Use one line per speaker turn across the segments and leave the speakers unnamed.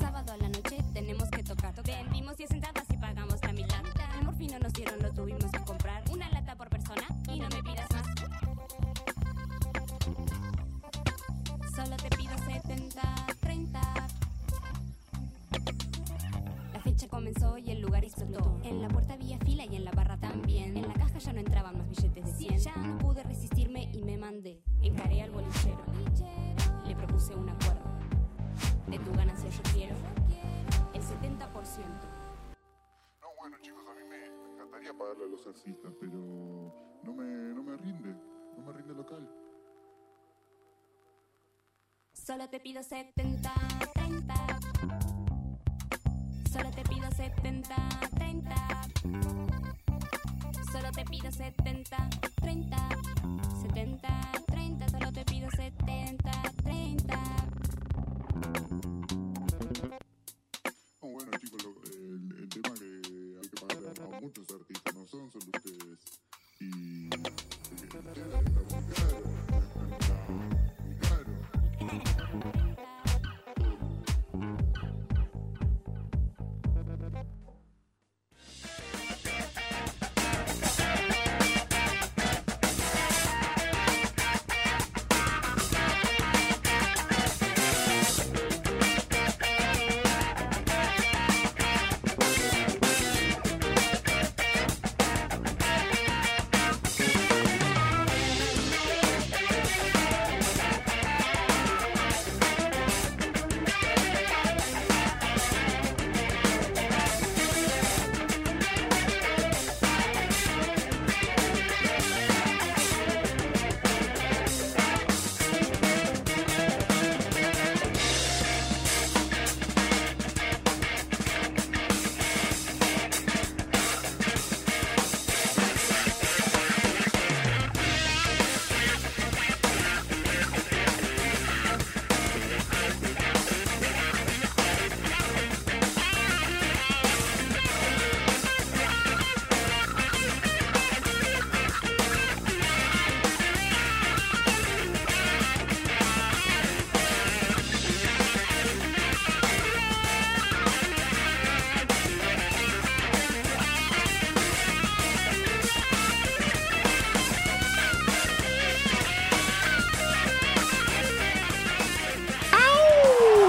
Sábado a la noche tenemos que tocar. Ven, vimos 10 centavos y pagamos la mitad. El morfino nos dieron, lo tuvimos que comprar. Una lata por persona y no me pidas más. Solo te pido 70, 30. La fecha comenzó y el lugar explotó. En la puerta había fila y en la barra también. En la caja ya no entraban más billetes de 100. Ya no pude resistirme y me mandé. Encaré al bolichero. Le propuse un acuerdo. De tu ganancia yo quiero el 70%.
No, bueno, chicos, a mí me me encantaría pagarle a los alcistas, pero no me, no me rinde. No me rinde el local.
Solo te pido 70, 30. Solo te pido 70, 30. Solo te pido 70, 30. 70, 30. Solo te pido 70, 30.
No, bueno, chicos, lo- el, el tema que hay que pagarle a, a muchos artistas, no son solo ustedes. Y. porque ustedes están muy caros, están muy caros.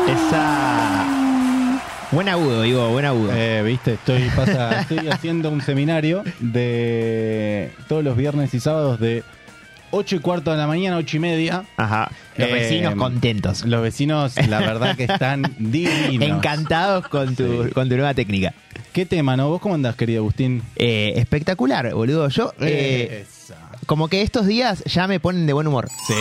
Esa. Buen agudo, digo, buen agudo.
Eh, Viste, estoy, pasa- estoy haciendo un seminario de todos los viernes y sábados de 8 y cuarto de la mañana, 8 y media.
Ajá. Los
eh,
vecinos contentos.
Los vecinos, la verdad que están divinos.
Encantados con tu,
Sí.
con tu nueva técnica.
¿Qué tema, no? ¿Vos cómo andás, querido Agustín?
Eh, espectacular, boludo. Yo, eh,
Esa.
como que estos días ya me ponen de buen humor.
Sí.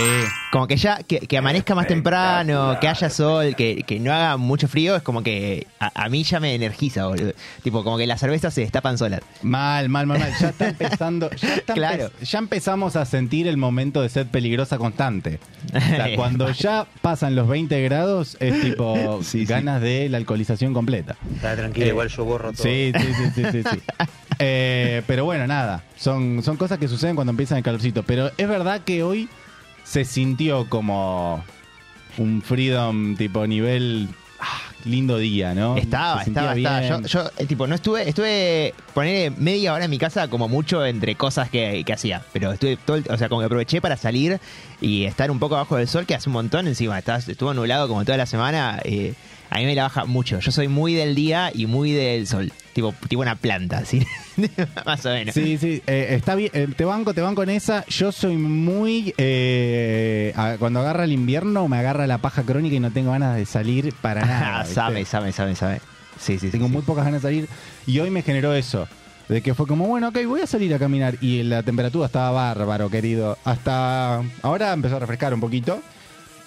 Como que ya, que, que amanezca más temprano, que haya sol, que, que no haga mucho frío, es como que a, a mí ya me energiza, boludo. Tipo, como que las cervezas se destapan solas.
Mal, mal, mal, mal. Ya está empezando. Ya, está empe-
Claro.
ya empezamos a sentir el momento de ser peligrosa constante. O sea, cuando ya pasan los 20 grados, es tipo
Sí, sí.
ganas de la alcoholización completa.
Está tranquilo,
Eh,
igual yo borro todo.
Sí, sí, sí, sí, sí. sí. Eh, pero bueno, nada. Son, son cosas que suceden cuando empiezan el calorcito. Pero es verdad que hoy se sintió como un freedom tipo nivel. ah, lindo día, ¿no?
Estaba,
Se sentía
estaba, estaba. Yo,
bien.
yo, eh, tipo, no estuve, estuve, poner media hora en mi casa como mucho entre cosas que, que hacía. Pero estuve todo, el- o sea, como que aproveché para salir y estar un poco abajo del sol, que hace un montón encima. Estás, estuvo nublado como toda la semana. eh, a mí me la baja mucho. Yo soy muy del día y muy del sol. Tipo, tipo una planta, así. Más o menos.
Sí, sí, eh, está bien, eh, te banco, te banco en esa. Yo soy muy... eh, a- cuando agarra el invierno me agarra la paja crónica y no tengo ganas de salir para nada.
Ah,
¿viste?
sabe, sabe, sabe, sabe. Sí, sí, sí.
Tengo
sí.
muy pocas ganas de salir y hoy me generó eso. De que fue como, bueno, ok, voy a salir a caminar. Y la temperatura estaba bárbaro, querido. Hasta ahora empezó a refrescar un poquito.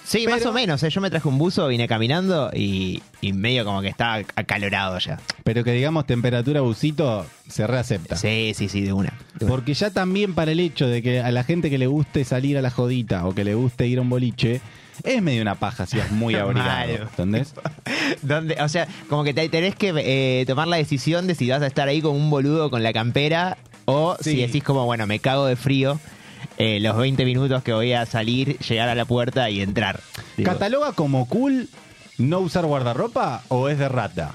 Sí, más
pero-
o menos. eh. Yo me traje un buzo, vine caminando y, y medio como que estaba acalorado ya.
Pero que digamos temperatura busito, se reacepta.
Sí, sí, sí, de una. De una.
Porque ya también para el hecho de que a la gente que le guste salir a la jodita o que le guste ir a un boliche, es medio una paja si es muy abrigado,
Malo.
¿entendés?
Donde, o sea, como que te tenés que eh, tomar la decisión de si vas a estar ahí como un boludo con la campera o si
Sí.
decís como, bueno, me cago de frío eh, los 20 minutos que voy a salir, llegar a la puerta y entrar. Digo,
¿Cataloga como cool no usar guardarropa o es de rata?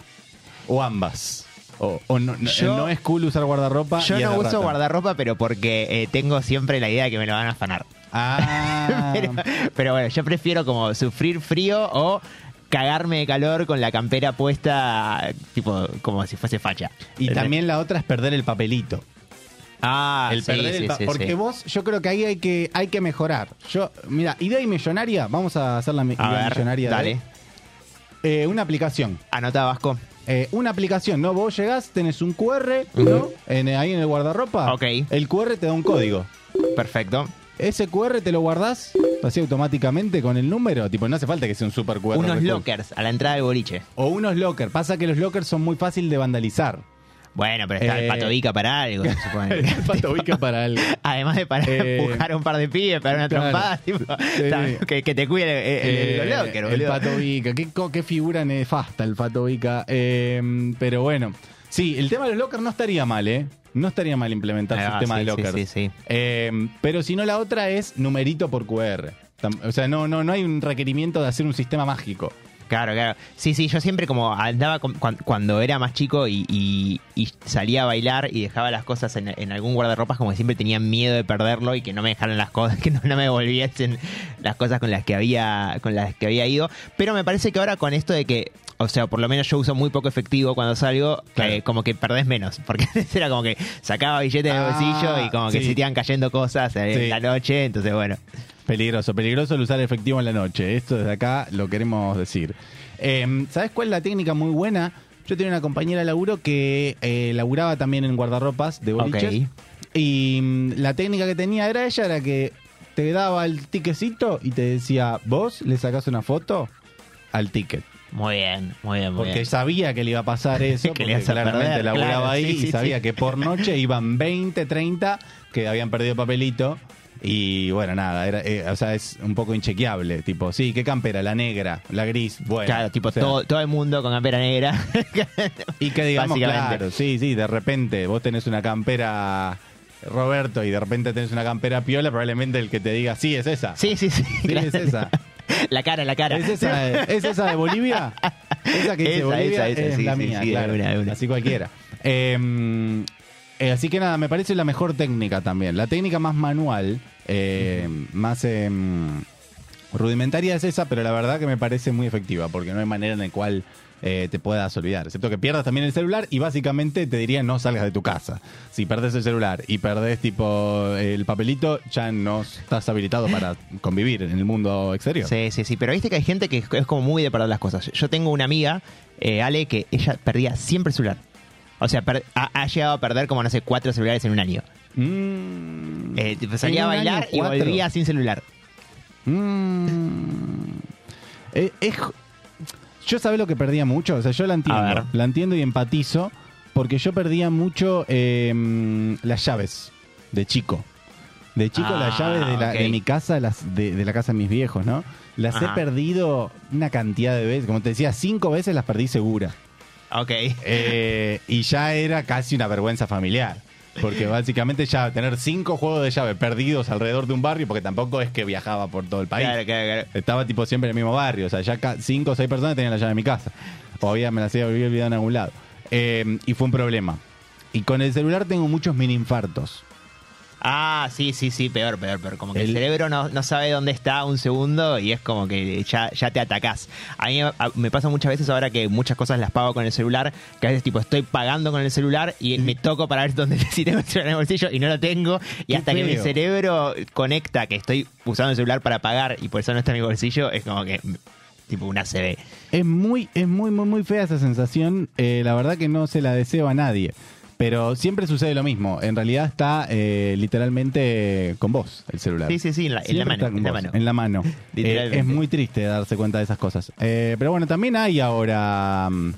¿O ambas? ¿O, o no, no-
Yo-
no es cool usar guardarropa?
yo
y es
no
de
uso
rata?
guardarropa, pero porque eh, tengo siempre la idea de que me lo van a afanar.
Ah,
Pero, pero bueno, yo prefiero como sufrir frío o cagarme de calor con la campera puesta, tipo, como si fuese facha.
y también la otra es perder el papelito.
Ah,
el
sí,
perder el
sí,
pa-
sí,
porque
sí.
vos, yo creo que ahí hay que, hay que mejorar. Yo, mira, idea y millonaria, vamos a hacer la mi-
A
idea
ver,
millonaria. de-
dale.
Eh, una aplicación.
Anota Vasco.
Eh, una aplicación, ¿no? Vos llegás, tenés un QR, ¿no? En- ahí en el guardarropa.
Ok.
El QR te da un código.
Perfecto.
Ese QR te lo guardás así automáticamente con el número. Tipo, no hace falta que sea un super QR.
Unos
cool.
lockers a la entrada del boliche.
O unos lockers. Pasa que los lockers son muy fácil de vandalizar.
Bueno, pero está el
Eh.
pato Vica para algo, se supone.
El pato Vica para algo.
Además de para
Eh.
empujar a un par de pibes para una
Claro.
trompada, tipo,
Sí.
también que, que te cuide el, el- el
Eh,
locker,
el
boludo.
Pato Vica. Qué, co- qué figura nefasta el Pato Vica. Eh, pero bueno. Sí, el tema de los lockers no estaría mal, ¿eh? No estaría mal implementar
Ahí va,
sistema
Ah, sí,
de
sí,
lockers.
sí, sí.
Eh, pero si no, la otra es numerito por QR. Tam- O sea, no, no, no hay un requerimiento de hacer un sistema mágico.
Claro, claro. Sí, sí, yo siempre como andaba con- cuan- cuando era más chico y, y- y salía a bailar y dejaba las cosas en, en algún guardarropas, como que siempre tenía miedo de perderlo y que no me dejaran las cosas, que no, no me devolviesen las cosas con las que había, con las que había ido. Pero me parece que ahora con esto de que, o sea, por lo menos yo uso muy poco efectivo cuando salgo,
Claro.
eh, como que perdés menos. Porque antes era como que sacaba billetes del
Ah,
bolsillo y como que
sí.
se te iban cayendo cosas eh, en
Sí.
la noche, entonces bueno.
Peligroso, peligroso el usar efectivo en la noche. Esto desde acá lo queremos decir. Eh, ¿Sabes cuál es la técnica muy buena? Yo tenía una compañera de laburo que eh, laburaba también en guardarropas de boliches.
Ok.
Y mm, la técnica que tenía era ella, era que te daba el tiquecito y te decía, vos le sacás una foto al ticket.
Muy bien, muy bien, muy
Porque
bien.
sabía que le iba a pasar eso,
Que
que
le ibas a
claramente
perder,
laburaba
claro,
ahí
sí, sí,
y sabía
sí.
que por noche iban 20, 30 que habían perdido papelito. Y bueno, nada, era, eh, o sea, es un poco inchequeable. Tipo, sí, ¿qué campera? La negra, la gris, bueno.
Claro, tipo
o sea,
todo, todo el mundo con campera negra.
Y que digamos,
básicamente.
claro, sí, sí, de repente vos tenés una campera, Roberto, y de repente tenés una campera piola, probablemente el que te diga, sí, es esa.
sí, sí, sí.
Sí,
claro.
es esa.
La cara, la cara.
¿Es esa, eh, ¿Es esa de Bolivia? Esa que dice
Esa, esa,
Bolivia
esa,
es
sí,
la
sí,
mía,
sí, de
claro.
una, de una.
Así cualquiera. Eh, eh, así que nada, me parece la mejor técnica también. La técnica más manual, eh, más eh, rudimentaria es esa, pero la verdad que me parece muy efectiva, porque no hay manera en la cual eh, te puedas olvidar. Excepto que pierdas también el celular y básicamente te diría no salgas de tu casa. Si perdés el celular y perdés tipo el papelito, ya no estás habilitado para convivir en el mundo exterior.
Sí, sí, sí. Pero viste que hay gente que es como muy de perder las cosas. Yo tengo una amiga, eh, Ale, que ella perdía siempre el celular. O sea, per- ha, ha llegado a perder como, no sé, cuatro celulares en un año.
Mm.
Eh, tipo, salía a
un año,
bailar y
cuatro.
volvía sin celular.
Mm. Eh, es jo- yo sabía lo que perdía mucho, o sea, yo
A
la
ver.
entiendo, la entiendo y empatizo, porque yo perdía mucho eh, las llaves de chico. De chico
Ah,
las llaves de, la-
ok.
de mi casa, las de, de la casa de mis viejos, ¿no? Las
Ajá.
he perdido una cantidad de veces, como te decía, cinco veces las perdí segura.
Ok.
Eh, y ya era casi una vergüenza familiar. Porque básicamente ya tener cinco juegos de llave perdidos alrededor de un barrio, porque tampoco es que viajaba por todo el país.
Claro, claro, claro.
Estaba tipo siempre en el mismo barrio. O sea, ya ca- cinco o seis personas tenían la llave de mi casa. O había, me las había olvidado en algún lado. Eh, y fue un problema. Y con el celular tengo muchos mini infartos.
Ah, sí, sí, sí, peor, peor, peor. Como que el,
El-
cerebro no, no sabe dónde está un segundo y es como que ya, ya te atacás. A mí a- me pasa muchas veces ahora que muchas cosas las pago con el celular, que a veces tipo estoy pagando con el celular y me toco para ver dónde si tengo el celular en el bolsillo y no lo tengo. Y
Qué
hasta que mi
feo.
cerebro conecta que estoy usando el celular para pagar y por eso no está en mi bolsillo, es como que mm, tipo una CB.
Es muy, es muy, muy, muy fea esa sensación. Eh, la verdad que no se la deseo a nadie. Pero siempre sucede lo mismo. En realidad está eh, literalmente con vos el celular.
Sí, sí, sí, en la, en la
Siempre
mano.
está con
en la
vos,
mano.
en la mano. Eh,
Literalmente.
es muy triste darse cuenta de esas cosas. Eh, pero bueno, también hay ahora mm,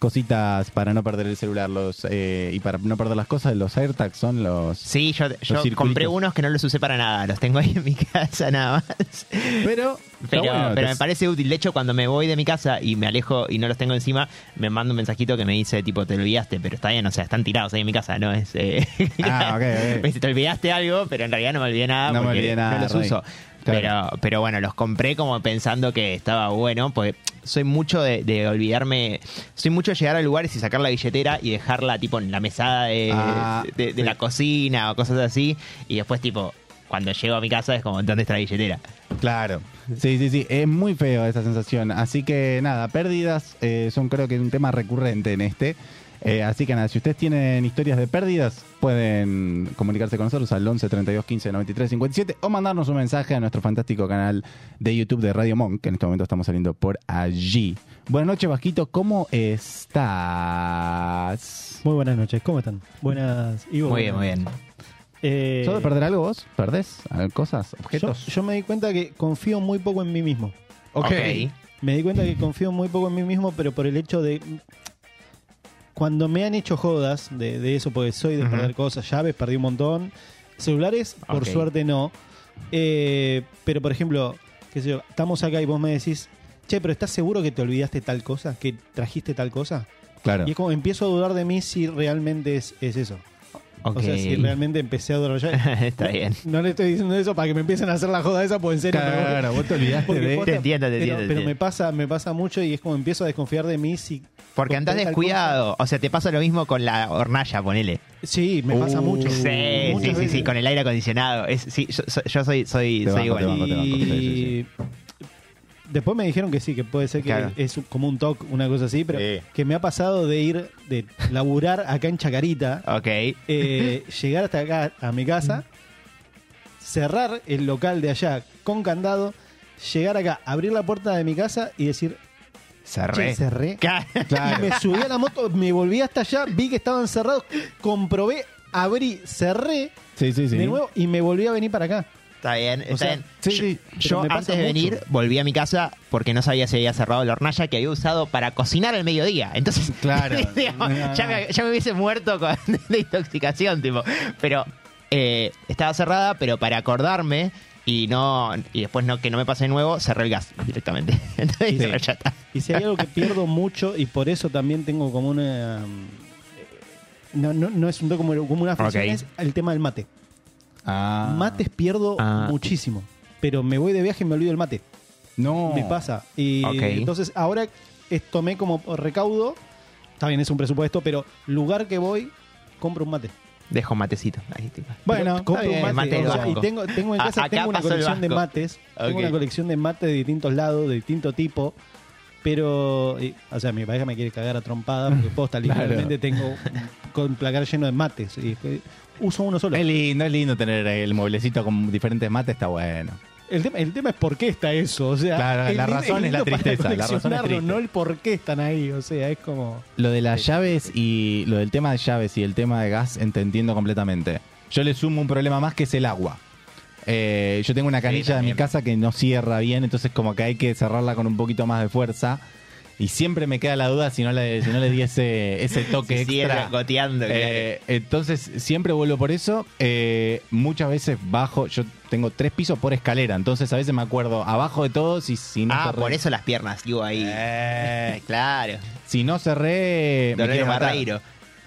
cositas para no perder el celular los eh, y para no perder las cosas. Los AirTags son los...
Sí, yo, yo
circuitos.
compré unos que no los usé para nada, los tengo ahí en mi casa nada más.
Pero, está
Pero,
bueno,
pero
te-
me parece útil. De hecho, cuando me voy de mi casa y me alejo y no los tengo encima, me manda un mensajito que me dice, tipo, te olvidaste, pero está bien, o sea, están tirados ahí en mi casa, ¿no? Es, eh,
Ah, ok, ok.
Me dice, te olvidaste algo, pero en realidad no me olvidé nada.
No me
porque
olvidé nada,
No los
Rey.
uso.
Claro.
Pero, pero bueno, los compré como pensando que estaba bueno, porque soy mucho de, de olvidarme, soy mucho de llegar a lugares y sacar la billetera y dejarla tipo en la mesada de,
Ah,
de- de la cocina o cosas así, y después tipo, cuando llego a mi casa es como, ¿dónde está la billetera?
Claro. Sí, sí, sí. Es muy feo esa sensación. Así que nada, pérdidas eh, son creo que un tema recurrente en este. Eh, así que nada, si ustedes tienen historias de pérdidas, pueden comunicarse con nosotros al 11 32 15 93 57 o mandarnos un mensaje a nuestro fantástico canal de YouTube de Radio Monk, que en este momento estamos saliendo por allí. Buenas noches, Vasquito. ¿Cómo estás?
Muy buenas noches, ¿cómo están? Buenas, Ivo.
Muy bien, muy bien.
Eh,
¿Solo de perder algo vos? ¿Perdés eh, cosas,
yo,
objetos?
yo me di cuenta que confío muy poco en mí mismo.
Ok.
Me di cuenta que confío muy poco en mí mismo, pero por el hecho de. Cuando me han hecho jodas de, de eso, porque soy de
Ujú.
perder cosas, llaves, perdí un montón. Celulares, por
Ok.
suerte no. Eh, pero por ejemplo, qué sé yo, estamos acá y vos me decís, che, pero ¿estás seguro que te olvidaste tal cosa? ¿Que trajiste tal cosa?
Claro.
Y es como empiezo a dudar de mí si realmente es, es eso.
Ok.
O sea, si realmente empecé a dudar. Ya-
Está bien.
No le estoy diciendo eso para que me empiecen a hacer la joda esa, pues en serio. me-
Claro, vos te olvidaste
Porque
de...
posta-
Te entiendo, te
pero,
entiendo, te
pero me
entiendo.
pasa, me pasa mucho y es como empiezo a desconfiar de mí. Si,
Porque andás
tal cosa-
descuidado. O sea, te pasa lo mismo con la hornalla, ponele.
Sí, me pasa
Uh,
Sí,
mucho. Muchas
sí, sí,
veces.
sí, con el aire acondicionado. Es, sí, yo, so- yo soy, soy,
Te
soy
banco, te
igual.
banco, te banco. Sí, sí,
Y después me dijeron que sí, que puede ser que
Claro.
es un- como un toque, una cosa así, pero
Sí.
que me ha pasado de ir, de laburar acá en Chacarita,
Ok.
eh, llegar hasta acá a mi casa, cerrar el local de allá con candado, llegar acá, abrir la puerta de mi casa y decir,
Cerré.
Che, cerré.
Ca-
Claro.
Me subí a la moto, me volví hasta allá, vi que estaban cerrados, comprobé, abrí, cerré
Sí, sí, sí.
de nuevo y me volví a venir para acá.
Está bien, está
sea,
bien.
sí,
Yo-
sí,
pero
Yo
me pasa
antes de
mucho.
venir volví a mi casa porque no sabía si había cerrado la hornalla que había usado para cocinar al mediodía. Entonces,
Claro. Ah.
digamos, ya, me, ya me hubiese muerto con, de intoxicación, tipo. Pero eh, estaba cerrada, pero para acordarme y no y después no que no me pase de nuevo, cerré el gas directamente. Entonces,
Sí.
ya está.
Y si hay algo que pierdo mucho y por eso también tengo como una... mm, No, no, no es un toque como, como una aflicción,
Ok.
es el tema del mate.
Ah.
Mates pierdo
Ah.
muchísimo, pero me voy de viaje y me olvido el mate.
No.
Me pasa. Y
Ok.
entonces ahora es- tomé como recaudo, está bien, es un presupuesto, pero lugar que voy, compro un mate.
Dejo un matecito. Ahí, tipo.
Bueno,
Pero compro
está bien,
un mate,
mate
o
del
sea, y
banco.
tengo, tengo en
A-
casa
acá
tengo una
pasó el
colección de
banco.
mates,
Ok.
tengo una colección de mates de distintos lados, de distinto tipo, pero y- o sea, mi pareja me quiere cagar a trompada porque posta
Claro.
literalmente tengo con placar lleno de mates y eh, uso uno solo.
Es
El,
lindo, es lindo tener el mueblecito con diferentes mates, está bueno.
tema, el tema es por qué está eso, o sea,
Claro,
el
la
lindo-
razón
el
es la
lindo para
tristeza, la razón es
coleccionarlo,
triste.
no el por qué están ahí, o sea, es como
Lo de las llaves y lo del tema de llaves y el tema de gas, ent- entiendo completamente. Yo le sumo un problema más que es el agua. Eh, yo tengo una canilla de mi
también.
casa que no cierra bien, entonces como que hay que cerrarla con un poquito más de fuerza. Y siempre me queda la duda si no le, si no le di ese, ese toque
Si sigue
extra.
goteando.
Eh, entonces siempre vuelvo por eso. Eh, muchas veces bajo, yo tengo tres pisos por escalera, entonces a veces me acuerdo abajo de todos y si no
claro. ah,
cerré-
por eso las piernas, digo ahí.
Eh,
Claro.
si no cerré, me
Dolores
quiero matar.
Barreiro.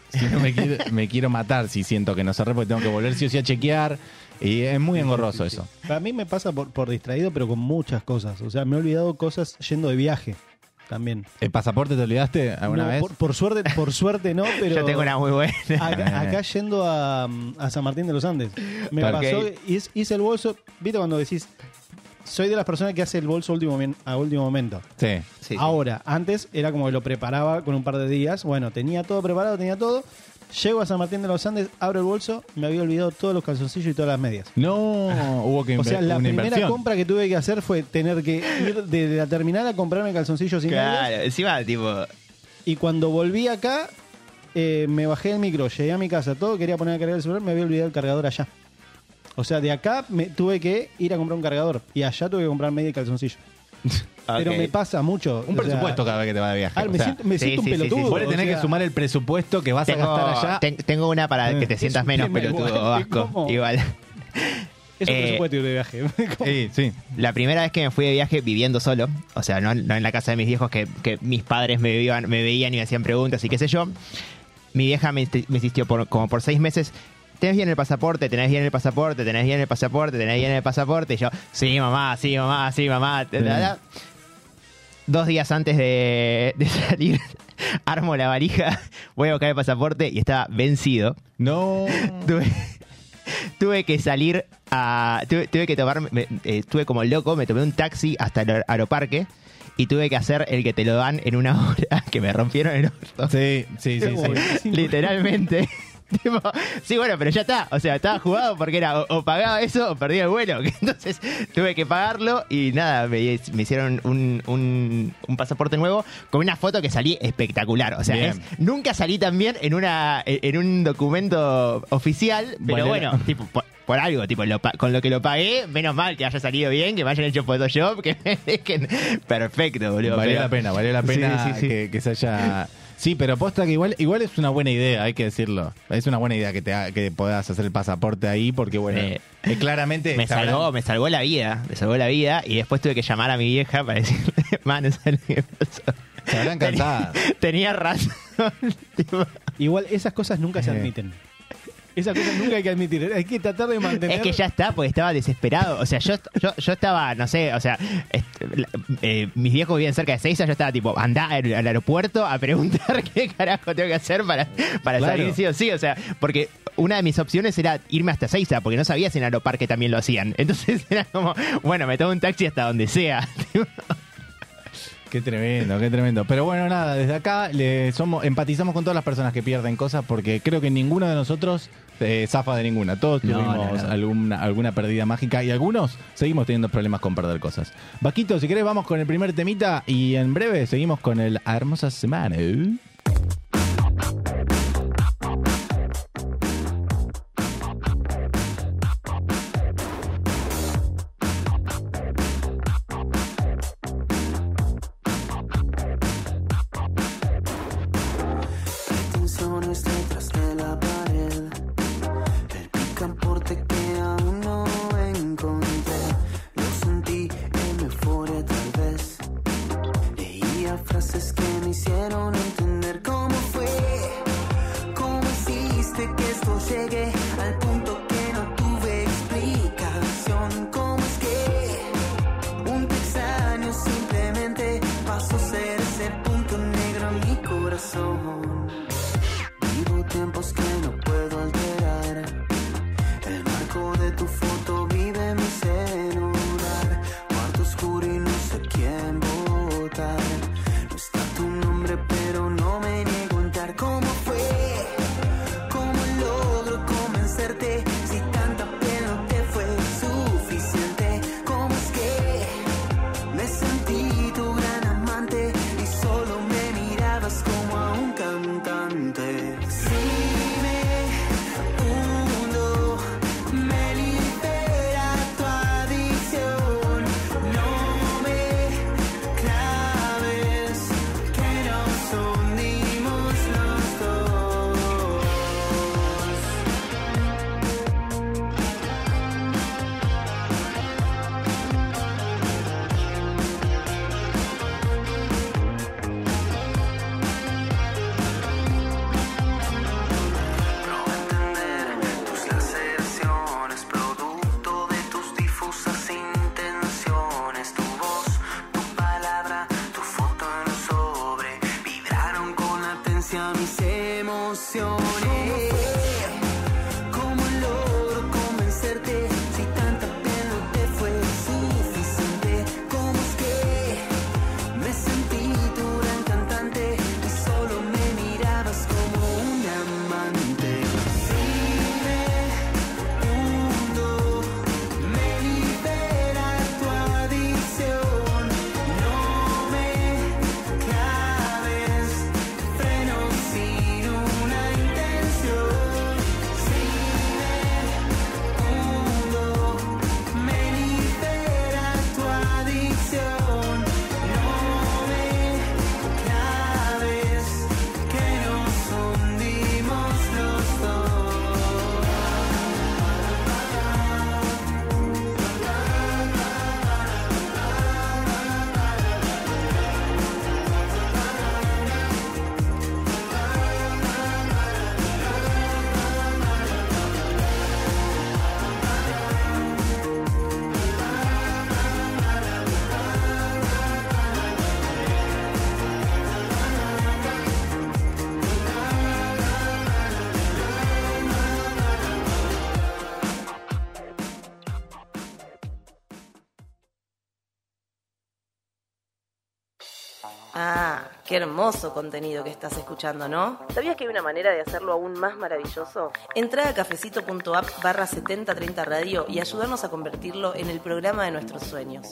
Si no me, quiero, me quiero matar si siento que no cerré porque tengo que volver sí o sí a chequear. Y es muy engorroso eso.
Para mí me pasa por, por distraído, pero con muchas cosas. O sea, me he olvidado cosas yendo de viaje también.
¿El pasaporte te olvidaste alguna
No,
vez?
Por, por suerte, por suerte no, pero.
Yo tengo una muy buena.
Acá, acá yendo a, mm, a San Martín de los Andes. Me
Ok.
pasó, hice, hice el bolso. Viste cuando decís, soy de las personas que hace el bolso último, men- a último momento.
Sí.
Sí, sí.
Ahora, antes era como que lo preparaba con un par de días. Bueno, tenía todo preparado, tenía todo. Llego a San Martín de los Andes, abro el bolso, me había olvidado todos los calzoncillos y todas las medias.
No, hubo que
O sea,
inver-
la
una
primera
inversión.
compra que tuve que hacer fue tener que ir de la terminal a comprarme calzoncillos y medias.
Claro, encima, tipo.
Y cuando volví acá, eh, me bajé del micro, llegué a mi casa, todo, quería poner a cargar el celular, me había olvidado el cargador allá. O sea, de acá me tuve que ir a comprar un cargador y allá tuve que comprar media y calzoncillo. Pero
Ah, Ok.
me pasa mucho.
Un
o sea,
presupuesto cada vez que te vas de viaje.
ah, me
o sea,
siento, me
sí,
siento un
sí, sí, sí.
pelotudo.
Vos le
o
tenés
sea,
que sumar el presupuesto que vas
Tengo,
a gastar allá.
ten- tengo una para que
Eh,
te
es
sientas
un
menos
tema
pelotudo,
igual,
Vasco.
¿cómo?
Igual.
Es un
eh,
presupuesto de viaje. ¿Cómo?
Sí, sí.
La primera vez que me fui de viaje viviendo solo, o sea, no, no en la casa de mis viejos, que, que mis padres me, vivan- me veían y me hacían preguntas y qué sé yo, mi vieja me, insti- me insistió por, como por seis meses. ¿Tenés bien el pasaporte? ¿Tenés bien el pasaporte? ¿Tenés bien el pasaporte? ¿Tenés bien el pasaporte? Y yo, sí, mamá, sí, mamá, sí, mamá. ta, ta, ta. Dos días antes de, de salir, armo la valija, voy a buscar el pasaporte y estaba vencido
No.
tuve, tuve que salir a. Tuve, tuve que tomar. me- eh, estuve como loco, me tomé un taxi hasta el aer- aeroparque y tuve que hacer el que te lo dan en una hora, que me rompieron el orto.
Sí, sí, sí. sí.
Buenísimo.
Literalmente. Tipo, sí, bueno, pero ya está. O sea, estaba jugado porque era o, o pagaba eso o perdía el vuelo. Entonces tuve que pagarlo y nada, me, me hicieron un, un- un pasaporte nuevo con una foto que salí espectacular. O sea,
Bien.
es- nunca salí tan bien en, una, en un documento oficial, pero
Bueno,
bueno, tipo, por, por algo, tipo, lo pa- con lo que lo pagué, menos mal que haya salido bien, que me hayan hecho Photoshop, que me dejen perfecto, boludo.
valió
pero-
la pena, valió la
Sí,
pena
sí, sí.
Que, que se haya... Sí, pero posta que igual, igual es una buena idea, hay que decirlo. Es una buena idea que te ha- que puedas hacer el pasaporte ahí porque, bueno,
Sí.
eh, claramente...
Me
sabrán-
salvó, me salvó la vida, me salvó la vida y después tuve que llamar a mi vieja para decirle, man, no sabes lo que pasó.
Se habrá encantado.
Tenía razón. Tipo,
Igual esas cosas nunca se
Eh.
admiten. Esas cosas nunca hay que admitir. Hay que tratar de mantener.
es que ya está, porque estaba desesperado. O sea, yo, yo, yo estaba, no sé, o sea, este, la- eh, mis viejos vivían cerca de Seiza, yo estaba tipo, andá al, al aeropuerto a preguntar qué carajo tengo que hacer para, para
Claro.
salir sí o sí. O sea, porque una de mis opciones era irme hasta Seiza, porque no sabía si en Aeroparque también lo hacían. Entonces era como, bueno, me tomo un taxi hasta donde sea. Tipo,
Qué tremendo, qué tremendo. Pero bueno, nada, desde acá le somos, empatizamos con todas las personas que pierden cosas porque creo que ninguno de nosotros eh, zafa de ninguna. Todos
No,
tuvimos
no, no.
Alguna, alguna pérdida mágica y algunos seguimos teniendo problemas con perder cosas. Vaquito, si querés vamos con el primer temita y en breve seguimos con el Hermosa Semana. ¿eh?
Tensiones detrás de la pared Repican por te que aún no encontré Lo sentí en mi euforia tal vez Leía frases que me hicieron entender cómo fue Cómo hiciste que esto llegue Al punto que no tuve explicación Cómo es que un texano simplemente Pasó a ser ese punto negro en mi corazón Vivo tiempos que no puedo alterar. El marco de tu foto vive en mi celular. Cuarto oscuro y no sé quién votar. No está tu nombre, pero no me niego a contar cómo fue. ¿Cómo logro convencerte si tanta pena no te fue suficiente? ¿Cómo es que? Me sentí tu gran amante y solo me mirabas como a un cantante. Si me hundo, me libera tu adicción. No me claves que nos hundimos los dos. entender tus laceraciones, producto de tus difusas intenciones. Tu voz, tu palabra, tu foto en un sobre vibraron con atención mis emociones. ¿Cómo logro convencerte si tanta pena te fue suficiente? ¿Cómo es que me sentí tu gran cantante y solo me mirabas como un amante? Si me hundo, me libera tu adicción. No me claves, freno sin una intención.
Ah, qué hermoso contenido que estás escuchando, ¿no? ¿Sabías que hay una manera de hacerlo aún más maravilloso? Entra a cafecito.app barra 7030 radio y ayúdanos a convertirlo en el programa de nuestros sueños.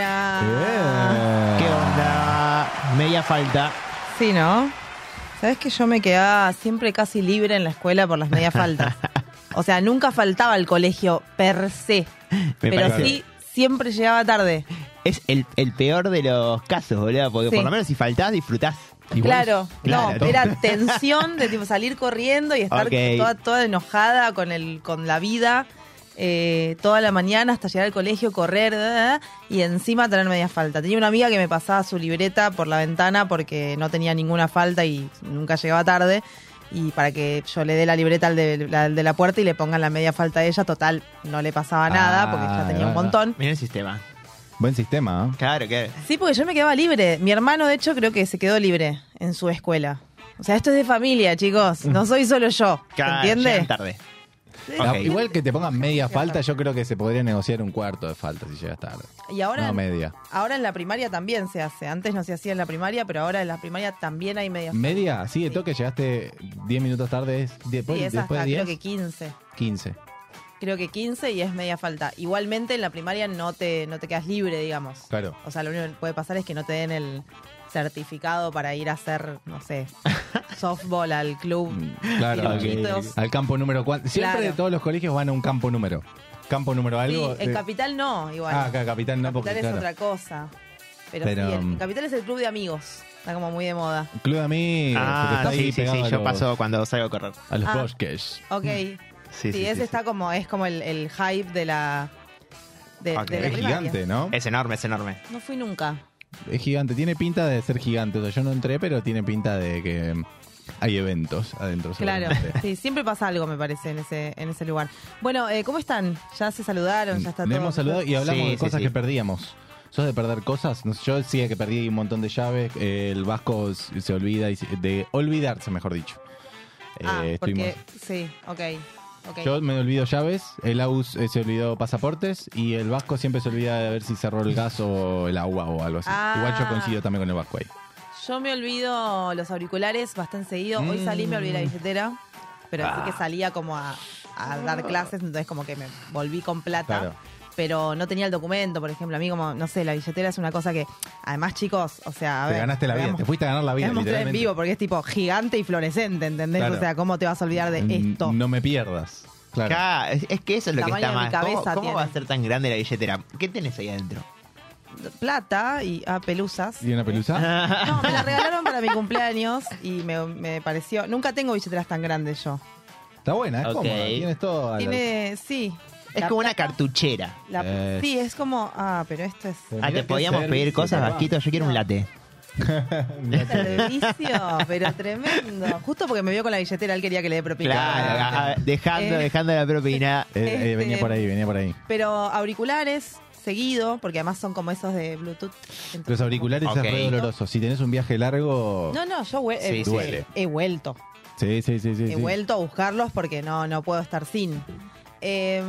Buena.
¿Qué onda? Media falta.
Sí, ¿no? Sabes que yo me quedaba siempre casi libre en la escuela por las medias faltas. O sea, nunca faltaba al colegio per se, pero
parece.
sí siempre llegaba tarde.
Es el, el peor de los casos, boludo. Porque
Sí.
por lo menos si faltás, disfrutás.
Claro,
Claro,
no,
¿no?
era tensión de tipo salir corriendo y estar
Ok.
toda, toda enojada con el con la vida eh, toda la mañana hasta llegar al colegio, correr da, da, da, y encima tener media falta. Tenía una amiga que me pasaba su libreta por la ventana porque no tenía ninguna falta y nunca llegaba tarde. Y para que yo le dé la libreta al de la, al de la puerta y le pongan la media falta a ella, total, no le pasaba nada porque
Ah,
ya tenía un
bueno.
montón.
Mira el sistema.
Buen sistema, ¿ah? ¿no?
Claro, claro.
Sí, porque yo me quedaba libre. Mi hermano, de hecho, creo que se quedó libre en su escuela. O sea, esto es de familia, chicos.
Mm.
No soy solo yo. ¿Se
Claro,
entiende?
llegan tarde.
No,
Ok.
Igual que te pongan media falta, yo creo que se podría negociar un cuarto de falta si llegas tarde.
Y ahora,
No, media.
ahora en la primaria también se hace. Antes no se hacía en la primaria, pero ahora en la primaria también hay media.
¿Media? Sí, de toque llegaste 10 minutos tarde. es- Después,
Sí, es
después
hasta
de
creo
10,
que 15.
15.
Creo que 15 y es media falta. Igualmente en la primaria no te, no te quedas libre, digamos.
Claro.
O sea, lo único que puede pasar es que no te den el certificado para ir a hacer, no sé, softball al club.
Mm. Claro, al-
Dibujitos.
al campo número cuánto. Siempre
Claro.
de todos los colegios van a un campo número. Campo número algo.
sí, en
de-
Capital no, igual.
ah, acá, capital no, porque
Capital es
claro.
otra cosa. Pero,
Pero,
sí, el-
um,
el Capital es el club de amigos. Está como muy de moda.
Club de mí. porque
Ah,
eh, está ahí
sí, sí,
pegado
sí.
a
Yo
los-
paso cuando salgo a correr.
A los
Ah.
bosques.
Ok. Sí,
Sí, sí,
ese
sí,
está como, es como el, el hype de la. De,
Ok.
de la
Ah, Es
primaria.
gigante, ¿no?
sí. Es enorme, es enorme.
No fui nunca.
Es gigante. Tiene pinta de ser gigante. O sea, yo no entré, pero tiene pinta de que mm, hay eventos adentro.
Claro.
seguramente.
Sí, siempre pasa algo, me parece, en ese, en ese lugar. Bueno, eh, ¿cómo están? ¿Ya se saludaron? ¿Ya está
Le
todo?
hemos saludado y hablamos
Sí,
de
sí,
cosas
sí.
que perdíamos. ¿Sos de perder cosas? No sé, Yo decía que perdí un montón de llaves. eh, El vasco s- se olvida, y se- de olvidarse, mejor dicho. Eh,
Ah,
estuvimos-
porque. Sí, ok. ok.
Yo me olvido llaves, el AUS eh, se olvidó pasaportes y el vasco siempre se olvida de ver si cerró el gas o el agua o algo así.
Ah.
Igual yo coincido también con el vasco ahí.
Yo me olvido los auriculares bastante seguido. Hoy salí, me
Mm.
olvidé la billetera. Pero
Ah.
sí que salía como a, a dar clases, entonces como que me volví con plata.
Claro.
Pero no tenía el documento, por ejemplo. A mí como, no sé, la billetera es una cosa que... Además, chicos, o sea... a
Te
ver,
ganaste la vida,
veamos-
te fuiste a ganar la vida.
veamos tres en
literalmente.
vivo porque es tipo gigante y fluorescente, ¿entendés?
Claro.
O sea, ¿cómo te vas a olvidar de
Mm,
esto?
No me pierdas. Claro.
Ca- es, es que eso es lo que
Tamaño
está
de mi
mal. ¿Cómo,
cabeza
cómo
tiene.
va a ser tan grande la billetera? ¿Qué tenés ahí adentro?
Plata y ah, pelusas. Ah,
¿Y una pelusa?
No, me la regalaron para mi cumpleaños y me, me pareció. Nunca tengo billeteras tan grandes yo.
Está buena, es
Ok.
cómoda. Tienes todo. a Ah, la-
Tiene, sí.
Es
la
como una
plata,
cartuchera.
la-
Eh.
sí, es como. Ah, pero esto es.
Pero
Ah,
mirá
te
qué
podíamos
servicio,
pedir cosas,
papá.
Vasquito. Yo quiero un latte.
Mirá qué-
Servicio, pero tremendo. Justo porque me vio con la billetera, él quería que le dé propina.
Claro, ah, dejando,
Eh.
dejando la propina.
Eh, eh,
Este-
venía por ahí, venía por ahí.
Pero auriculares seguido, porque además son como esos de Bluetooth. Entonces,
Los auriculares
Ok.
es re doloroso. Si tenés un viaje largo.
No, no, yo hue-
Sí,
eh,
sí.
Duele.
he vuelto.
Sí, sí, sí, sí.
he
sí.
vuelto a buscarlos porque no, no puedo estar sin. Eh,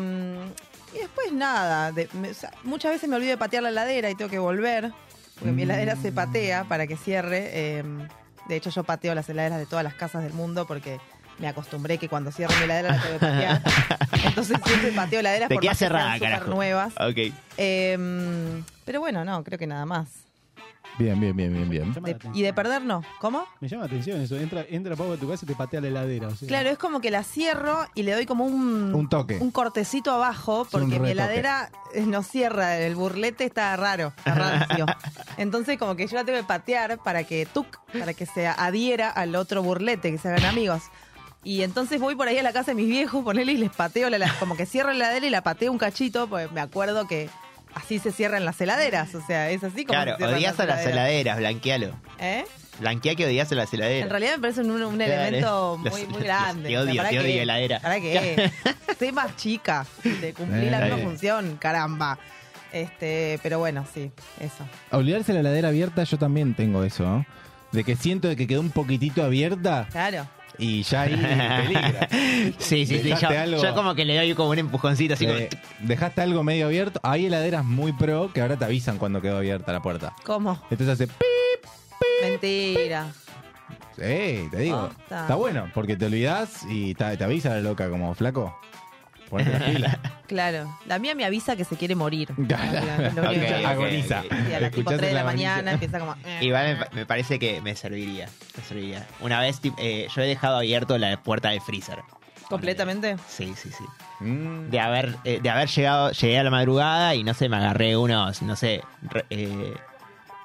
y después nada, de- me- o sea, muchas veces me olvido de patear la heladera y tengo que volver, porque mi heladera
Mm.
se patea para que cierre. eh, de hecho yo pateo las heladeras de todas las casas del mundo porque me acostumbré que cuando cierro mi heladera la tengo que patear. Entonces siempre pateo heladeras
Te
por
queda
más que sean
cerrada,
súper
carajo.
nuevas.
Ok.
Eh, pero bueno, no, creo que nada más.
Bien, bien, bien, bien, bien.
Llama la
De- y
atención.
de perder no. ¿Cómo?
Me llama la atención eso. Entra, entra Pablo a tu casa y te patea la heladera. o sea.
Claro, es como que la cierro y le doy como un,
Un toque.
un cortecito abajo,
un
porque mi
retoque.
heladera eh, no cierra, el burlete está raro, está rancio. Entonces como que yo la tengo que patear para que tuc, para que se adhiera al otro burlete, que se hagan amigos. Y entonces voy por ahí a la casa de mis viejos, ponele y les pateo, la, la- como que cierro la heladera y la pateo un cachito, porque me acuerdo que así se cierran las heladeras, o sea, es así como
Claro,
se cierran
odias a las heladeras, blanquealo.
¿Eh?
Blanquea que odias a las heladeras.
En realidad me parece un, un
Claro,
elemento
eh.
muy,
Los-
muy
los-
grande.
te odio, te odio, heladera.
¿Para qué? Soy más chica. Te cumplí la
Eh.
misma función, caramba. Este, pero bueno, sí, eso.
Olvidarse la heladera abierta, yo también tengo eso. ¿no? De que siento de que quedó un poquitito abierta
Claro.
y ya ahí peligra.
Sí, sí, sí. Yo,
Dejaste algo.
yo como que le doy como un empujoncito así
Eh, dejaste algo medio abierto. Hay heladeras muy pro que ahora te avisan cuando quedó abierta la puerta.
¿Cómo?
Entonces hace. ¡pip!
Mentira.
¡Ey! Te digo.
Posta.
Está bueno, porque te olvidás y ta- te, avisa la loca como flaco. Ponete la fila.
Claro. La mía me avisa que se quiere morir. Es lo
Ok,
único que-
ok.
agoniza.
Sí, a las tipo
Escuchás
3 de
en
la,
agonilla.
mañana empieza como. eh,
como... Igual me, pa- me parece que me serviría. Me serviría. Una vez tip- eh, yo he dejado abierto la puerta del freezer.
Completamente.
Sí, sí, sí.
Mm.
De haber, eh, de haber llegado, llegué a la madrugada y no sé, me agarré unos, no sé, re- eh,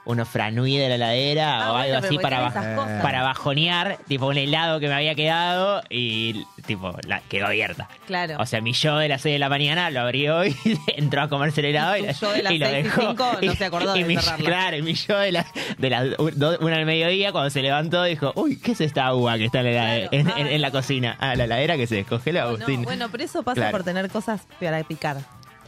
unos franui de la heladera
Ah,
o algo
bueno, pero
así
porque
para,
tenés
baj-
esas cosas.
para bajonear, tipo un helado que me había quedado y tipo, la, quedó abierta.
Claro.
O sea, mi yo de las 6 de la mañana lo abrió y entró a comerse el helado y,
Tu yo de las
y lo
seis y
dejó.
cinco no se acordó de
mi-
cerrarlo.
Claro, y mi yo de las, de las u- do- una al mediodía, cuando se levantó, dijo, uy, ¿qué es esta agua que está en la,
Claro,
en,
ah. Oh,
en- en la cocina? Ah, la heladera que se descongela,
No, no,
Agustín.
bueno, pero eso pasa
Claro.
por tener cosas para picar.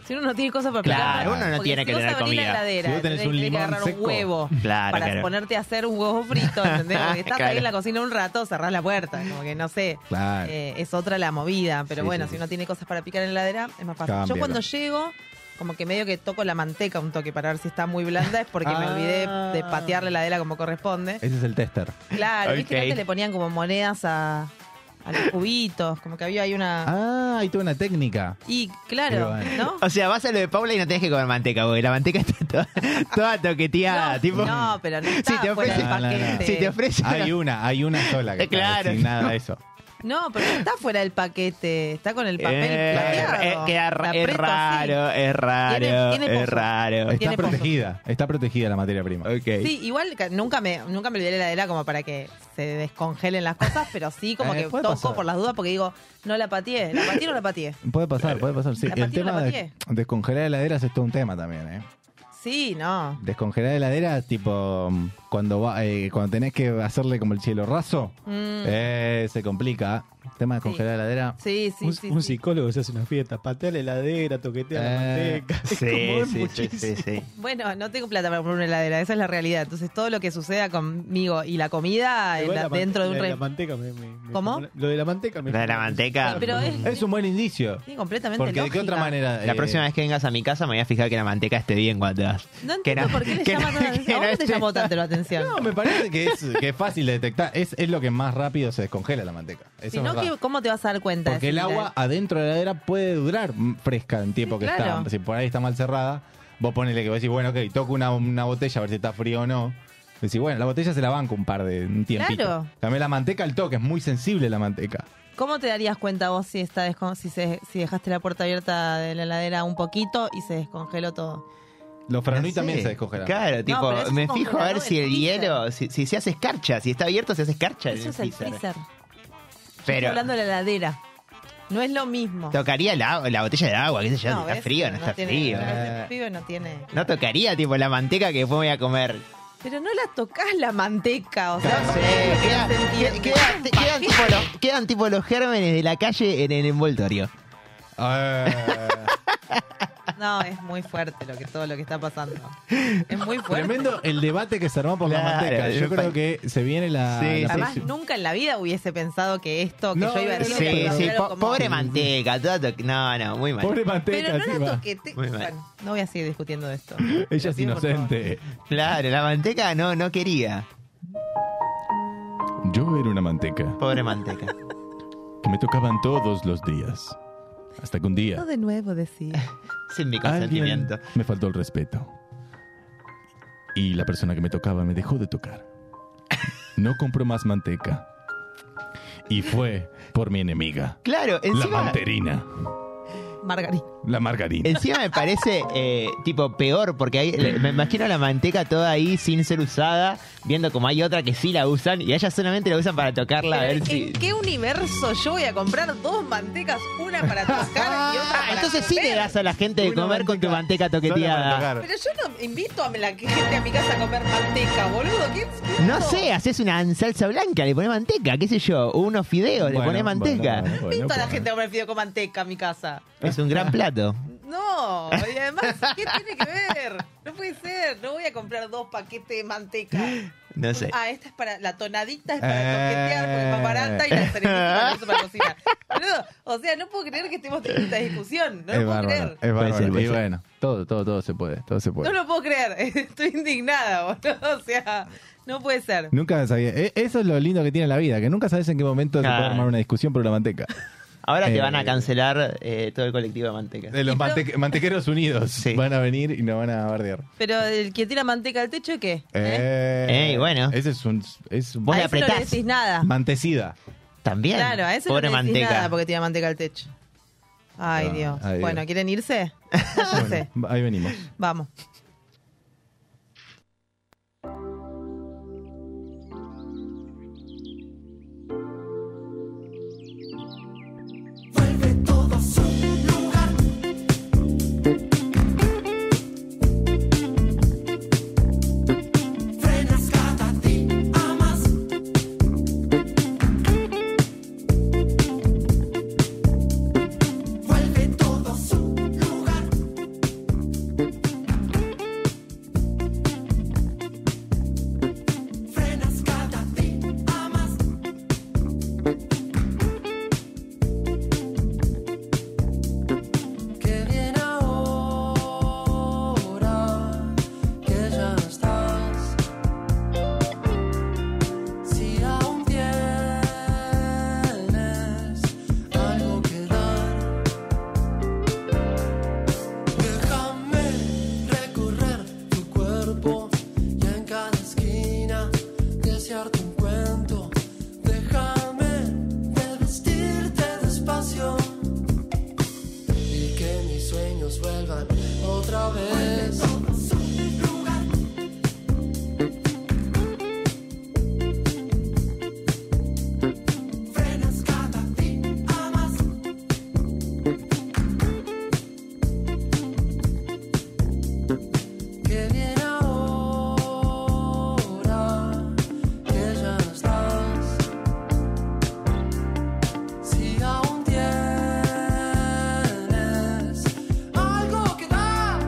Si uno no tiene cosas para picar,
Claro, uno no
porque
tiene
si
que
vas
tener
a abrir la
comida.
heladera,
Si vos tenés un
que
limón
agarrar
seco.
un huevo
Claro,
para
claro.
ponerte a hacer un huevo frito, ¿entendés? Porque estás ahí
Claro.
en la cocina un rato, cerrás la puerta, como que no sé.
Claro.
Eh, es otra la movida, pero
Sí,
bueno,
sí,
si
sí.
uno tiene cosas para picar en la heladera, es más fácil.
Cambia,
Yo cuando
claro.
llego, como que medio que toco la manteca un toque para ver si está muy blanda, es porque me
Ah.
olvidé de patear la heladera como corresponde.
Ese es el tester.
Claro, viste que
Ok.
antes le ponían como monedas a, a los cubitos, como que había ahí una...
Ah, ahí tuve una técnica.
Y
Pero
claro,
bueno.
¿no?
O sea, vas a lo de Paula y no tenés que comer manteca, porque la manteca está toda, toda toqueteada.
no,
tipo,
no, pero no está
si te
fuera del
ofrece,
Ah, No, no, no.
paquete.
si te ofrece
Hay
una-
una, hay una sola que
Eh, claro.
sin nada de eso.
No, pero no está fuera del paquete. Está con el papel
Eh,
plateado.
eh, queda
La
ra- es
aprieto así.
raro, es raro,
Tiene- tiene
es
pozos.
raro.
Está
Tiene pozo.
protegida, está protegida la materia prima.
Ok.
Sí, igual ca- nunca me, nunca me olvidé de la heladera como para que se descongelen las cosas, pero sí como
Eh,
que
puede
toco
pasar.
por las dudas porque digo, no la pateé. ¿La pateé o no la pateé?
Puede pasar, puede pasar. Sí.
La
El
pateé, la
tema de
pateé.
descongelar heladeras es todo un tema también, ¿eh?
Sí, no.
Descongelar heladeras, tipo, mm, cuando va, eh, cuando tenés que hacerle como el cielo raso,
Mm,
eh, se complica. El tema de descongelar heladera.
sí, sí,
un,
sí.
un
sí.
psicólogo se hace una fiesta, patea la heladera, toquetea la
Eh,
manteca. Es como
Sí,
es
sí, sí,
muchísimo.
sí, sí.
Bueno, no tengo plata para comprar una heladera, esa es la realidad. Entonces todo lo que suceda conmigo y la
Igual
comida Ah, en la-
la mante-
dentro de un
la
re-
la manteca me- me- me-
¿Cómo?
Lo de la manteca me
La de la manteca.
Pero es
Es un buen indicio.
sí, completamente
Porque de qué
lógica.
otra manera.
La
eh,
próxima vez que vengas a mi casa me voy a fijar que la manteca esté bien cuando te vas.
No
Que
entiendo por qué le
que no-
llama tanto la
que
atención. ¿A vos
no
no te
esté-
llamó tanto la atención?
No, me parece que es, que es fácil de detectar. Es, es lo que más rápido se descongela la manteca. Eso
Si
es
no,
verdad.
¿qué- ¿cómo te vas a dar cuenta? de
Porque
si
el
la-
agua adentro de la heladera puede durar mm, fresca en tiempo
Sí,
que
claro.
está. Si por ahí está mal cerrada, vos ponele que vos decís, bueno, ok, toco una, una botella a ver si está fría o no. Decís, bueno, la botella se la banco un par de un tiempito.
Claro.
También la manteca al toque, es muy sensible la manteca.
¿Cómo te darías cuenta vos si está descon- si, se- si dejaste la puerta abierta de la heladera un poquito y se descongeló todo?
Los
No
franui
sé.
también se descongelan.
Claro, tipo,
pero eso
me
es
fijo a ver
congelador,
si
es
el
freezer.
hielo, si, si se hace escarcha, si está abierto se hace escarcha. en
Eso
el
es el
freezer.
freezer. Estoy
¿eh? Pero
hablando de la heladera. No es lo mismo.
tocaría la, la botella de agua, qué sé yo,
No,
si está
¿ves?
frío, no, está
tiene-
frío. Eh,
ese pibe no tiene.
No tocaría tipo la manteca que después me voy a comer.
Pero no la tocas la manteca, o sea,
Eh,
no
queda-
se entiende.
que- quedan, quedan tipo los, quedan tipo los gérmenes de la calle en el envoltorio.
Ah,
No, es muy fuerte lo que todo lo que está pasando. Es muy fuerte.
tremendo el debate que se armó por la
Claro,
manteca. Yo
yo
creo
pa-
que se viene la.
Sí,
la
sí,
Además,
próxima.
nunca en la vida hubiese pensado que esto que
No,
yo iba a
no,
decir.
no,
Sí,
era
sí,
algo
po-
como-
pobre manteca, toda to- no, no, muy mal.
Pobre manteca,
Pero no
encima.
la toquete.
Muy mal.
Bueno, no voy a seguir discutiendo de esto.
Ella es
Sí, por favor.
inocente.
Claro, la manteca no, no quería.
Yo era una manteca
Pobre manteca.
que me tocaban todos los días. Hasta que un día.
Todo de nuevo decía.
Sin mi
Alguien
consentimiento.
me faltó el respeto. Y la persona que me tocaba me dejó de tocar. No compró más manteca. Y fue por mi enemiga,
Claro,
la
encima,
manterina,
Margarita.
la margarina.
encima me parece eh, tipo peor, porque hay- le- me imagino la manteca toda ahí sin ser usada, viendo como hay otra que sí la usan, y a ella solamente la usan para tocarla a
Pero,
ver
¿En
si.
qué universo yo voy a comprar dos mantecas? Una para tocar y otra
Ah,
para
entonces sí le
comer?
das a la gente de
Una
comer con tu
manteca
manteca toqueteada.
Pero yo no invito a la gente a mi casa a comer manteca, boludo. ¿Qué qué
No
esto?
sé, haces una salsa blanca, le pones manteca, qué sé yo, unos fideos, le pones manteca.
Invito a la gente a comer fideo con manteca a mi casa.
Es un gran plato.
No, y además, ¿qué tiene que ver? No puede ser, no voy a comprar dos paquetes de manteca.
No sé.
Ah, esta es para, la tonadita es
Eh.
para toquetear, porque es paparata y la cerebrita es para cocinar. Boludo, o sea, no puedo creer que estemos teniendo esta discusión, no lo
es
puedo
bárbaro,
creer.
es bárbaro.
ser, puede
y
ser.
bueno, todo, todo, todo se puede, todo se puede.
No lo puedo creer, estoy indignada, boludo. O sea, no puede ser.
Nunca sabía. e- Eso es lo lindo que tiene la vida, que nunca sabes en qué momento se
Ah.
puede armar una discusión por la manteca.
Ahora te van
Eh,
a cancelar eh, todo el colectivo de manteca.
Ah,
De Eh, los mante- mantequeros unidos
Sí.
van a venir y nos van a bardear.
Pero el que tira manteca al techo, ¿qué? ¿Eh?
Eh,
Eh, y bueno.
Ese es un. Es un-
Vos
a
le
ese no le
apretás.
decís nada.
Mantecida.
También.
Claro, a ese
Pobre
no le decís
manteca.
nada porque tira manteca al techo. Ay,
Ah,
Dios.
ay, Dios.
bueno, ¿quieren irse? Váyanse.
Bueno, ahí venimos.
Vamos.
Vuelve todo a su lugar. Frenas cada día más. Vuelve todo a su lugar. Frenas cada día más. Que viene ahora, que ya no estás. Si aún tienes algo que dar, déjame recorrer tu cuerpo y en cada esquina desearte un cuento. Déjame desvestirte despacio y que mis sueños vuelvan otra vez. Que viene ahora, que ya no estás. Si aún tienes algo que dar,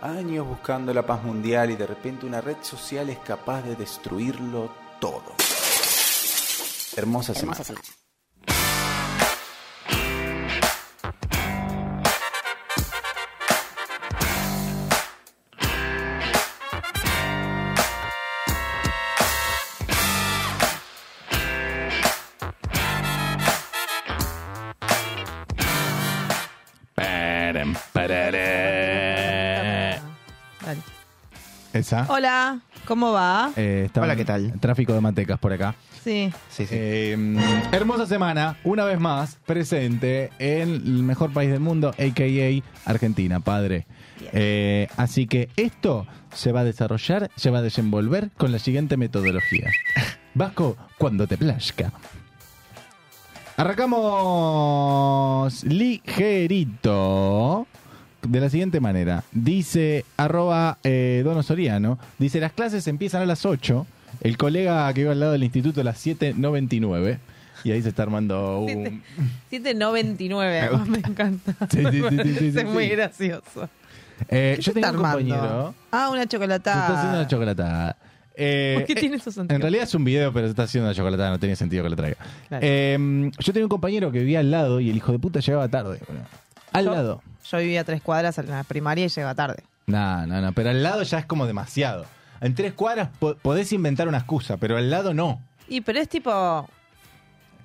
Años buscando la paz mundial y de repente una red social es capaz de destruirlo todo. Hermosa semana.
Parem, pararé.
Dale.
Esa.
Hola, ¿cómo va?
Eh, está
Hola,
un
¿qué tal?
Tráfico de mantecas por acá.
Sí.
Sí, sí.
Eh, hermosa semana, una vez más, presente en el mejor país del mundo, a.k.a. Argentina, padre. Eh, así que esto se va a desarrollar, se va a desenvolver con la siguiente metodología. Vasco, cuando te plazca. Arrancamos ligerito de la siguiente manera. Dice arroba eh, Dono Soriano, dice las clases empiezan a las 8, el colega que iba al lado del instituto a las 7.99 y ahí se está armando un...
799, además, me encanta.
Sí, sí, sí, sí, sí,
es
sí.
muy gracioso.
Eh,
¿Qué
yo
se
tengo
está
un
armando?
compañero
Ah, una
que
chocolatada.
está haciendo una chocolatada. Eh,
¿Por qué
eh,
tiene esos anteojos?
En realidad es un video, pero se está haciendo una chocolatada, no tenía sentido que lo traiga.
Claro.
Eh, yo tenía un compañero que vivía al lado y el hijo de puta llegaba tarde. boludo. Al
Yo-
lado.
Yo vivía a tres cuadras en la primaria y llegaba tarde.
No, no, no, pero al lado ya es como demasiado. En tres cuadras po- podés inventar una excusa, pero al lado no.
Y pero es tipo.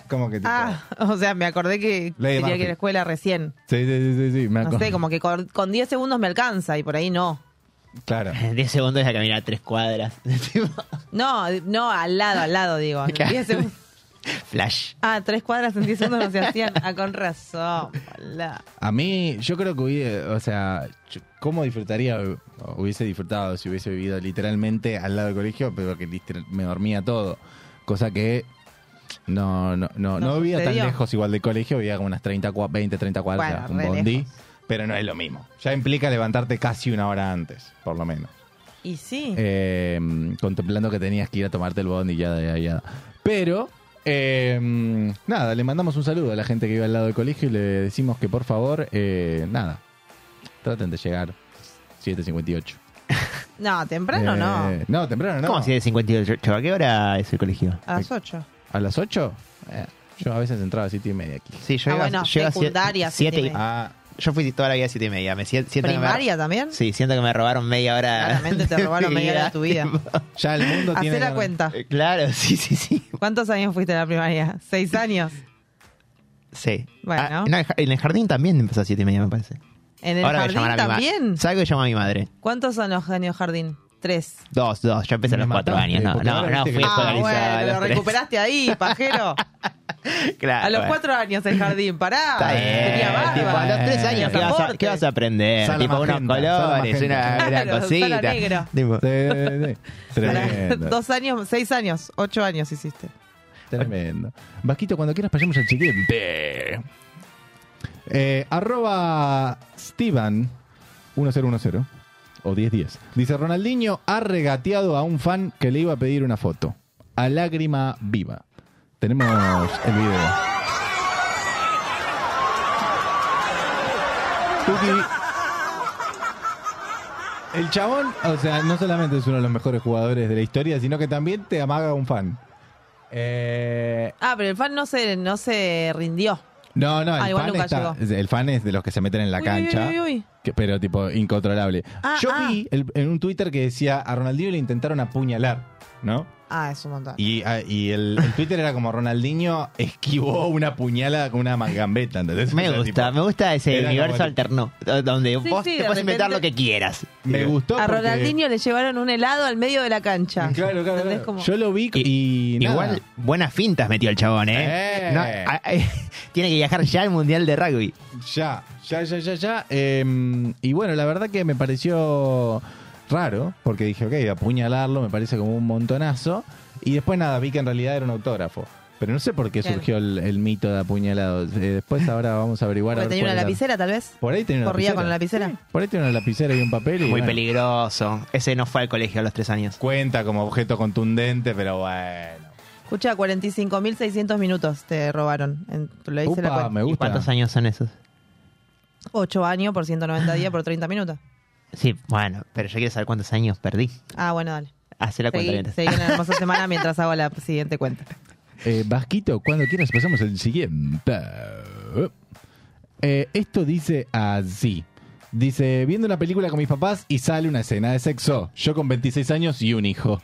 Como que tipo-
Ah, o sea, me acordé que
Ley de
tenía que ir a
Murphy.
la escuela recién.
Sí, sí, sí, sí, sí, me
No
acuerdo.
sé, como que con con 10 segundos me alcanza y por ahí no.
Claro.
10 segundos es a caminar tres cuadras.
No, no, al lado, al lado, digo.
Claro.
10 segundos.
Flash.
Ah, tres cuadras en 10 segundos no se hacían. Ah, con razón. boluda.
A mí, yo creo que hubiese, o sea, yo- ¿cómo disfrutaría, o hubiese disfrutado si hubiese vivido literalmente al lado del colegio, pero que literal- me dormía todo? Cosa que no, no, no, no,
No
vivía
sucedió.
tan lejos igual del colegio, vivía como unas 30, cua- 20, 30 cuadras
Bueno,
o sea,
re
un bondi,
lejos.
pero no es lo mismo. Ya implica levantarte casi una hora antes, por lo menos.
Y sí.
Eh, contemplando que tenías que ir a tomarte el bondi, ya, ya, ya. Pero, eh, nada, le mandamos un saludo a la gente que iba al lado del colegio y le decimos que por favor, eh, nada, traten de llegar 7.58.
No, temprano
Eh,
no.
No, temprano no.
¿Cómo así de 58? ¿A qué hora es el colegio?
A
eh,
las 8.
¿A las 8? Eh, yo a veces entraba a 7 y media aquí.
Sí, yo
Ah,
llego a-
bueno,
llego a sie-
secundaria,
siete
siete y
y-
media.
Ah,
Yo fui toda la vida a 7 y media. Me si- siento que me-
¿Primaria también?
Sí, siento que me robaron media hora.
Claramente te
de
robaron
mi
media hora de tu vida.
ya el mundo tiene...
Hacé la cuenta.
Eh, Claro, sí, sí, sí.
¿Cuántos años fuiste a la primaria? ¿Seis años?
Sí.
Bueno.
Ah, no, en ja- en el jardín también empezó a 7 y media, me parece.
¿En el
Ahora voy a
jardín
llamar a mi madre.
también?
Salgo y llamo a mi madre.
¿Cuántos son los años jardín? Tres.
Dos, dos. Yo empecé a
Me
los cuatro
mataste,
años. No,
porque
no,
ahora
no,
viste
fui
que-
Ah,
escolarizada. a
bueno,
los
lo
tres.
recuperaste ahí, pajero.
Claro,
A los
bueno.
cuatro años el jardín, pará.
Está bien,
Tenía barba.
Eh, tipo, a los tres años, ¿qué vas, a,
Pasaporte.
qué vas a aprender?
Sala
tipo, unos
magenta, sala
colores,
magenta.
una, una
Claro,
cosita.
sala negra.
Tipo,
Sí, sí, sí.
Pará,
Tremendo.
Dos años, seis años, ocho años hiciste.
Tremendo. Vasquito, cuando quieras pasemos al siguiente. Eh, arroba Steven 1010 o 1010. Dice Ronaldinho ha regateado a un fan que le iba a pedir una foto. A lágrima viva. Tenemos el video. Tuki. El chabón, o sea, no solamente es uno de los mejores jugadores de la historia, sino que también te amaga a un fan. Eh,
Ah, pero el fan no se, no se rindió.
no, no, el,
Ah, igual
fan
nunca
está- el fan es de los que se meten en la
Uy, uy,
cancha,
uy, uy.
que- pero tipo incontrolable.
Ah,
Yo
ah.
vi el- en un Twitter que decía, a Ronaldinho le intentaron apuñalar, ¿no?
Ah, es un montón.
Y, ah, y el, el Twitter era como, Ronaldinho esquivó una puñalada con una mangambeta, ¿entendés? O
me
sea,
gusta,
tipo,
me gusta ese
era
universo
como-
alterno, do- donde
Sí,
vos
sí,
te
de
puedes inventar lo
repente-
que quieras.
Me gustó
A
porque-
Ronaldinho le llevaron un helado al medio de la cancha.
Claro, claro,
¿Entendés?
claro.
Como-
Yo lo vi y, nada.
Igual, buenas fintas metió el chabón, ¿eh?
Eh.
No, a- a- tiene que viajar ya al Mundial de Rugby.
Ya, ya, ya, ya, ya. Eh, y bueno, la verdad que me pareció raro, porque dije, ok, apuñalarlo me parece como un montonazo. Y después nada, vi que en realidad era un autógrafo. Pero no sé por qué
Claro.
surgió el, el mito de apuñalado. Eh, después ahora vamos a averiguar. a
Porque
ver
tenía
cuál
una
era.
lapicera, tal vez.
Por ahí tenía una
Corría
lapicera.
con la lapicera.
Sí, por ahí tenía una lapicera y un papel. Y
Muy
bueno,
peligroso. Ese no fue al colegio a los tres años.
Cuenta como objeto contundente, pero bueno.
Escucha, 45.600 minutos te robaron. En- lo hice
Upa,
la cuenta.
me
¿Y
gusta.
cuántos años son esos?
8 años por 190 días por 30 minutos.
Sí, bueno, pero yo quiero saber cuántos años perdí.
Ah, bueno, dale.
Hacer la cuenta
Seguí,
mientras.
seguí con una hermosa semana mientras hago la siguiente cuenta.
Eh, Vasquito, cuando quieras pasamos al siguiente. Eh, esto dice así. Dice, viendo una película con mis papás y sale una escena de sexo. Yo con 26 años y un hijo.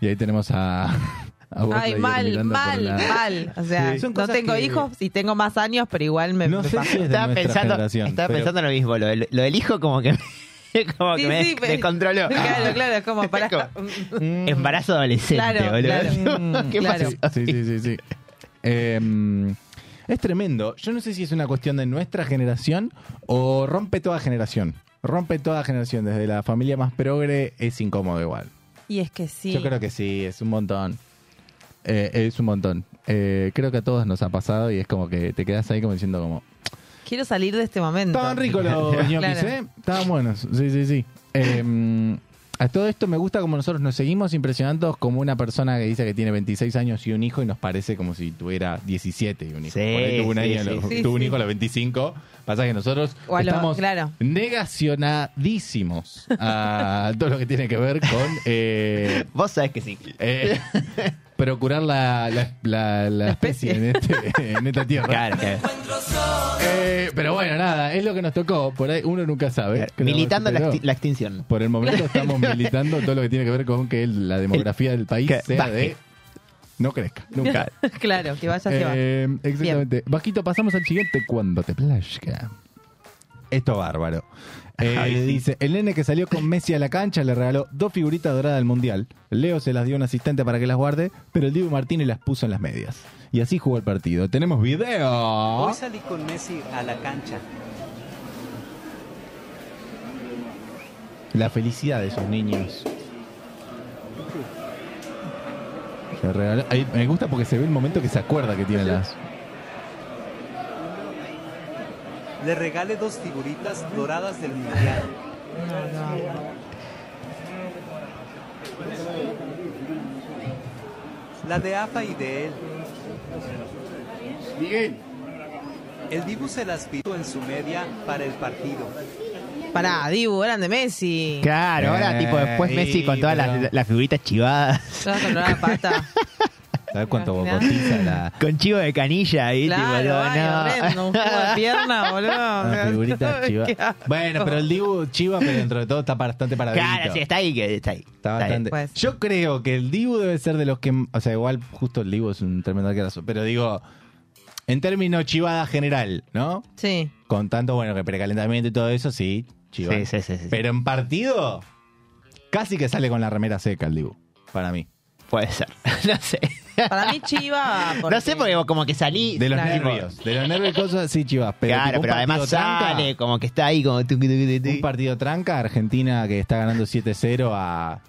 Y ahí tenemos a... a vos
Ay,
ahí
mal,
mirando por
mal,
la-
mal. O sea,
Sí. Son
no
cosas
tengo
que-
hijos y tengo más años, pero igual me,
No
me
sé
pasa.
si es de
Estaba
nuestra
pensando,
generación.
estaba
pero-
pensando lo mismo, lo, del- lo del hijo como que me, como que
Sí,
me
sí, pero-
descontroló.
Ah.
Claro, claro, es como para.
Como- Embarazo adolescente,
Claro,
boludo.
claro. Mm,
¿Qué
Claro.
pasó?
Sí, sí, sí, sí. Eh, es tremendo. Yo no sé si es una cuestión de nuestra generación o rompe toda generación. Rompe toda generación. Desde la familia más progre es incómodo igual.
Y es que sí.
Yo creo que sí, es un montón. Eh, es un montón. Eh, creo que a todos nos ha pasado y es como que te quedas ahí como diciendo como...
Quiero salir de este momento.
Estaban ricos los ñoquis,
Claro.
¿eh? Estaban buenos, sí, sí, sí. Eh, a todo esto me gusta como nosotros nos seguimos impresionando como una persona que dice que tiene 26 años y un hijo y nos parece como si tuviera 17 y un hijo.
Sí,
Por ahí tuvo un,
sí,
año a
sí,
los-
sí.
tuvo un
Sí,
hijo a los 25. Pasa que nosotros
O a lo-
estamos
claro.
negacionadísimos a todo lo que tiene que ver con... eh,
Vos sabés que sí.
eh, procurar la, la- la- la especie en, este- en esta tierra.
Claro, claro.
Eh, pero bueno, nada, es lo que nos tocó. Por ahí uno nunca sabe. Creo,
Eh, Militando la,
pero
exti- la extinción.
Por el momento estamos militando todo lo que tiene que ver con que la demografía del país
que
sea
baje.
de. No crezca, nunca.
claro, que vaya, que va.
Eh, exactamente. Vasquito, pasamos al siguiente cuando te plazca. Esto bárbaro. Eh, Dice, el nene que salió con Messi a la cancha le regaló dos figuritas doradas del Mundial. Leo se las dio a un asistente para que las guarde, pero el Dibu Martínez las puso en las medias. Y así jugó el partido. Tenemos video.
¿Ah?
Hoy salí con Messi a la cancha.
La felicidad de esos niños. Le regaló- ahí me gusta porque se ve el momento que se acuerda que tiene las...
Le regalé dos figuritas doradas del mundial. La de AFA y de él.
Miguel.
El Dibu se las pidió en su media para el partido.
Pará, Dibu, eran de Messi.
Claro, ahora
Eh,
tipo después
sí,
Messi con todas
pero-
las, las figuritas chivadas,
Yo con olor a pata.
¿Sabes cuánto
Mirá.
cotiza la,
con chivo de canilla ahí, tipo,
Claro,
no,
ay,
no.
horrendo, un juego de pierna, boludo. O
Una
sea,
figurita chiva.
qué asco.
Bueno, pero el Dibu chiva, pero dentro de todo está bastante paradito.
Claro, sí, está ahí, que está ahí.
Está
Está ahí.
bastante.
Pues.
Yo creo que el Dibu debe ser de los que. O sea, igual justo el Dibu es un tremendo arquerazo. Pero digo, en términos chivada general, ¿no?
Sí.
Con tanto, bueno, que precalentamiento y todo eso, sí, chiva.
Sí, sí, sí, sí.
Pero en partido, casi que sale con la remera seca el Dibu, para mí.
Puede ser. No sé.
Para mí Chiva.
No sé porque como que salí.
De los
Claro.
nervios. De los nervios y cosas, sí, chivas. Pero tipo,
Claro,
un
pero además
partido tranca,
sale, como que está ahí como tuqui, tuqui, tuqui.
Un partido tranca, Argentina que está ganando 7-0 a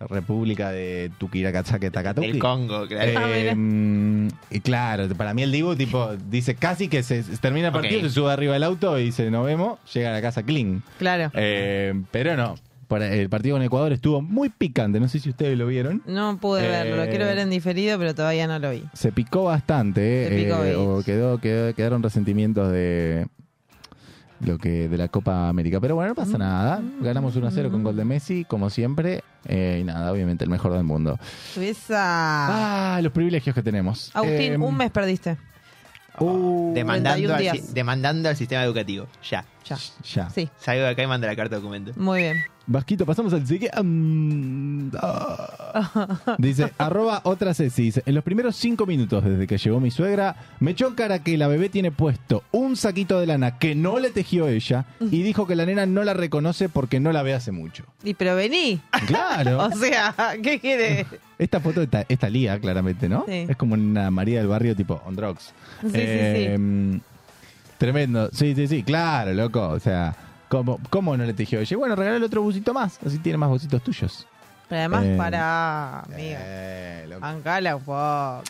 República de Tukirakatsake
del
Takatuki.
Congo, claro.
Eh, mm, y claro, para mí el Dibu tipo dice casi que se, se termina el partido,
Ok.
se sube arriba del auto y dice nos vemos, llega a la casa clean.
Claro.
Eh, pero no, para- el partido con Ecuador estuvo muy picante, no sé si ustedes lo vieron.
No pude
eh,
verlo. Lo quiero ver en diferido, pero todavía no lo vi.
Se picó bastante, eh,
Se picó,
eh,
bitch.
o quedó, quedó- quedaron resentimientos de lo que de la Copa América. Pero bueno, no
Mm.
pasa nada. Ganamos 1 0 con gol de Messi, como siempre. Eh, y nada, obviamente el mejor del mundo.
Suiza.
Ah, los privilegios que tenemos.
Agustín,
Eh,
un mes perdiste.
Oh.
uh,
demandando,
31
al,
días.
demandando al sistema educativo. Ya.
Ya.
ya.
Sí.
Salgo de acá y mando la carta de documento.
Muy bien.
Vasquito, pasamos al siguiente. Mm, ah. Dice, arroba otra Ceci. Dice, en los primeros cinco minutos desde que llegó mi suegra, me echó en cara que la bebé tiene puesto un saquito de lana que no le tejió ella y dijo que la nena no la reconoce porque no la ve hace mucho.
Y pero vení.
Claro.
O sea, ¿qué quiere?
Esta foto está, está lía, claramente, ¿no?
Sí.
Es como una María del Barrio tipo on drugs.
Sí, sí,
sí. Tremendo. Sí, sí, sí, claro, loco. O sea, ¿cómo, cómo no le tejió? Oye, bueno, regálale otro busito más. Así tiene más busitos tuyos.
Pero además,
Eh,
para. Amiga. Ah.
Eh, loco.
Bancala un poco.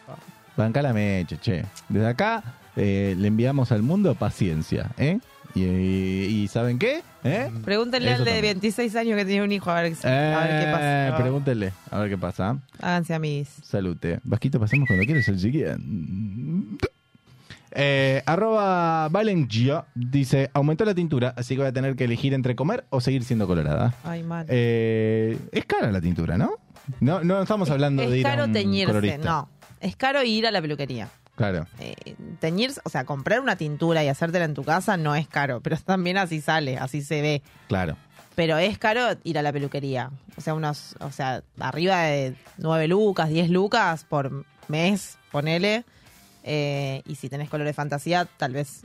Banca la mecha, che. Desde acá eh, le enviamos al mundo paciencia, ¿eh? Y, y- y ¿saben qué? ¿Eh?
Pregúntenle
Eso
al de
también.
26 años que tiene un hijo a ver, a ver qué
Eh,
pasa.
Pregúntenle, a ver qué pasa.
Háganse amiguis.
Salute. Vasquito, pasemos cuando quieres el siguiente. Eh, arroba Valengia dice, aumentó la tintura, así que voy a tener que elegir entre comer o seguir siendo colorada.
Ay, mal.
Eh, es cara la tintura, ¿no? No, no estamos hablando de
es
ir a
caro
un
teñirse,
colorista.
no. Es caro ir a la peluquería.
Claro.
Eh, teñirse, o sea, comprar una tintura y hacértela en tu casa no es caro, pero también así sale, así se ve.
Claro.
Pero es caro ir a la peluquería. O sea, unos, o sea, arriba de 9 lucas, 10 lucas por mes, ponele. Eh, y si tenés colores fantasía, tal vez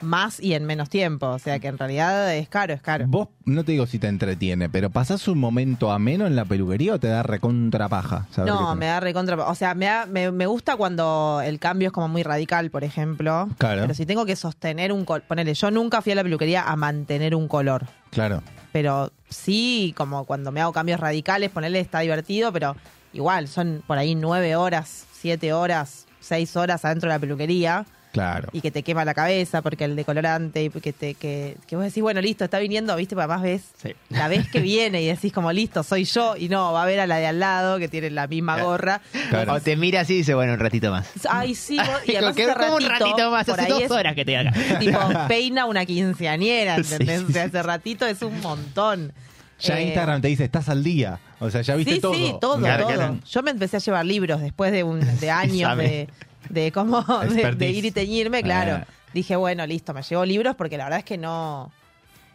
más y en menos tiempo. O sea que en realidad es caro, es caro.
Vos, no te digo si te entretiene, pero ¿pasás un momento ameno en la peluquería o te da recontra paja? saber que
No,
te-
me da recontra. O sea, me, da- me, me gusta cuando el cambio es como muy radical, por ejemplo.
Claro.
Pero si tengo que sostener un color. Ponele, yo nunca fui a la peluquería a mantener un color.
Claro.
Pero sí, como cuando me hago cambios radicales, ponerle está divertido, pero igual, son por ahí nueve horas, siete horas, seis horas adentro de la peluquería
Claro.
y que te quema la cabeza porque el decolorante y que te que, que vos decís, bueno, listo, está viniendo, viste, para más ves la vez que viene y decís como listo, soy yo y no, va a ver a la de al lado que tiene la
Eh.
misma gorra.
Claro. O te mira así y dice, bueno, un ratito más.
Ay, sí, vos- y
Digo,
además
que
ese
como un
ratito,
ratito más,
por
hace
ahí
dos
es-
horas que te acá.
Tipo, peina una quinceañera,
Sí,
¿entendés?
sí,
O sea, ese ratito es un montón.
Ya
Eh,
Instagram te dice, estás al día. O sea, ya viste
sí,
todo.
Sí, todo,
Claro,
todo.
claro.
Yo me empecé a llevar libros después de, un, de años
Sabe.
de, de cómo de, de
Expertise.
ir y teñirme,
Ah.
claro. Dije, bueno, listo, me llevo libros porque la verdad es que no,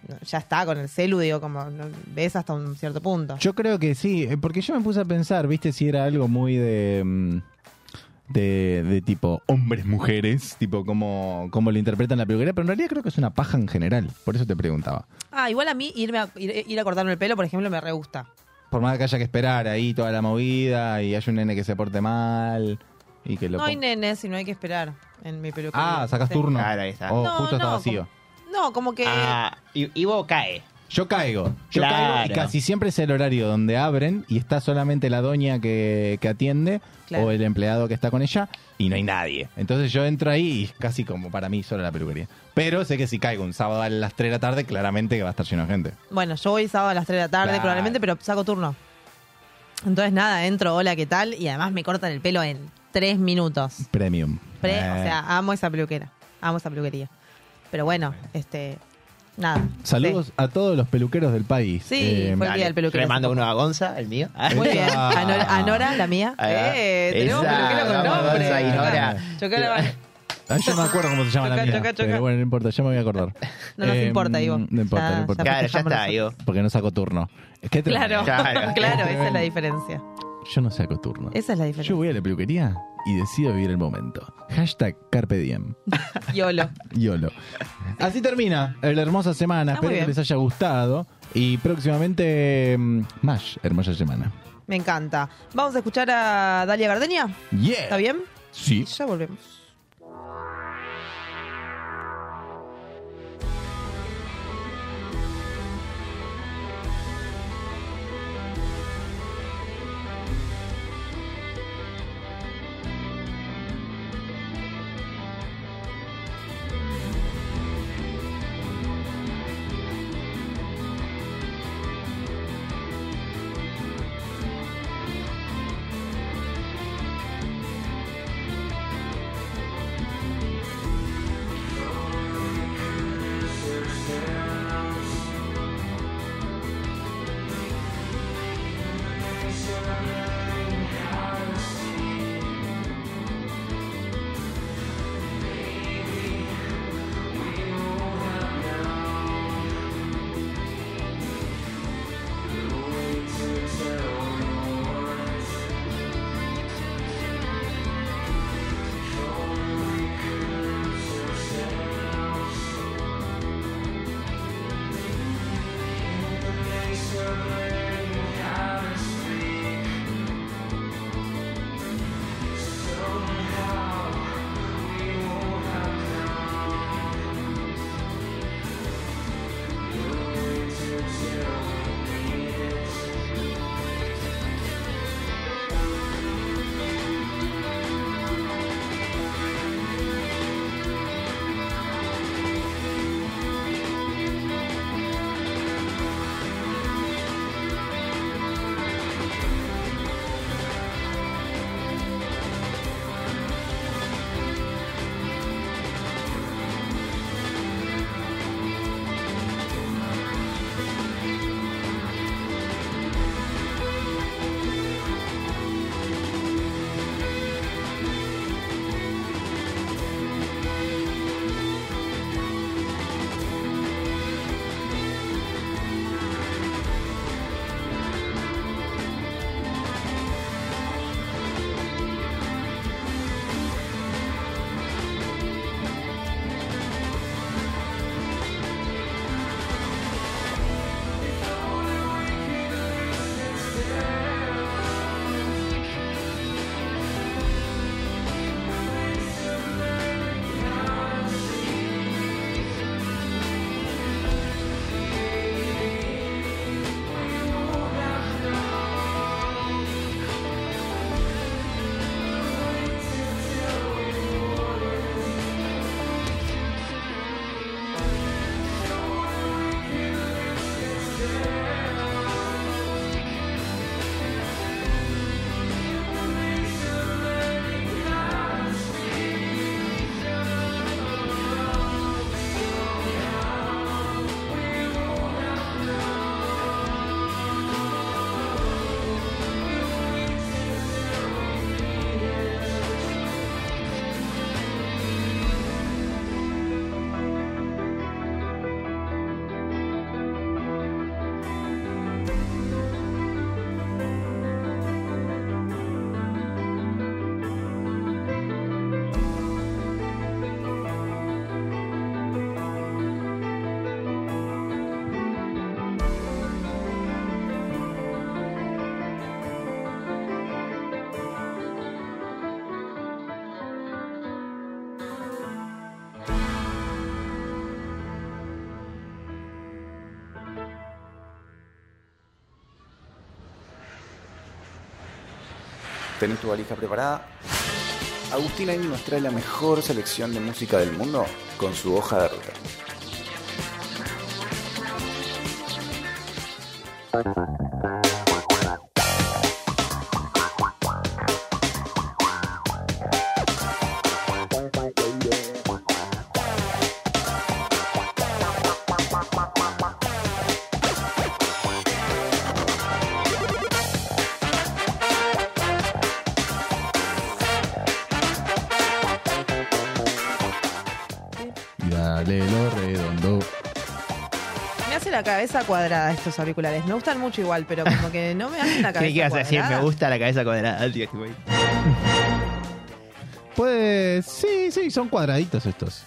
no- ya está con el celu, digo, como no- ves hasta un cierto punto.
Yo creo que sí, eh, porque yo me puse a pensar, viste, si era algo muy de. mm, De, de tipo hombres, mujeres, tipo cómo, cómo lo interpretan la peluquería, pero en realidad creo que es una paja en general, por eso te preguntaba.
Ah, igual a mí irme a, ir, ir a cortarme el pelo, por ejemplo, me re gusta.
Por más que haya que esperar ahí toda la movida y hay un nene que se porte mal y que lo.
No hay
pon-
nenes y no hay que esperar en mi peluquería.
ah, sacas
Sí.
turno.
Claro, ahí está.
Oh,
No,
justo está
no,
vacío.
No, como que...
Ah, y, y vos cae.
Yo caigo. Yo caigo
Claro.
y casi siempre es el horario donde abren y está solamente la doña que, que atiende
Claro.
o el empleado que está con ella y no hay nadie. Entonces yo entro ahí y es casi como para mí sola la peluquería. Pero sé que si caigo un sábado a las 3 de la tarde, claramente que va a estar lleno de gente.
Bueno, yo voy sábado a las 3 de la tarde
Claro.
probablemente, pero saco turno. Entonces nada, entro, hola, ¿qué tal? Y además me cortan el pelo en 3 minutos.
Premium.
Pre- O
Eh.
sea, amo esa peluquera, amo esa peluquería. Pero bueno, este, nada.
Saludos
Sí.
a todos los peluqueros del país. Eh,
Sí, fue el día del
Yo
peluquero.
le mando uno a Gonza, el mío.
Muy bien.
Esa.
A Nora, a Nora, la mía.
Ahí va.
Eh, tenemos
Esa,
peluquero con
vamos,
nombre.
Gonza y Nora.
Chocala, vale.
Ah, yo no me acuerdo cómo se llama la
Choca,
mía.
choca, choca.
Pero bueno, no importa, yo me voy a acordar.
No nos
Eh,
importa, digo.
No importa,
Ya-
no importa.
ya-
Claro, ya está, digo.
Porque no saco turno. Es que
Claro,
Claro.
claro, esa es la diferencia.
Em, Yo no saco turno.
Esa es la
Yo
diferencia.
voy a la peluquería y decido vivir el momento. Hashtag Carpe Diem.
YOLO.
YOLO. Así termina la hermosa semana.
Ah, muy
Espero que
bien.
les haya gustado. Y próximamente, mm, más hermosa semana.
Me encanta. Vamos a escuchar a Dalia Gardenia.
Yeah.
¿Está bien?
Sí.
Ya volvemos.
Quiero
¿Tenés tu valija preparada? Agustín Aimi nos trae la mejor selección de música del mundo con su hoja de ruta.
Y dale lo redondo.
Me hace la cabeza cuadrada estos auriculares. Me gustan mucho igual, pero como que no me hacen la cabeza
¿Qué ibas a
cuadrada.
decir? Me gusta la cabeza cuadrada. tío, tipo ahí.
Pues sí, sí, son cuadraditos estos.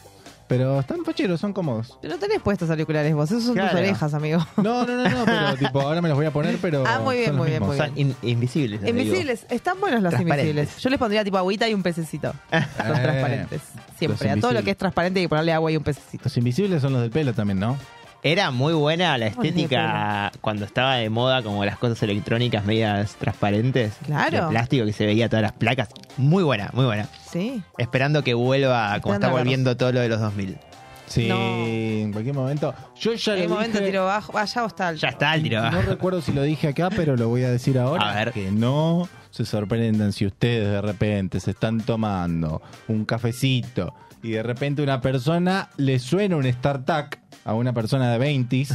Pero están facheros, son cómodos.
Pero no tenés puestos auriculares vos, esos son
Claro.
tus orejas, amigo.
No, no, no, no, pero tipo, ahora me los voy a poner, pero.
Ah, muy bien,
son los
muy bien,
mismos.
muy
Son in- invisibles. les digo.
Invisibles, están buenos los
Transparentes. Ah.
invisibles. Yo les pondría tipo agüita y un pececito. Son
Eh,
transparentes. Siempre. A todo lo
invisibles.
que es transparente hay que ponerle agua y un pececito.
Los invisibles son los del pelo también, ¿no?
Era muy buena la
Bonito,
estética cuando estaba de moda, como las cosas electrónicas medias transparentes.
Claro.
De plástico que se veía todas las placas. Muy buena, muy buena.
Sí.
Esperando que vuelva, como
Esperando
está
a verlos.
volviendo todo lo de los 2000.
Sí,
No.
en cualquier momento. Yo ya
En
lo
un momento
dije-
tiro bajo. Allá vos tal.
Ya está el tiro.
"Ah".
No recuerdo si lo dije acá, pero lo voy a decir ahora.
A ver.
Que no se sorprendan si ustedes de repente se están tomando un cafecito y de repente una persona le suena un StarTac a una persona de 20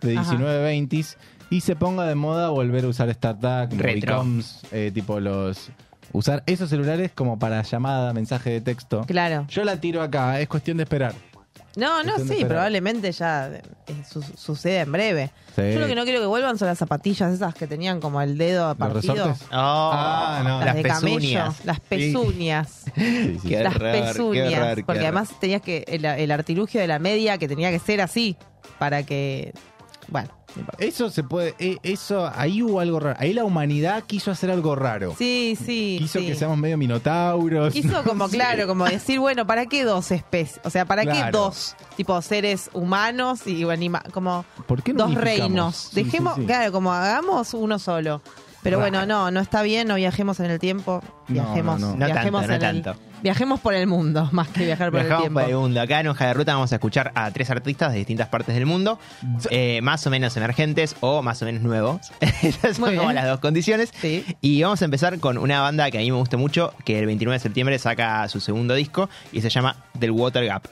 de
Ajá.
19, 20 y se ponga de moda volver a usar StarTac,
Retro.
Movicoms, eh, tipo los... Usar esos celulares como para llamada, mensaje de texto.
Claro.
Yo la tiro acá, es cuestión de esperar.
No, no,
Cuestión de
sí,
esperar.
probablemente ya eh, su- suceda en breve.
Sí.
Yo lo que no quiero que vuelvan son las zapatillas esas que tenían como el dedo
¿Los
partido.
resortes?
Oh,
Ah, no.
Las,
Las
de camello,
pezuñas.
las pezuñas,
Sí, sí,
Qué
las
horror, qué
pezuñas,
horror, qué
porque
horror.
además tenías que el, el artilugio de la media que tenía que ser así para que, bueno, no importa.
Eso se puede, e- eso, ahí hubo algo raro. Ahí la humanidad quiso hacer algo raro.
sí, sí,
quiso
sí.
que seamos medio minotauros.
Quiso como, claro, como decir, bueno, ¿para qué dos especies? O sea, ¿para qué
Claro.
dos? Tipo seres humanos y anima- como
¿Por qué no
dos
unificamos?
reinos.
Sí,
Dejemos,
sí, sí.
claro, como hagamos uno solo. Pero bueno, no, no está bien, no viajemos en el tiempo,
No,
viajemos,
no, no.
No
viajemos
tanto, no
en el-
tanto.
viajemos por el mundo, más que viajar por
Viajamos
el tiempo.
por el mundo. Acá en Hoja de Ruta vamos a escuchar a tres artistas de distintas partes del mundo, eh, más o menos emergentes o más o menos nuevos. Esas
Muy
son como
bien.
las dos condiciones.
Sí.
Y vamos a empezar con una banda que a mí me gusta mucho, que el 29 de septiembre saca su segundo disco y se llama The Water Gap.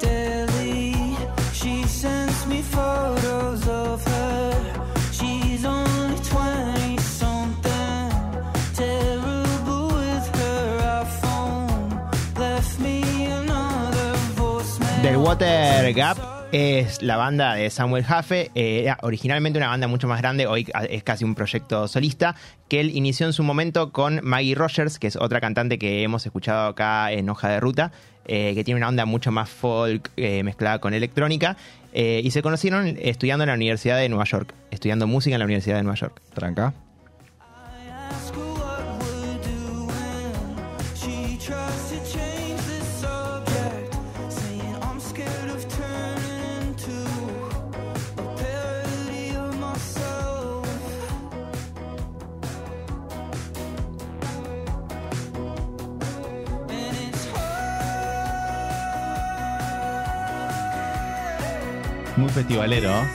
daily. She sends me photos of her. She's only 20 something. Terrible with her iPhone. Left me another voicemail.
The Water Gap es la banda de Samuel Jaffe. eh, era originalmente una banda mucho más grande, hoy ca- es casi un proyecto solista, que él inició en su momento con Maggie Rogers, que es otra cantante que hemos escuchado acá en Hoja de Ruta, eh, que tiene una onda mucho más folk eh, mezclada con electrónica. eh, y se conocieron estudiando en la Universidad de Nueva York, estudiando música en la Universidad de Nueva York.
Tranca.
Ask her what we're doing. She tries to change the subject, saying I'm scared of turning into a parody of myself. And it's
Muy festivalero. ¿no?
Ah.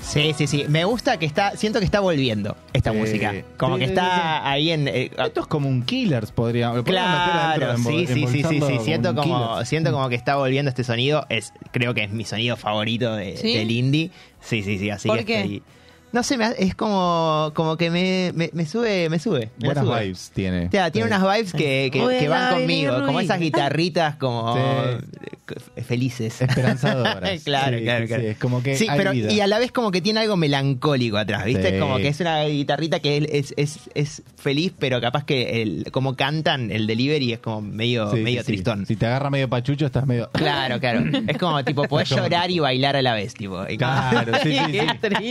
Sí, sí, sí. Me gusta que está, siento que está volviendo esta
Eh,
música. Como
sí,
que
sí,
está ahí en... eh,
Esto es como un Killers, podría. lo podríamos meter
Claro,
adentro,
sí, sí,
envol-
sí, sí,
embolsando
sí. Siento
un
como,
Killers.
siento como que está volviendo este sonido. Es, creo que es mi sonido favorito de-
¿Sí?
del indie. Sí, sí, sí. Así
¿Por
que
qué?
estoy- No sé, me ha- es como, como que me, me, me sube, me sube. me la
Buenas
sube.
vibes tiene.
O sea, tiene unas vibes que, que-
Buena,
que van
Benny
conmigo, como
Ruiz.
esas guitarritas como eh, felices.
Esperanzadoras.
claro, claro,
Sí, sí,
claro.
sí, es como que
Sí,
hay
pero
vida.
y a la vez como que tiene algo melancólico atrás, ¿viste?
Sí.
Es como que es una guitarrita que es, es, es- es feliz, pero capaz que el, como cantan el delivery es como medio,
Sí, sí,
medio
sí.
tristón.
Si te agarra medio pachucho, estás medio.
Claro, claro. Es como tipo, podés llorar y bailar a la vez, tipo. Y como-
Claro, sí, sí,
Qué
sí.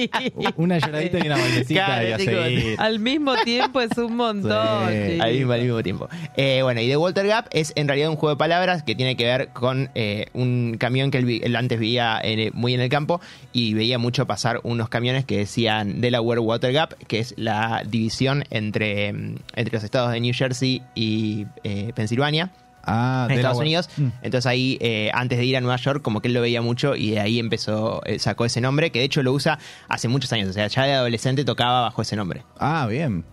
triste.
Una lloradita y una bailecita
Claro,
y a
chicos.
seguir.
Al mismo tiempo es un montón.
Sí.
sí.
Al mismo, al mismo tiempo. Eh, bueno, y The Walter Gap es en realidad un juego de palabras que tiene que ver con eh, eh, un camión que él, vi- él antes veía en- eh, muy en el campo y veía mucho pasar unos camiones que decían Delaware Water Gap, que es la división entre, mm, entre los estados de New Jersey y eh, Pensilvania.
Ah,
en Estados
Delaware.
Unidos.
Mm.
Entonces ahí, eh, antes de ir a Nueva York, como que él lo veía mucho y de ahí empezó, eh, sacó ese nombre, que de hecho lo usa hace muchos años. O sea, ya de adolescente tocaba bajo ese nombre.
Ah, bien.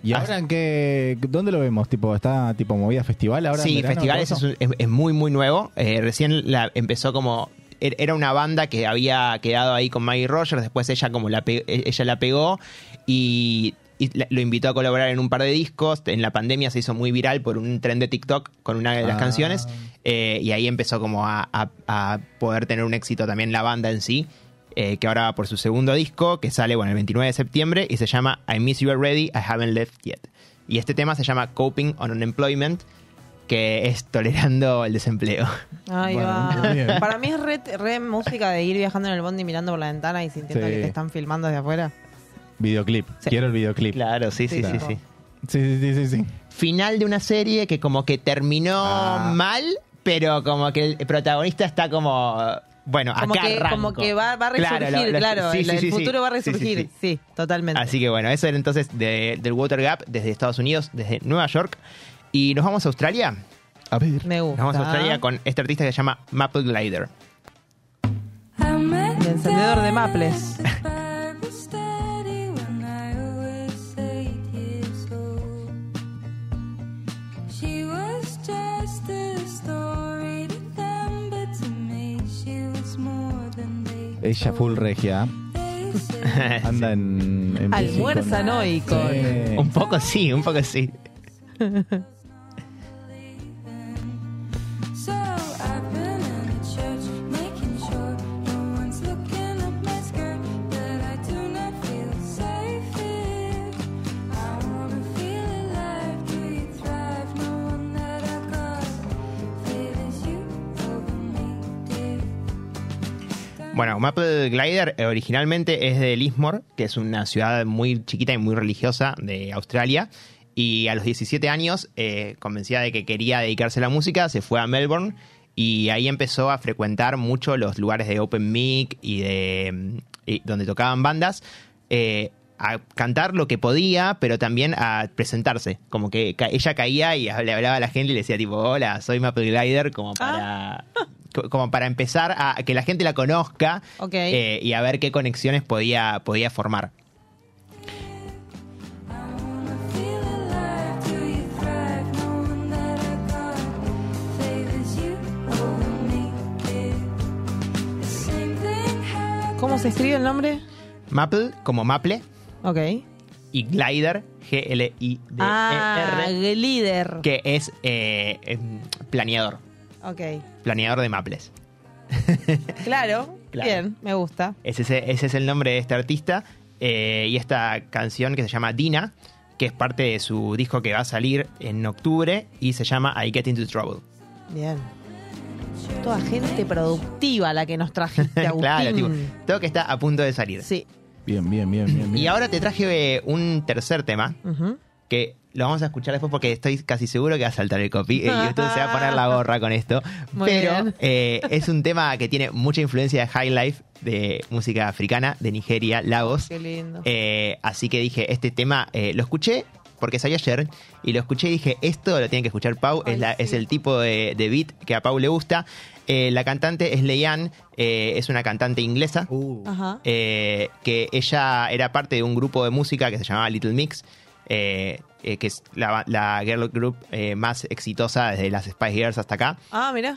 ¿Y
Ah,
ahora en qué? ¿Dónde lo vemos? ¿Tipo, ¿Está tipo movida festival ahora? en
sí,
verano,
festivales
todo
es,
eso?
un- es- es muy, muy nuevo. Eh, recién la, empezó como. er- Era una banda que había quedado ahí con Maggie Rogers, después ella como la pe- e- ella la pegó y, y la- lo invitó a colaborar en un par de discos. En la pandemia se hizo muy viral por un tren de TikTok con una de las
Ah.
canciones. Eh, y ahí empezó como a, a- a poder tener un éxito también la banda en sí. eh, que ahora va por su segundo disco, que sale bueno, el 29 de septiembre y se llama I Miss You Already, I Haven't Left Yet. Y este tema se llama Coping on Unemployment, que es tolerando el desempleo.
Ahí
Bueno,
va.
bien.
Para mí es re, re música de ir viajando en el bondi mirando por la ventana y sintiendo
Sí.
que te están filmando desde afuera.
Videoclip.
Sí.
Quiero el videoclip.
Claro, sí, sí, sí,
Claro.
sí.
Sí, sí, sí, sí. sí.
Final de una serie que como que terminó
Ah.
mal, pero como que el protagonista está como... Bueno,
Como
acá
que,
arranco.
como que va, va a
Claro,
resurgir, claro.
lo- lo- sí,
el,
sí,
el
sí, sí.
futuro va a
Sí, sí,
resurgir. Sí,
sí.
totalmente.
Así que bueno, eso era entonces de- del Water Gap desde Estados Unidos, desde Nueva York. Y nos vamos a Australia.
A ver.
Me
Nos
gusta.
vamos a Australia con este artista que se llama Maple Glider.
El encendedor de maples.
She was just a story to them, but to me she was more than they
Ella full regia.
Ah,
Anda en, en bici
Almuerzan
con-
hoy con...
Sí.
Un poco sí, un poco sí.
So I've been in the church making sure no one's looking up my skirt, but I do not feel safe here. I wanna feel alive. Do you thrive? No one that I got favors you over me, dear.
Bueno, Maple Glider eh, originalmente es de Lismore, que es una ciudad muy chiquita y muy religiosa de Australia. Y a los 17 años, eh, convencida de que quería dedicarse a la música, se fue a Melbourne y ahí empezó a frecuentar mucho los lugares de Open Mic y de mm, y donde tocaban bandas. eh, a cantar lo que podía, pero también a presentarse. Como que ca- ella caía y le hablaba a la gente y le decía tipo, hola, soy Maple Glider, como para, co- como para empezar a que la gente la conozca
Ok.
eh, y a ver qué conexiones podía, podía formar.
Feel alive. Do you thrive? No one that I got favors you over me, dear. The same thing happened.
¿Cómo se escribe el nombre?
Maple como Maple
Ok.
y Glider, G-L-I-D-E-R,
Ah, líder.
E que es eh, em, planeador,
Ok.
planeador de Maples.
Claro,
Claro.
bien, me gusta.
Ese es, ese es el nombre de este artista. eh, y esta canción que se llama Dina, que es parte de su disco que va a salir en octubre y se llama I Get Into Trouble.
Bien. Toda gente productiva la que nos trajiste, Agustín.
claro, tipo, todo que está a punto de salir.
Sí.
Bien, bien, bien, bien. bien.
Y ahora te traje eh, un tercer tema
Ujú.
que lo vamos a escuchar después porque estoy casi seguro que va a saltar el copy eh, y YouTube se va a poner la gorra con esto.
Muy
Pero
bien.
eh, es un tema que tiene mucha influencia de High Life, de música africana, de Nigeria, Lagos.
Qué lindo.
Eh, así que dije, este tema eh, lo escuché porque salió ayer y lo escuché y dije, esto lo tiene que escuchar Pau,
Ay,
es, la-
sí.
es el tipo de, de beat que a Pau le gusta. Eh, la cantante es Leanne, eh, es una cantante inglesa
Uh,
Ajá.
eh, que ella era parte de un grupo de música que se llamaba Little Mix, eh, eh, que es la, la girl group eh, más exitosa desde las Spice Girls hasta acá
Ah, mira.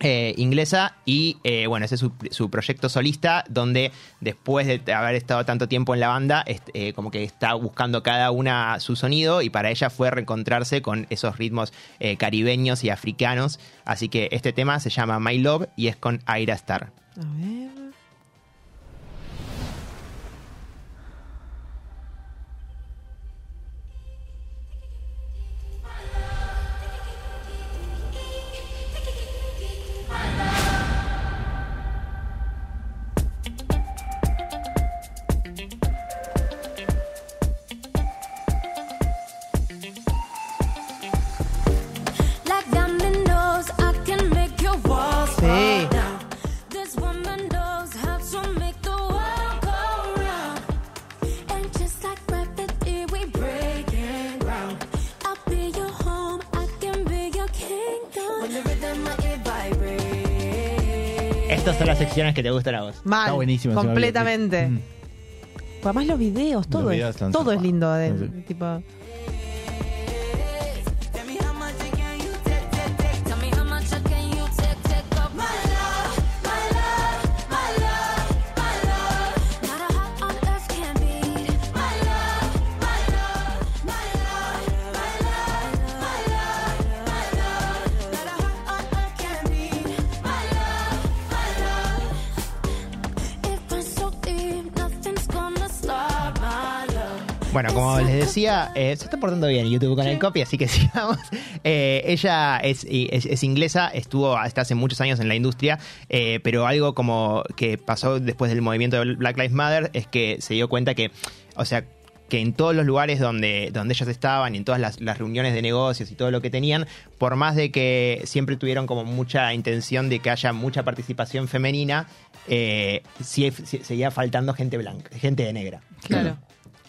eh, inglesa y eh, bueno, ese es su, su proyecto solista donde después de haber estado tanto tiempo en la banda, est- eh, como que está buscando cada una su sonido y para ella fue reencontrarse con esos ritmos eh, caribeños y africanos. Así que este tema se llama My Love y es con Aira Star.
A ver.
Like dominoes, I can make your walls
Estas son las secciones que te gustan a vos.
Mal.
Está buenísimo, encima,
Completamente. Pues Además los videos, todo
videos
es,
están
todo es
zarpados.
lindo. de-
Sí, sí.
tipo,
Bueno, como les decía, eh, se está portando bien YouTube con el copy, así que sigamos. Eh, ella es, y- es- es inglesa, estuvo hasta hace muchos años en la industria, eh, pero algo como que pasó después del movimiento de Black Lives Matter es que se dio cuenta que, o sea, que en todos los lugares donde, donde ellas estaban y en todas las, las reuniones de negocios y todo lo que tenían, por más de que siempre tuvieron como mucha intención de que haya mucha participación femenina, eh, sí- sí- seguía faltando gente blanca, gente de negra.
claro.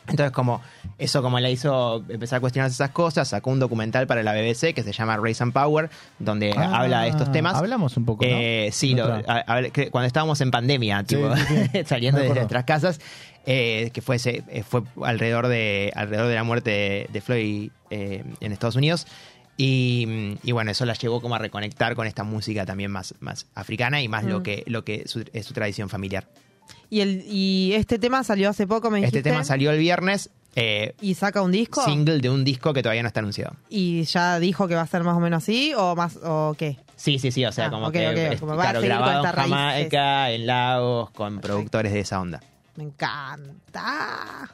Entonces, como eso como la hizo empezar a cuestionarse esas cosas, sacó un documental para la BBC que se llama Race and Power, donde
Ah,
habla de estos temas.
Hablamos un poco. ¿no?
Eh, sí,
No,
lo-
claro.
a- a ver, que cuando estábamos en pandemia,
Sí,
tipo,
sí, sí.
saliendo
Me
de
acuerdo.
nuestras casas, eh, que fue, ese- eh, fue alrededor, de, alrededor de la muerte de, de Floyd eh, en Estados Unidos. Y, y bueno, eso la llevó como a reconectar con esta música también más, más africana y más lo
Mm.
que, lo que su- es su tradición familiar.
Y, el, y este tema salió hace poco, me dijiste.
Este tema salió el viernes. eh,
¿Y saca un disco?
single de un disco que todavía no está anunciado.
¿Y ya dijo que va a ser más o menos así o más o qué?
Sí, sí, sí, o sea,
Ah,
como
ok,
que
ok,
es,
como va a
claro,
seguir con
grabado en
estas raíces.
Jamaica, en Lagos, con productores de esa onda.
Me encanta.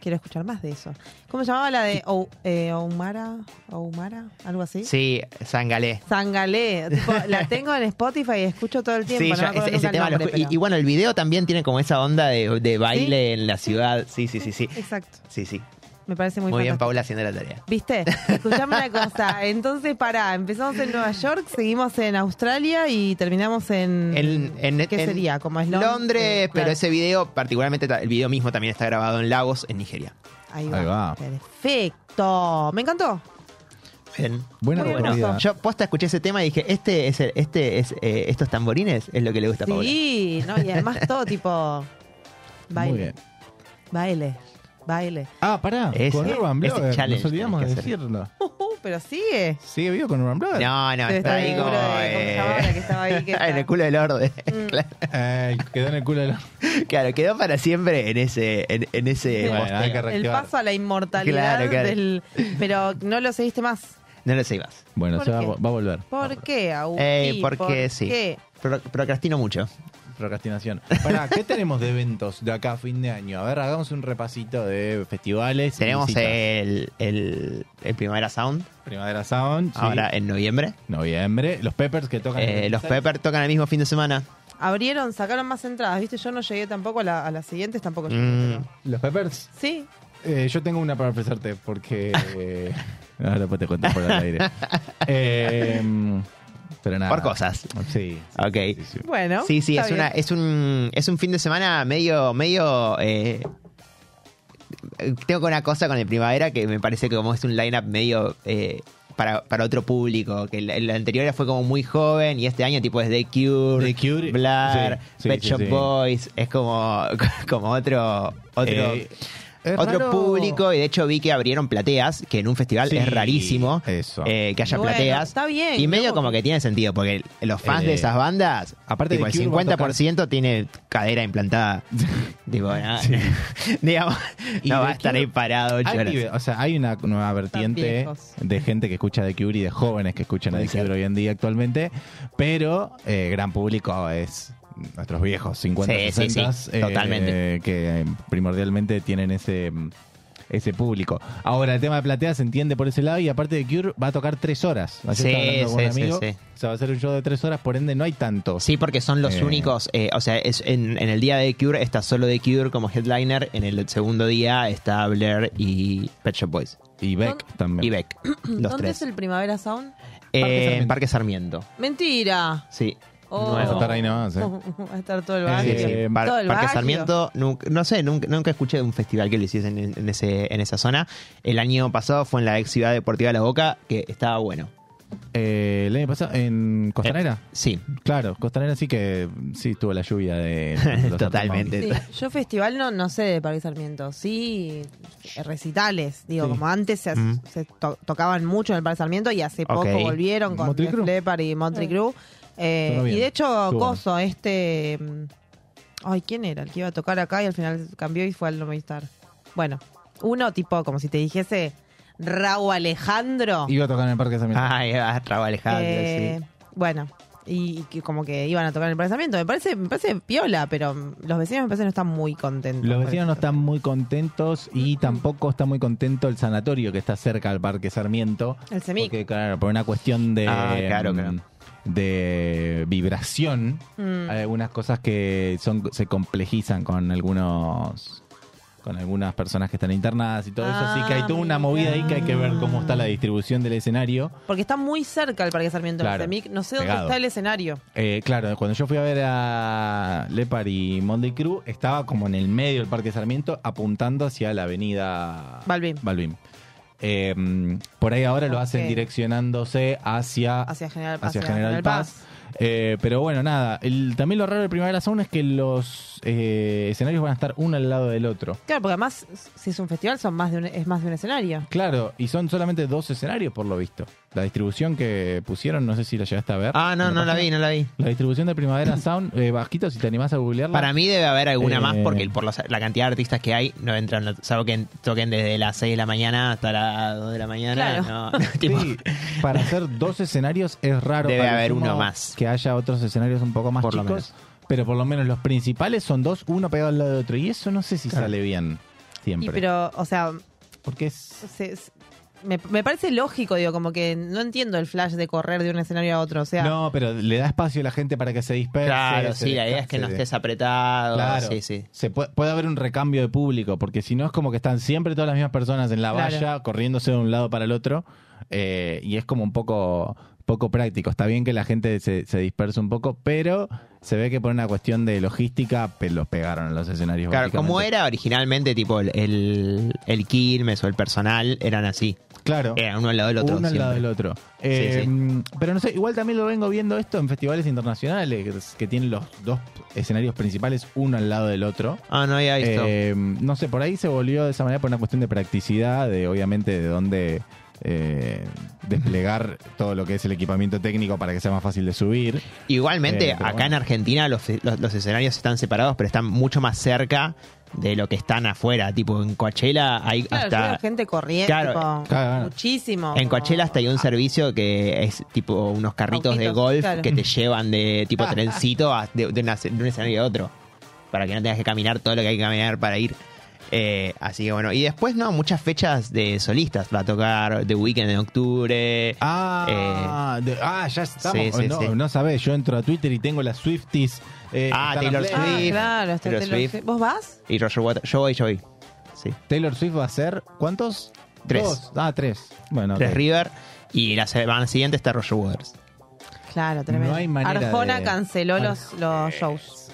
Quiero escuchar más de eso. ¿Cómo se llamaba la de Ou- eh, Oumara? ¿Oumara? ¿Algo así?
Sí, Sangalé.
Zangalé. Tipo, la tengo en Spotify y escucho todo el tiempo.
Sí,
no me
yo-
acuerdo
ese,
nunca
ese
el
tema lo
nombre,
escu- y-
pero-
y, bueno, el video también tiene como esa onda de, de baile en la ciudad. Sí, sí, sí, sí.
Exacto.
Sí, sí.
Me parece muy,
Muy bien,
fantástico.
Paula, haciendo la tarea.
¿Viste? Escuchame una cosa. Entonces, pará, empezamos en Nueva York, seguimos en Australia y terminamos en.
En- en-
Mm. ¿Qué
en
sería? Como es Lond-
Londres,
eh,
pero
claro.
ese video, particularmente, ta- el video mismo también está grabado en Lagos, en Nigeria.
Ahí va.
Ahí va.
Perfecto. Me encantó.
Bien.
Buena
Muy
recorrida.
Yo posta escuché ese tema y dije, este es el- este es eh, estos tamborines es lo que le gusta a Paula.
Sí, no, y además todo tipo. Baile.
Muy bien.
Baile. Baile.
Ah, pará.
Ese-
con Urban
ese
Blogger.
challenge
Nos olvidamos de
tenés que hacer.
decirlo.
Uh, uh, pero sigue.
¿Sigue vivo con Urban Blogger?
No, no, está
Pero está
ahí
en el
como. eh,
culo de- ¿cómo se llamaba la que estaba ahí que
en
está? Mm.
el culo del orden. Claro,
Eh, quedó en el culo de la.
claro, quedó para siempre en ese. En, en ese
Bueno,
poste.
hay que
El
reactivar.
paso a la inmortalidad
Claro, claro.
del. Pero no lo seguiste más.
No lo sé más.
Bueno,
¿Por
se va, a
qué?
vo- va a volver.
¿Por qué, Agustín?
Eh, porque
¿Por
sí.
qué?
Pro- procrastino mucho.
Procrastinación. Pará, ¿qué tenemos de eventos de acá a fin de año? A ver, hagamos un repasito de festivales. y
Tenemos eh,
citas.
el, el, el Primavera Sound
Primavera Sound. sí.
ahora en noviembre.
Noviembre. Los Peppers que tocan.
Eh,
el
los
26.
Peppers tocan el mismo fin de semana.
Abrieron, sacaron más entradas, ¿viste? Yo no llegué tampoco a, la- a las siguientes, tampoco llegué.
Mm,
pero-
Los Peppers.
Sí,
eh, yo tengo una para ofrecerte porque. eh, no, después te cuento por el aire. Eh, pero nada.
Por cosas.
Sí. sí,
Ok.
sí, sí.
bueno.
Sí, sí,
está
es, una,
bien.
es, un, es un fin de semana medio. medio eh, tengo una cosa con el Primavera que me parece que como es un lineup medio eh, para, para otro público. Que el, el anterior fue como muy joven y este año tipo es The Cure,
The Cure,
Blur,
sí, sí,
Pet
sí,
Shop
sí.
Boys. Es como, como otro. otro
Eh, es
otro
raro-
público, y de hecho vi que abrieron plateas, que en un festival
Sí,
es rarísimo
eso.
eh, que haya
Bueno,
plateas.
está bien,
Y medio
loco.
como que tiene sentido, porque los fans de
Eh,
esas bandas,
aparte
tipo,
de
el
Cure va a
50% tiene cadera implantada. tipo, nada, digamos,
Y
no
de
va a estar
Cure-
ahí parado ocho
Hay
horas.
nive- o sea, hay una nueva vertiente
viejos.
de gente que escucha The Cure y de jóvenes que escuchan a The Cure hoy en día actualmente, pero eh, gran público es nuestros viejos, 50,
Sí, sí,
60,
sí, totalmente.
que eh, primordialmente tienen ese mm, ese público. Ahora, el tema de platea se entiende por ese lado y aparte de Cure va a tocar tres horas. Ayer
Sí,
estaba hablando con
sí,
un
sí,
amigo,
sí.
O sea, va a ser un show de tres horas, por ende no hay tanto.
Sí, porque son los
Eh.
únicos, eh, o sea, es en, en el día de Cure está solo The Cure como headliner, en el segundo día está Blair y Pet Shop Boys
Y Beck también.
y Beck, los
¿Dónde
tres.
es el Primavera Sound?
Eh,
Parque Sarmiento.
en Parque Sarmiento,
Mentira.
sí.
Oh.
Vas a
Nuevo.
estar ahí nomás, eh.
Va a estar todo el
Ah,
Sí,
barrio.
sí,
sí.
sí.
Par-
todo el
Eh, Parque
barrio.
Sarmiento, nunca- no sé, nunca, nunca escuché de un festival que lo hiciesen en, en ese, en esa zona. El año pasado fue en la ex ciudad deportiva de La Boca, que estaba bueno.
Eh, el año pasado, en Costanera.
sí.
Claro, Costanera sí que sí tuvo la lluvia de. los
Totalmente.
Arctic Monkeys.
Sí, yo festival no, no sé de Parque Sarmiento, sí eh, recitales, digo,
Sí.
como antes se,
Mm.
se to- tocaban mucho en el Parque Sarmiento y hace poco
Ok.
volvieron con
¿Motley
Def
Crue?
Leppard y Montry Crue. Eh,
Todo bien.
y de hecho,
Estuvo
Coso, este... mm, Ay, ¿quién era? El que iba a tocar acá y al final cambió y fue al No Movistar. Bueno, uno tipo, como si te dijese Raúl Alejandro.
Iba a tocar en el Parque Sarmiento.
Ay, ah, Raúl Alejandro,
Eh,
sí.
Bueno, y, y que como que iban a tocar en el pensamiento. Me parece, me parece piola, pero los vecinos me parece que no están muy contentos.
Los
por
vecinos no
eso.
están muy contentos y tampoco está muy contento el sanatorio que está cerca al Parque Sarmiento.
El CEMIC.
Porque, claro, por una cuestión de. mm,
Ah, claro, claro.
De vibración.
Mm.
Hay algunas cosas que son se complejizan con algunos. Con algunas personas que están internadas y todo eso. Así que hay
Ah,
toda una movida ahí que hay que ver cómo está la distribución del escenario.
Porque está muy cerca el Parque Sarmiento
Claro,
el CEMIC. No sé dónde
pegado.
está el escenario.
Eh, claro, cuando yo fui a ver a Lepar y Monday Crew, estaba como en el medio del Parque Sarmiento, apuntando hacia la avenida
Balvin.
Eh, mm, por ahí ahora lo hacen
Ok.
direccionándose hacia,
Hacia General Paz.
hacia General Paz. Eh, pero bueno, nada. El- también lo raro de Primavera Sound es que los eh, escenarios van a estar uno al lado del otro.
Claro, porque además, si es un festival, son más de un- es más de un escenario.
Claro, y son solamente dos escenarios por lo visto. La distribución que pusieron, no sé si la llegaste a ver.
Ah, no,
en
no la
página.
vi, no la vi.
La distribución de Primavera Sound, eh, bajito, si te animás a googlearla.
Para mí debe haber alguna
Eh,
más porque por los- la cantidad de artistas que hay no entran, salvo que toquen desde las 6 de la mañana hasta las 2 de la mañana.
Claro.
no, no, tipo,
Sí, para hacer dos escenarios es raro.
Debe
para lo
haber
sumo
uno más.
Que haya otros escenarios un poco más
Por lo
chicos. Pero por lo menos los principales son dos, uno pegado al lado del otro. Y eso no sé si
Claro.
sale bien
Y
siempre.
pero, o sea,
Porque es.
se- se- me, me parece lógico, digo, como que no entiendo el flash de correr de un escenario a otro. O sea,
No, pero le da espacio a la gente para que se disperse.
claro,
se
sí, la idea es que no
descanse.
estés apretado.
Claro.
Sí, sí.
Se puede, puede haber un recambio de público, porque si no es como que están siempre todas las mismas personas en la
Claro.
valla, corriéndose de un lado para el otro, eh, y es como un poco, poco práctico. Está bien que la gente se, se disperse un poco, pero se ve que por una cuestión de logística pe- los pegaron en los escenarios.
Claro, como
básicamente.
era originalmente, tipo el, el, el Quilmes o el personal, eran así.
Claro.
Era uno al lado del otro.
Uno al lado
siempre.
del otro. Eh, Pero no sé, igual también lo vengo viendo esto en festivales internacionales, que tienen los dos escenarios principales uno al lado del otro.
Ah, no había visto.
Eh, no sé, por ahí se volvió de esa manera por una cuestión de practicidad, de obviamente de dónde eh, desplegar todo lo que es el equipamiento técnico para que sea más fácil de subir.
Igualmente,
eh, pero
acá
bueno.
en Argentina los, los- los escenarios están separados, pero están mucho más cerca de lo que están afuera. Tipo, en Coachella hay
claro, yo veo
hasta...
gente corriendo,
Claro,
tipo,
claro.
muchísimo.
En Coachella hasta hay un
servicio
servicio que es tipo unos carritos de
Autitos,
golf
Ah. claro.
que te llevan de tipo trencito a- de, de una- de un escenario a otro. Para que no tengas que caminar todo lo que hay que caminar para ir. Eh, así que bueno. Y después, no, muchas fechas de solistas. Va a tocar The Weeknd en octubre.
Ah, de- ah, ya estamos.
sí, sí,
no,
sí.
no sabés, yo entro a Twitter y tengo las Swifties. eh,
Ah,
están a
Taylor
pleno.
Ah,
Swift.
claro, está
Taylor
Taylor
Swift.
Swift. ¿Vos vas?
Y Roger Waters. Yo voy, yo voy. Sí.
Taylor Swift va a ser, ¿cuántos?
Tres.
Dos. Ah, tres. Bueno,
Tres
ok.
River. Y la semana siguiente está Roger Waters.
Claro, tremendo.
No hay manera
Arjona
de-
canceló los, los shows.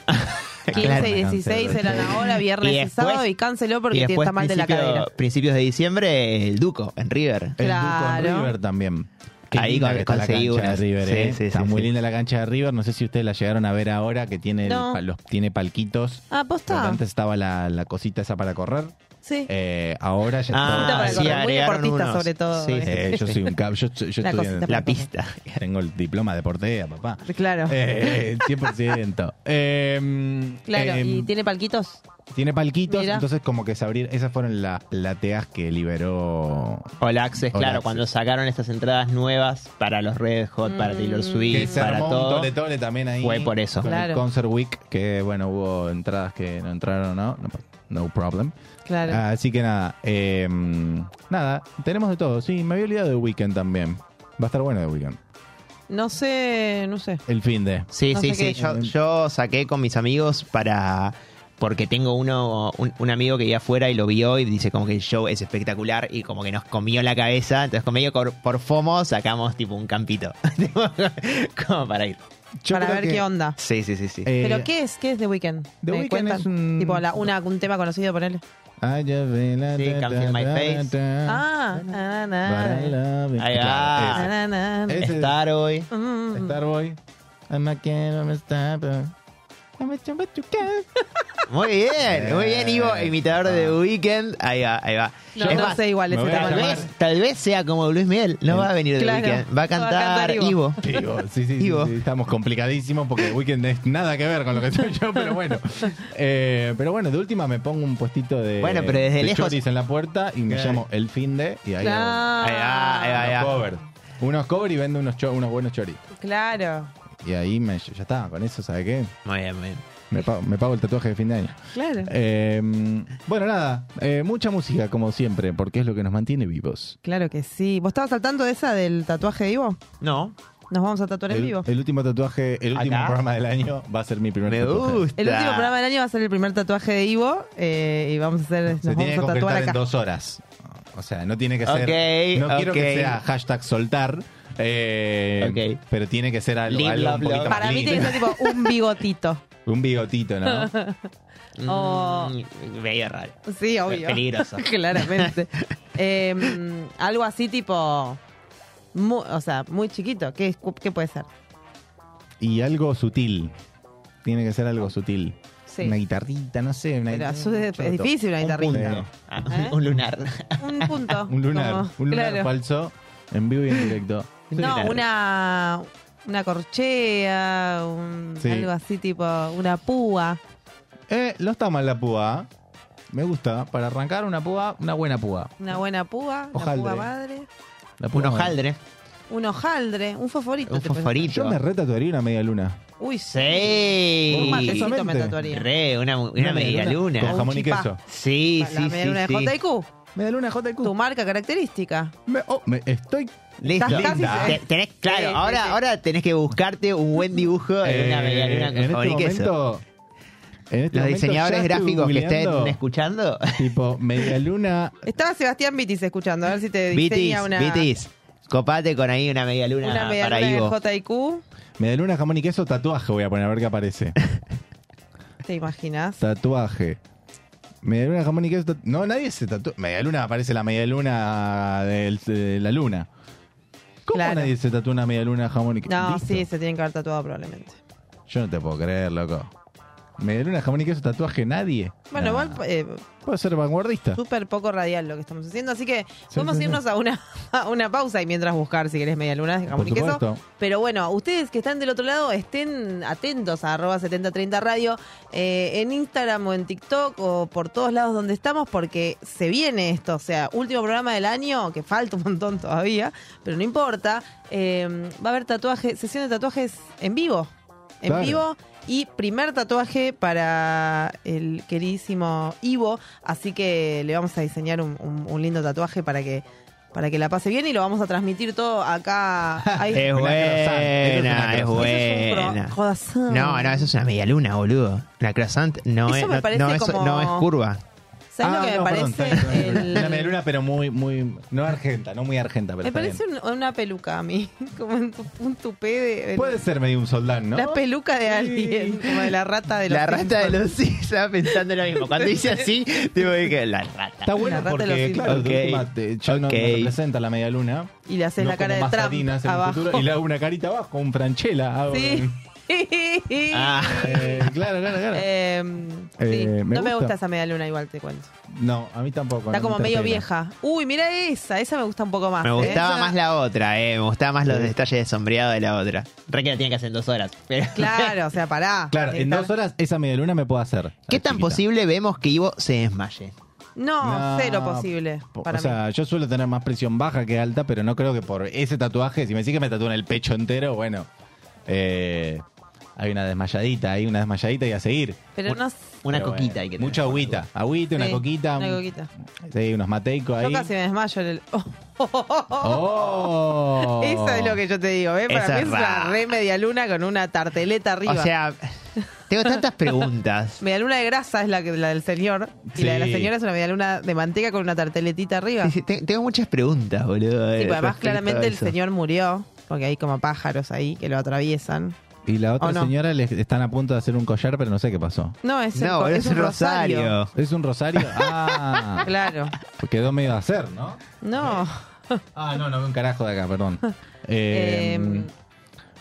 15 y 16
Canceló.
eran ahora, viernes y,
Y después-
sábado, y canceló porque
y
tiene-
después,
está mal de la
principio-
cadera.
principios de diciembre, el Duco en River.
El Duco en
Claro.
River también. Qué
Ahí
linda
con-
que está la
conseguí
cancha de
unas.
River,
Sí,
¿eh?
sí,
está
sí,
muy
sí.
linda la cancha de River. No sé si ustedes la llegaron a ver ahora, que tiene, el
No.
pa- los, tiene palquitos.
Ah, posta.
Porque Antes estaba la, la cosita esa para correr.
Sí.
Eh, ahora ya
Cosita
está.
para
Ah, sí,
correr, muy
agregaron
deportista
unos.
sobre todo,
Sí,
¿eh?
Eh, yo soy un cab, yo, yo
La
estudié en-
cosita
la pista.
tengo el diploma de portea, papá.
Claro.
Eh, 100%. Eh,
claro,
eh,
y tiene palquitos.
tiene palquitos,
Mira.
entonces como que se abrir, esas fueron las plateas que liberó
All Access,
All
claro,
Access.
cuando sacaron estas entradas nuevas para los Red Hot, para
Mm.
Taylor
que
Swift,
se
para
armó un
todo.
tole tole también ahí.
Fue por eso.
Con el
Claro.
Concert Week, que bueno, hubo entradas que no entraron, ¿no? No, no problem. Ah,
Claro.
Así que nada, eh, nada, tenemos de todo. Sí, me había olvidado de Weekend también. Va a estar bueno de Weekend.
No sé, no sé.
El fin de.
Sí,
No
sí,
sé
sí.
qué.
Yo, yo saqué con mis amigos para. Porque tengo uno, un, un amigo que iba afuera y lo vio y dice como que el show es espectacular y como que nos comió la cabeza. Entonces, con medio cor- por FOMO sacamos tipo un campito. Tipo, como para ir.
para ver qué onda.
Sí, Eh, sí, sí, sí.
¿Pero qué es? ¿Qué es The Weeknd?
eh, The
¿Me
Weeknd
cuentan?
es un-
Tipo la- una, un tema conocido, ponele.
I just feel like
Sí,
da,
Can't Feel
da,
My
da,
Face.
da, da.
Ah, na, na,
But I
na,
love it.
Ahí va.
Claro, ese.
na, na, na.
Ese es
Estar hoy.
Mm.
Starboy. I'm a kid, I'm a star, but- I'm a chumba chuca.
Muy bien, muy bien, Ivo, imitador de Weekend. Ahí va, ahí va.
No,
Es
no
más,
sé igual
me
ese
voy a
tema.
Tal
no.
llamar.
vez, tal vez sea como Luis Miguel, no va a venir de
Claro.
Weekend, va a cantar, Ivo.
Digo, sí, sí, sí,
Ivo.
sí, estamos complicadísimos porque el weekend es nada que ver con lo que soy yo, pero bueno. Eh, pero bueno, de última me pongo un puestito de,
Bueno, pero desde
de
lejos-
choris en la puerta y me
Eh.
llamo El Finde y ahí hago
Ahí va, ahí va, ahí va.
unos cover. Unos cover y vendo unos, cho- unos buenos choris.
Claro,
Y ahí me, ya está, con eso, ¿sabe qué?
Muy bien, muy bien.
Me pago, me pago el tatuaje de fin de año.
claro.
Eh, bueno, nada, eh, mucha música como siempre, porque es lo que nos mantiene vivos.
Claro que sí. ¿Vos estabas al tanto de esa del tatuaje de Ivo?
No,
Nos vamos a tatuar en
El,
vivo.
el último tatuaje, el último
Acá.
programa del año va a ser mi primer
me
tatuaje.
gusta.
El último programa del año va a ser el primer tatuaje de Ivo eh, y vamos a hacer, nos
Se tiene que
vamos a tatuar
concretar en
acá.
dos horas. O sea, no tiene que ser.
Ok,
no quiero
ok.
que sea hashtag soltar. eh,
Ok.
Pero tiene que ser algo,
Live,
algo
love,
un poquito
love.
más
Para mí
lindo.
tiene que ser tipo un bigotito.
Un bigotito, ¿no?
Oh.
Mm, medio raro.
Sí, obvio.
Peligroso.
Claramente. Eh, algo así tipo. mu- o sea, muy chiquito. ¿Qué, es- qué puede ser?
y algo sutil. Tiene que ser algo sutil.
Sí.
Una guitarrita, no sé. Una
Pero
guitarra,
su- es
choto.
difícil una
Un
guitarrita.
punto.
Ah,
¿Eh?
Un lunar.
Un punto.
Un lunar.
como-
un lunar
claro.
falso en vivo y en directo.
No,
Claro.
una. Una corchea, un-
Sí.
algo así tipo una púa.
Eh, no está mal la púa. Me gusta. Para arrancar una púa, una buena púa.
Una buena púa,
Hojaldre.
una púa madre.
La púa
Un hojaldre.
Un hojaldre, un fosforito.
Un
te puedes-
fosforito.
Yo me retatuaría una media luna.
Uy, Un
Sí.
matecito me
Justamente.
tatuaría.
Re, una, una, media luna.
Con jamón y
chipá.
queso.
Sí,
La
sí,
media
sí.
luna
sí.
de JQ.
Media luna JQ.
Tu marca característica.
Me, oh, me- estoy.
Listo.
Estás casi-
Linda. Te- tenés- claro,
Sí, sí,
ahora,
sí.
ahora tenés que buscarte un buen dibujo en una
Eh,
media luna con
en
jamón
este
y queso.
momento. En este
Los
momento
diseñadores
ya estoy
gráficos que estén
googleando,
escuchando,
Tipo, media luna.
Estaba Sebastián Vitis escuchando, a ver si te
Vitis,
diseña una,
Vitis, copate con ahí una media luna
una media
para Ivo.
luna de JQ.
Media luna, jamón y queso, tatuaje voy a poner a ver qué aparece.
¿Te imaginas?
Tatuaje. Media luna, jamón y queso. tatu- No, nadie se tatúa. Media luna aparece la media luna del- de la luna. ¿Cómo
Claro.
nadie se tatúa una media luna, jamón y queso?
No,
Listo.
sí, se tienen que haber tatuado probablemente.
Yo no te puedo creer, loco. Media luna, jamón y queso, tatuaje, nadie.
Ah.
Bueno,
Nah.
igual eh,
Puedo ser vanguardista.
súper poco radial lo que estamos haciendo, así que podemos
sí, sí.
irnos a una, a una pausa y mientras buscar si querés media luna de jamón y
Por
queso.
supuesto.
Pero bueno, ustedes que están del otro lado, estén atentos a arroba 7030 radio eh, en Instagram o en TikTok o por todos lados donde estamos porque se viene esto. O sea, último programa del año, que falta un montón todavía, pero no importa. Eh, va a haber tatuaje, sesión de tatuajes en vivo. En
Claro.
vivo y primer tatuaje para el queridísimo Ivo. Así que le vamos a diseñar un- un- un lindo tatuaje para que para que la pase bien y lo vamos a transmitir todo acá. Ahí.
Es
Una croissant, eso es una
buena, es
croissant.
buena.
Croissant.
No, no, eso es una media luna, boludo. La croissant no,
Eso
es,
me
no,
parece
no es,
como-
no es curva.
¿Sabes lo que me
Ah, no, perdón,
parece?
está bien, está bien.
El-
Una media luna, pero muy, muy. No argenta, no muy argenta, pero.
me
está
parece
bien.
un- una peluca a mí, como un, tu- un tupé de... de-
Puede ser medio un soldán, ¿no?
La peluca de alguien, como de la rata de los...
La rata de
Simpsons.
los sí estaba pensando lo mismo. Cuando dice así, digo dije, la rata.
Está bueno
La rata de
porque,
los
claro, de
Simpsons.
última, te- ya no-
Ok.
no representa la media luna.
Y le haces
No
la cara
como
de
más
Trump
Salinas en el
abajo.
futuro, y le hago una carita abajo, un franchela. hago
Sí.
un-
Ah,
Eh, claro, claro, claro.
Em, sí.
Eh, me
no me
gusta.
gusta esa media luna igual, te cuento.
No, a mí tampoco. no
Está
me
como medio
interpela.
vieja. Uy, mira esa, esa me gusta un poco más.
Me
¿eh?
gustaba más la otra, eh. Me gustaba más los
Sí.
detalles de sombreado de la otra. Re que la tiene que hacer en dos horas. pero-
Claro, o sea, pará.
Claro, en
Está-
dos horas esa media luna me puedo hacer.
¿Qué
la
tan
chiquita.
posible vemos que Ivo se desmaye?
No,
No,
cero posible
Po-
para
o sea, yo suelo tener más presión baja que alta, pero no creo que por ese tatuaje, si me decís que me tatúan el pecho entero, bueno, eh, hay una desmayadita, hay una desmayadita y a seguir.
mí. Pero no sé.
Una
Pero
coquita
bueno,
hay que
Mucha
tener.
agüita, agüita, una
Sí,
coquita,
Una
un-
coquita.
sí, unos mateicos ahí.
Yo casi me desmayo en el.
¡Oh!
Eso es lo que yo te digo, ¿eh? Para
Esa
mí
es
es una
rara.
re media luna con una tarteleta arriba.
O sea, tengo tantas preguntas.
media luna de grasa es la, que- la del señor. Y la de la
Sí.
señora es una media luna de manteca con una tarteletita arriba.
Sí,
Sí,
sí, te- Tengo muchas preguntas, boludo. eh,
pues además
respecto a
claramente el
eso.
señor murió, porque hay como pájaros ahí que lo atraviesan.
Y la otra
Oh, no.
señora le están a punto de hacer un collar, pero no sé qué pasó.
No, es, el
No,
co-
es
es un rosario.
rosario.
¿Es un rosario? Ah,
Claro.
quedó medio a hacer, ¿no?
No.
Ah, no, no veo un carajo de acá, perdón. Eh,
Em,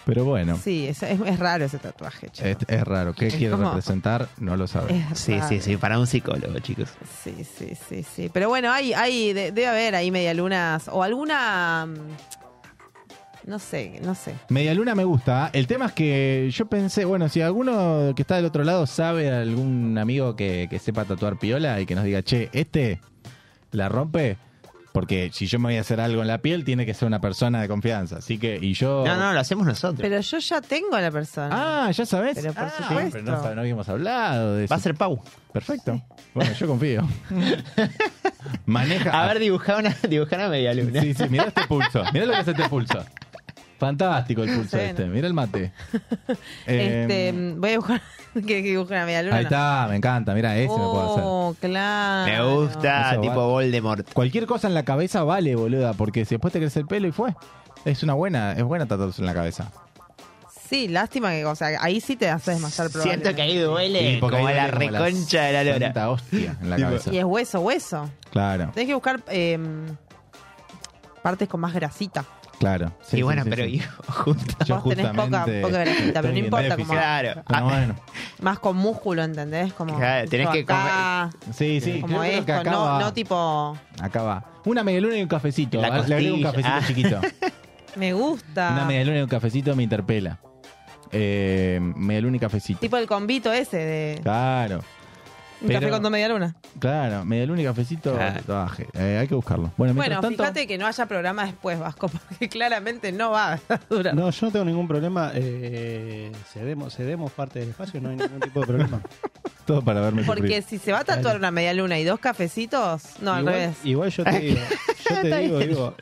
pero bueno,
Sí, es, es- es raro ese tatuaje, che.
es, es raro. ¿Qué
Es
quiere
como-
representar? No lo sabemos.
Es
Este- Sí,
raro.
sí, sí, para un psicólogo, chicos.
Sí, sí, sí, sí. Pero bueno, hay, hay, de- debe haber ahí medialunas o alguna. mm, No sé, no sé.
Medialuna me gusta. El tema es que yo pensé, bueno, si alguno que está del otro lado sabe algún amigo que, que sepa tatuar piola y que nos diga, che, este la rompe, porque si yo me voy a hacer algo en la piel, tiene que ser una persona de confianza. Así que, y yo.
No, no, lo hacemos nosotros.
Pero yo ya tengo a la persona.
Ah, ya sabes.
Pero por
Ah,
supuesto.
pero no, sab- no habíamos hablado de eso.
Va a ser Pau.
Perfecto. Bueno, yo confío. Maneja.
A ver, dibujar una, dibujar una media luna.
Sí, sí, mira este pulso. Mira lo que hace este pulso. Fantástico el pulso
Bueno.
este. Mira el mate.
este,
Em,
mm, voy a dibujar que, que dibuje una medialuna.
Ahí está, me encanta. Mira, ese me puedo hacer.
Oh, claro.
Me gusta,
Eso va.
tipo Voldemort.
Cualquier cosa en la cabeza vale, boluda, porque si después te crece el pelo y fue. Es una buena, es buena tatuarse en la cabeza.
Sí, lástima que, o sea, ahí sí te haces desmayar
Siento que ahí duele
Y porque
como
ahí
la
duele como
reconcha de la lora.
santa hostia en la
Tipo-
cabeza.
Y es hueso, hueso.
Claro,
Tenés que buscar em, partes con más grasita.
claro. Sí,
y
sí,
bueno,
sí,
pero
sí.
hijo, junta.
Yo
Vos tenés poca-
justamente
poca grasita, pero
estoy
no
en
importa
déficit.
cómo-
Claro.
Pero
Ah,
bueno.
Más con músculo, ¿entendés? Como
Claro, tenés
yo
que
acá,
Sí, sí,
como
creo que
esto,
acá
no,
va.
no tipo...
Acá va. Una medialuna y un cafecito.
La
Le agrego un
costilla.
cafecito
Ah.
chiquito.
Me gusta.
Una medialuna y un cafecito me interpela. Eh, medialuna y cafecito.
Tipo el convito ese de
Claro,
un
pero-
café con dos medialunas.
claro. Medialuna y cafecito.
Claro.
tatuaje. Eh, hay que buscarlo. Bueno,
Bueno,
mientras tanto,
fíjate que no haya programa después, Vasco, porque claramente no va a durar.
No, yo no tengo ningún problema. eh, cedemos, cedemos parte del espacio, no hay ningún tipo de problema.
todo para verme
porque
sufrir.
si se va a tatuar una medialuna y dos cafecitos, no, al
igual,
revés.
igual yo te digo, yo te digo, digo,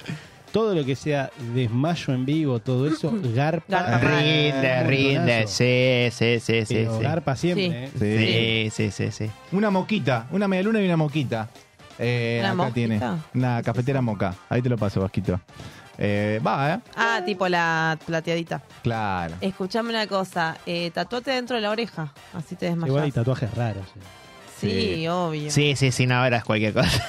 todo lo que sea desmayo en vivo, todo eso, garpa.
Garpa mal.
Ah, Rinde,
un
rinde.
montonazo.
Sí, sí, sí, sí.
Pero
sí.
garpa siempre.
Sí.
¿eh?
Sí, sí, sí, sí.
Una moquita. Una medialuna y una moquita. Eh,
¿Una
acá
mosquita?
tiene. Una cafetera moca. Ahí te lo paso, Vasquito. Eh, va, ¿eh?
Ah, tipo la plateadita.
Claro.
Escuchame una cosa, eh, tatuate dentro de la oreja, así te desmayas.
Igual hay tatuajes raros. eh.
sí, obvio.
Sí, sí, sí, no verás cualquier cosa.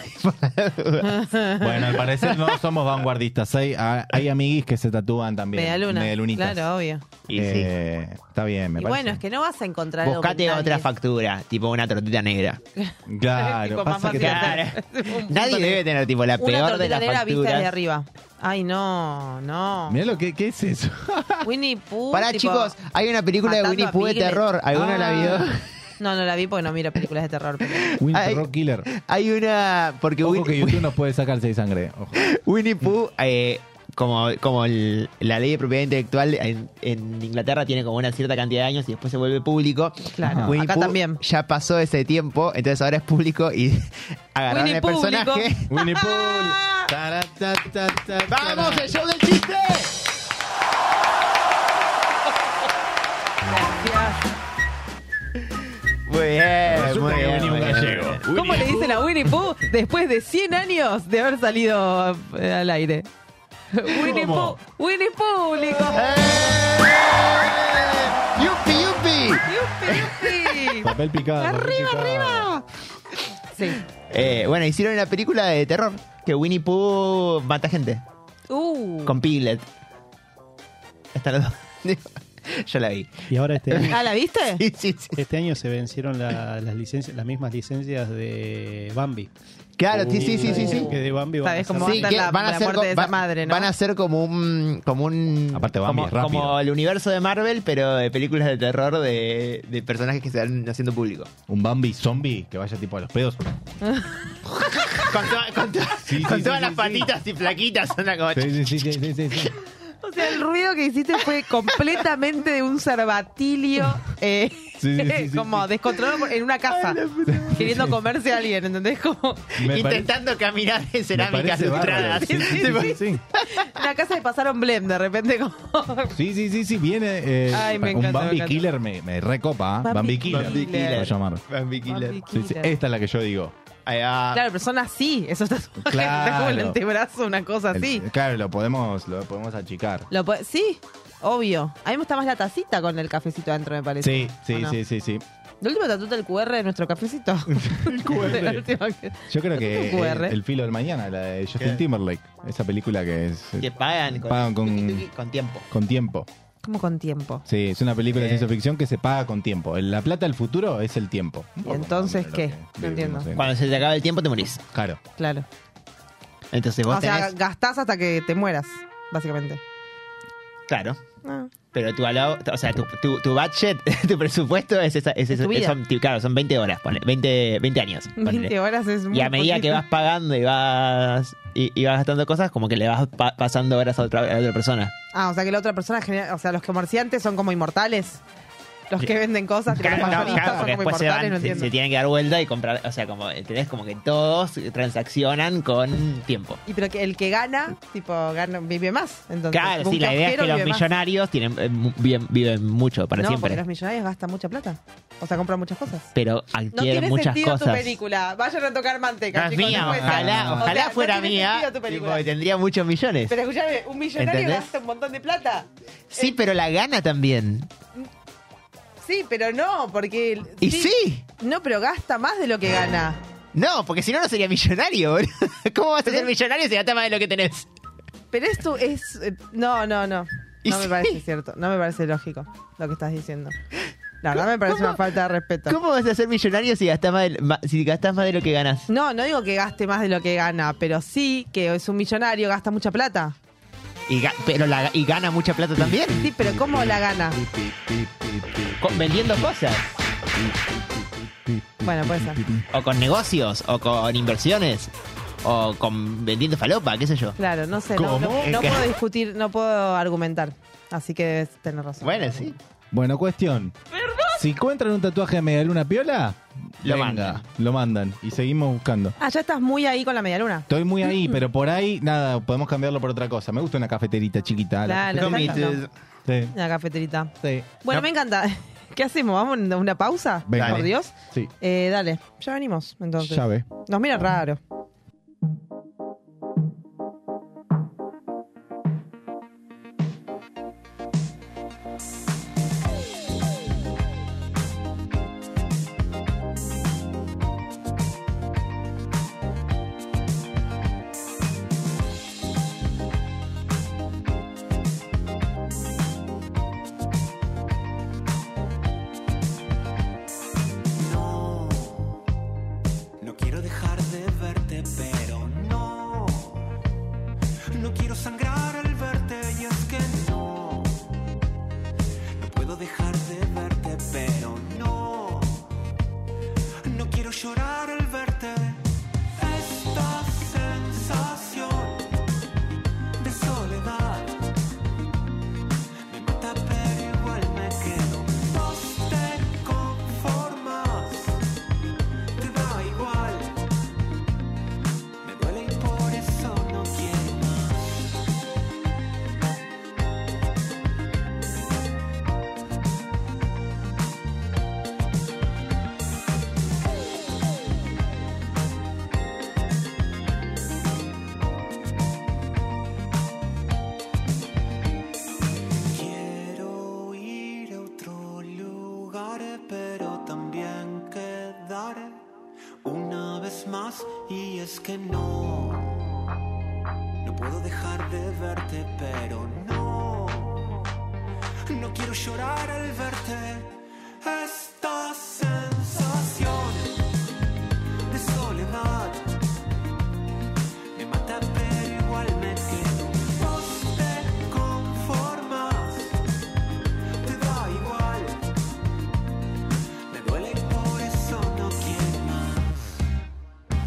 Bueno, al parecer no somos vanguardistas. Hay, ah, hay amiguis que se tatúan también.
Medialuna.
Medialunitas.
Claro, obvio.
Y sí.
Eh, Está bien, me
y
parece.
bueno, es que no vas a encontrar algo
Buscate
que
otra
nadie-
factura, tipo una tortita negra.
Claro,
Tipo, más
pasa que
fácil
te-
hacer. Un punto
Nadie
negro.
debe tener tipo la
Una
peor de
tortita
las
negra vista desde
facturas.
arriba. Ay, no, no.
Mirá lo que ¿qué es eso.
Winnie Pooh.
Pará,
tipo,
chicos, hay una película de
matando
Winnie
a
Pooh de
Piglet.
terror. ¿Alguno
Ah.
la vio?
No, no la vi porque no miro películas de terror. pero-
Winter
Ay.
Rock Killer.
Hay una. Porque
Ojo
Winnie,
que YouTube nos puede sacar seis sangre. Ojo.
Winnie Pooh, eh, como, como el- la ley de propiedad intelectual en, en Inglaterra tiene como una cierta cantidad de años y después se vuelve público.
Claro,
Winnie
acá
Pooh
también.
Ya pasó ese tiempo, entonces ahora es público y agarraron
Winnie
el
Público.
personaje.
Winnie Pool. Tará, ta, ta, ta, ta.
¡Vamos, el show del chiste!
Gracias.
Muy bien,
Resulta
muy
que
bien.
venía un
muy bien.
gallego.
¿Cómo le dicen a Winnie Pooh después de 100 años de haber salido eh, al aire? Winnie Pooh, Winnie Público.
¡Eh! ¡Yupi, yupi!
Yupi, yupi.
Papel picado. papel
Arriba,
picado.
arriba. Sí.
Eh, bueno, hicieron una película de terror que Winnie Pooh mata gente
Uh.
con Piglet. Están los dos. Yo la vi.
Y ahora este año,
¿Ah, la viste?
Sí, sí, sí.
este año se vencieron la- las licencias, las mismas licencias de Bambi.
Claro, sí, sí, sí, sí, sí.
Que de Bambi van a
¿Sabes
ser-
cómo va a
Sí,
estar
que
la, la muerte
co-
de esa
va-
madre, no?
van a ser como un como un
Aparte Bambi
como,
es rápido.
como el universo de Marvel pero de películas de terror de, de personajes que se van haciendo público
Un Bambi zombie que vaya tipo a los pedos.
con, to- con to-
Sí, sí,
con
sí,
todas
sí,
las
sí.
patitas y flaquitas anda como
Sí, sí, sí, sí, sí, sí.
O sea, el ruido que hiciste fue completamente de un cervatilio eh,
Sí, sí, sí, sí,
como
sí.
descontrolado por- en una casa, queriendo comerse a alguien, ¿entendés? Como
Me parece-
intentando caminar en
me
cerámicas
parece bárbaro.
lustradas
Sí, sí,
Tipo,
sí, sí.
una casa de pasaron blem de repente como
Sí, sí, sí, sí, viene eh,
Ay, me
un
encanta, me
Bambi
encanta.
Killer me, me recopa, ¿ah?
Bambi
Bambi, Killer.
Bambi Killer.
Lo voy a llamar.
Bambi Killer.
Bambi
Sí, sí,
Killer.
esta es la que yo digo.
Ahí va.
Claro, pero son así, esos tatuajes
Claro.
está como el antebrazo, una cosa
El-
así.
claro, lo podemos, lo podemos achicar.
Lo po- sí, Obvio. A mí me gusta más la tacita con el cafecito adentro, me parece.
Sí, sí,
¿O no?
sí, sí, sí.
¿De último tatuta el QR de nuestro cafecito? el QR.
Yo creo que
Un QR.
eh, el filo del mañana, la de Justin
¿Qué?
Timberlake, esa película que es
Que pagan con,
pagan con,
con tiempo.
con tiempo.
¿Cómo con tiempo?
Sí, es una película de
Eh.
ciencia ficción que se paga con tiempo. El- La plata del futuro es el tiempo. Un
¿Y
poco más
entonces
o menos
qué?
lo que
No entiendo.
vivimos en-
Cuando se te acaba el tiempo te morís.
Claro.
Claro.
Entonces vos
O sea,
tenés.
gastás hasta que te mueras, básicamente.
Claro.
Ah.
Pero tu alao- o sea, tu, tu, tu budget, tu presupuesto es esa, es
Es
eso-
tu vida.
son, claro, son 20 horas, ponle, 20, 20 años. ponle.
20 horas es muy
Y a medida que
poquito.
vas pagando y vas y, y vas gastando cosas, como que le vas pa- pasando horas a otra, a otra persona.
Ah, o sea que la otra persona genera- O sea, los comerciantes son como inmortales. Los que venden cosas, que los
Claro, no,
mayoristas
claro, porque
son como
después se van,
inmortales, no
se,
entiendo.
se tienen que dar vuelta y comprar, o sea, como tenés como que todos transaccionan con tiempo.
Y pero que el que gana, tipo, gana, vive más. Entonces,
Claro,
un
sí, la idea es que
kiosquero
los
vive más.
millonarios tienen eh, mu- viven, viven mucho para
no, porque
siempre,
los millonarios gastan mucha plata. O sea, compran muchas cosas.
pero
No
adquieren
tiene
muchas
sentido tu
cosas.
película. Vayan a tocar manteca.
No es
chicos,
mía,
no puede ser.
ojalá,
O sea,
ojalá
no
fuera
tiene
mía,
sentido tu película.
tipo, y tendría muchos millones.
Pero escúchame, un millonario
¿Entendés?
gasta un montón de plata.
sí, pero la gana también.
Sí, pero no, porque.
Y sí.
No, pero gasta más de lo que gana.
No, porque si no, no sería millonario. boludo. ¿Cómo vas a ser millonario si gastas más de lo que tenés?
Pero esto es. eh, No, no, no.
Y
No me
sí.
parece cierto. No me parece lógico lo que estás diciendo. La verdad me parece
¿Cómo?
una falta de respeto.
¿Cómo vas a ser millonario si gastas más de, ma- si gastas más de lo que ganas?
No, no digo que gaste más de lo que gana, pero sí que es un millonario, gasta mucha plata.
Y, ga- pero la, y gana mucha plata también.
Sí, pero ¿cómo la gana?
Con- vendiendo cosas.
Bueno, puede ser.
O con negocios. O con inversiones. O con vendiendo falopa, qué sé yo.
Claro, no sé. No,
¿Cómo?
no- no puedo discutir, no puedo argumentar. Así que debes tener razón.
Bueno, sí.
Bueno, cuestión. Si encuentran un tatuaje de media luna piola,
Lo
venga,
mandan.
Lo mandan y seguimos buscando.
Ah, ya estás muy ahí con la media luna.
Estoy muy
Mm.
ahí, pero por ahí, nada, podemos cambiarlo por otra cosa. Me gusta una cafeterita chiquita. la
Claro,
cafeterita.
exacto.
Comité.
Sí,
La cafeterita.
sí.
Bueno,
No.
me encanta. ¿Qué hacemos? ¿Vamos a una pausa?
Venga.
Por Dios.
Sí.
Eh, dale, ya venimos entonces.
Ya ve.
Nos mira raro.
No, no quiero dejar de verte, pero no. No quiero sangrar al verte y es que no. No puedo dejar de verte, pero no. No quiero llorar al verte. Esta sensación de soledad me mata, pero igual me quedo. Vos te conformas, te da igual. Me duele y por eso no quiero más. Quiero ir a otro lugar, pero también quedar una vez más. Y es que no, no puedo dejar de verte, pero no, no quiero llorar al verte. Esta sensación de soledad me mata, pero igual me quedo. Vos te conformas, te da igual. Me duele y por eso no quiero más.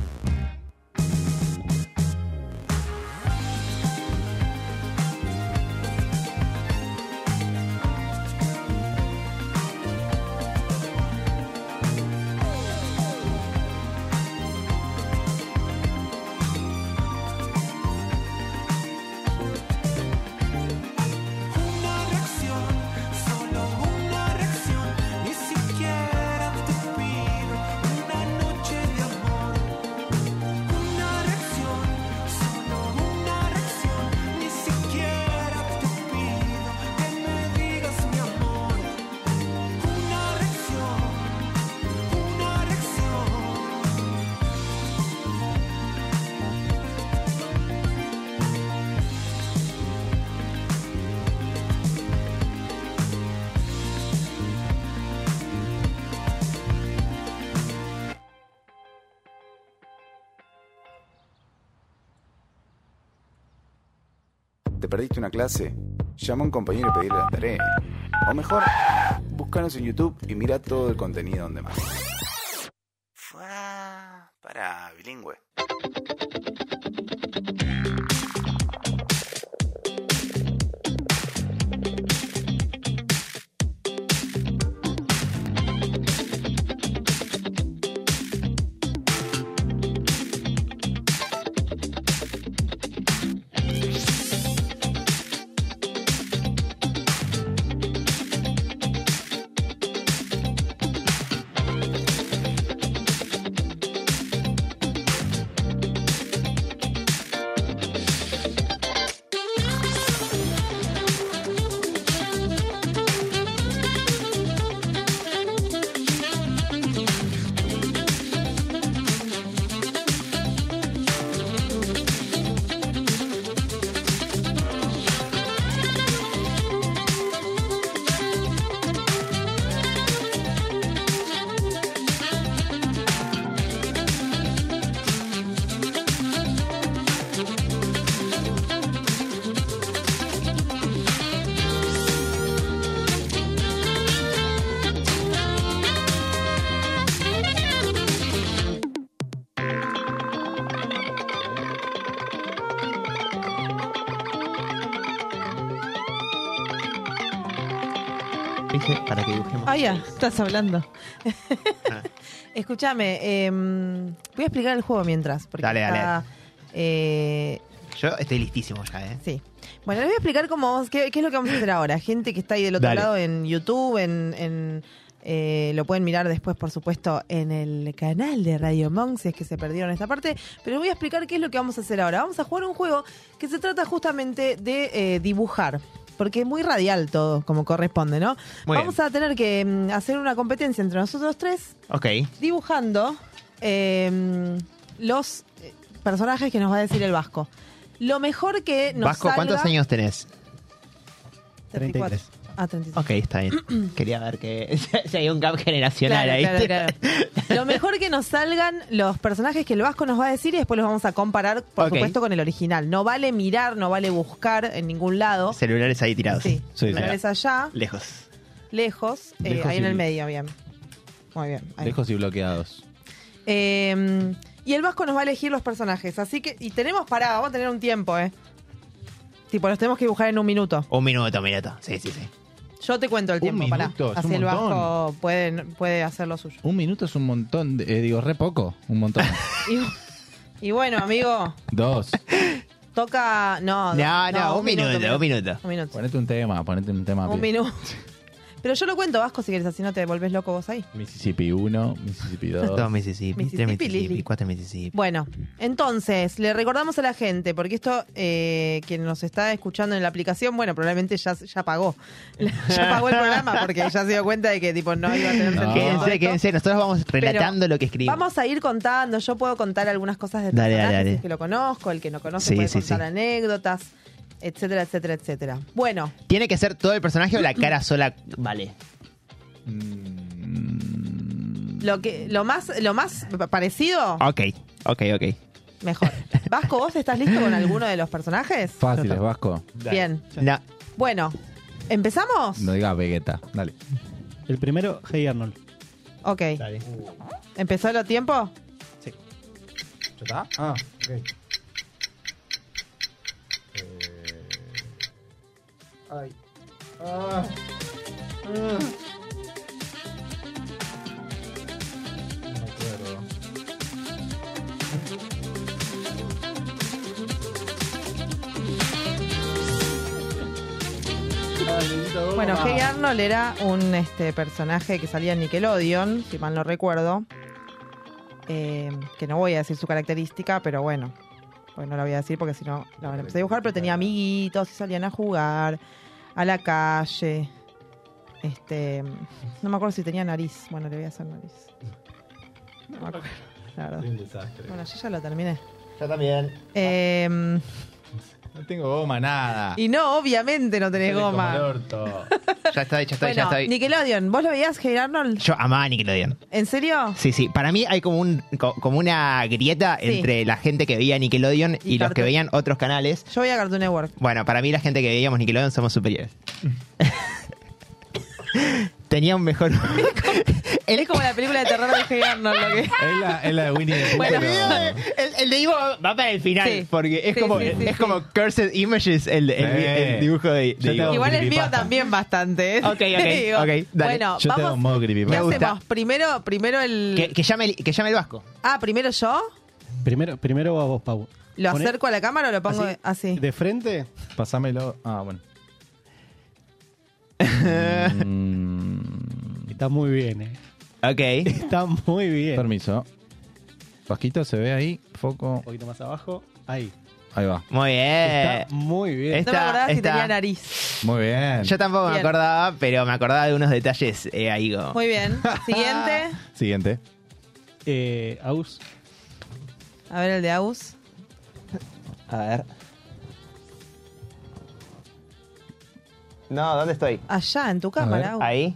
¿Te perdiste una clase? Llama a un compañero y pedirle la tarea. O mejor, búscanos en YouTube y mira todo el contenido donde más. Para bilingüe.
Dije, para que dibujemos.
Ah, ya, estás hablando.
Ah.
Escúchame, eh, voy a explicar el juego mientras. Porque
Dale, dale.
está, eh,
Yo estoy listísimo ya, ¿eh?
Sí. Bueno, les voy a explicar cómo vamos- qué, qué es lo que vamos a hacer ahora. Gente que está ahí del otro
Dale.
lado en YouTube, en, en, eh, lo pueden mirar después, por supuesto, en el canal de Radio Monk, si es que se perdieron esta parte. Pero les voy a explicar qué es lo que vamos a hacer ahora. Vamos a jugar un juego que se trata justamente de eh, dibujar. Porque es muy radial todo, como corresponde, ¿no?
Muy
vamos a tener que mm, hacer una competencia entre nosotros tres
Ok.
dibujando eh, los eh, personajes que nos va a decir el Vasco. Lo mejor que nos
Vasco, ¿cuántos
salga-
años tenés?
34.
33.
Ah, 33.
Ok, está bien. Quería ver que si hay un gap generacional
Claro,
ahí.
claro, claro. Lo mejor que nos salgan los personajes que el Vasco nos va a decir y después los vamos a comparar, por
Ok.
supuesto, con el original. No vale mirar, no vale buscar en ningún lado.
Celulares ahí tirados.
Sí,
Sí, sí.
Una vez allá,
Lejos.
lejos, eh,
Lejos
ahí en
y-
el medio, bien. Muy bien. ahí.
Lejos y bloqueados.
Eh, y el Vasco nos va a elegir los personajes. Así que. Y tenemos parada, vamos a tener un tiempo, ¿eh? Tipo, los tenemos que dibujar en un minuto.
Un minuto, un minuto. Sí, sí, sí.
Yo te cuento el
Un
tiempo, pará.
minuto, es
Así
un
el
montón.
Vasco puede, puede hacer lo suyo.
Un minuto es un montón, de- eh, digo, re poco, un montón.
Y, y bueno, amigo,
Dos.
toca. No,
No, no, un minuto, un minuto.
Un minuto.
Ponete un tema, ponete un tema.
Un
pie.
minuto. Pero yo lo cuento, Vasco, si quieres, así no te volvés loco vos ahí.
Mississippi 1, Mississippi 2.
Dos Mississippi, tres
Mississippi,
Mississippi,
Lili.
cuatro Mississippi.
Bueno, entonces, le recordamos a la gente, porque esto, eh, quien nos está escuchando en la aplicación, bueno, probablemente ya, ya pagó. ya pagó el programa porque ya se dio cuenta de que tipo no iba a tener
No.
sentido todo
Quédense,
esto.
quédense. Nosotros vamos relatando lo que escribimos.
Vamos a ir contando, yo puedo contar algunas cosas de
Dale,
personajes,
dale, dale.
el que lo conozco, el que no conoce
Sí,
puede
sí,
contar
sí.
anécdotas, etcétera, etcétera, etcétera. Bueno,
¿Tiene que ser todo el personaje o la cara sola? Vale.
lo que lo más lo más parecido,
Ok, ok, ok.
mejor. Vasco, ¿vos estás listo con alguno de los personajes?
Fáciles, Vasco.
Bien.
No,
Bueno, ¿empezamos?
No digas Vegeta. Dale.
El primero, Hey Arnold.
Ok.
Dale.
¿Empezó el tiempo?
¿Está? Ah, ok. Eh, Ah.
Bueno, Hey Arnold era un este, personaje que salía en Nickelodeon, si mal no recuerdo. Eh, que no voy a decir su característica, pero bueno. Pues no la voy a decir porque si no la van a empezar a dibujar. Pero tenía amiguitos y salían a jugar, a la calle. Este. No me acuerdo si tenía nariz. Bueno, le voy a hacer nariz. No me acuerdo, la verdad. Bueno, yo ya lo terminé.
yo también.
Eh,
No tengo goma, nada.
y no, obviamente no tenés
Sale como
goma.
el orto.
Ya está, ya está, ya
Bueno,
está.
Nickelodeon, ¿vos lo veías, Hey Arnold?
Yo amaba a Nickelodeon.
¿En serio?
Sí, sí. Para mí hay como, un, co- como una grieta
Sí.
entre la gente que veía Nickelodeon y,
Y
los que
Cartoon.
veían otros canales.
Yo voy a Cartoon Network.
Bueno, para mí la gente que veíamos Nickelodeon somos superiores. Tenía un mejor...
Él es como la película de terror de Hey Arnold, lo que...
Es la, es la de Winnie the Pooh,
Bueno,
pero-
El, el de Ivo va para el final,
Sí.
porque es
Sí,
como
sí, sí,
es
sí.
como Cursed Images el, el-
Eh.
el dibujo de, de
Yo te
Ivo.
hago
Igual el mío
creepypasta.
también bastante. ¿eh?
Ok, ok,
Digo,
ok, dale.
Bueno,
Yo te hago un
vamos.
modo
¿Qué
creepypasta.
Me gusta.
hacemos? Primero, primero el.
Que, que llame, el- que llame el Vasco.
Ah, primero yo.
Primero, primero a vos, Pau.
¿Lo
Poné-
acerco a la cámara o lo pongo
así,
así?
¿De frente?
Pásamelo. Ah, bueno. Mm,
Está muy bien, eh.
Ok.
Está muy bien. Un
permiso. Vasquito, ¿se ve ahí? Foco.
poquito más abajo. Ahí.
Ahí va.
Muy
Eh,
bien.
Está muy bien.
no me
Está-
acordaba si
está.
tenía nariz.
Muy bien.
Yo tampoco me
Bien.
acordaba, pero me acordaba de unos detalles eh, ahí. como-
Muy bien. Siguiente.
Siguiente.
Eh, Agus.
A ver el de Agus.
A ver. No, ¿dónde estoy?
Allá, en tu cámara, Agus.
Ahí.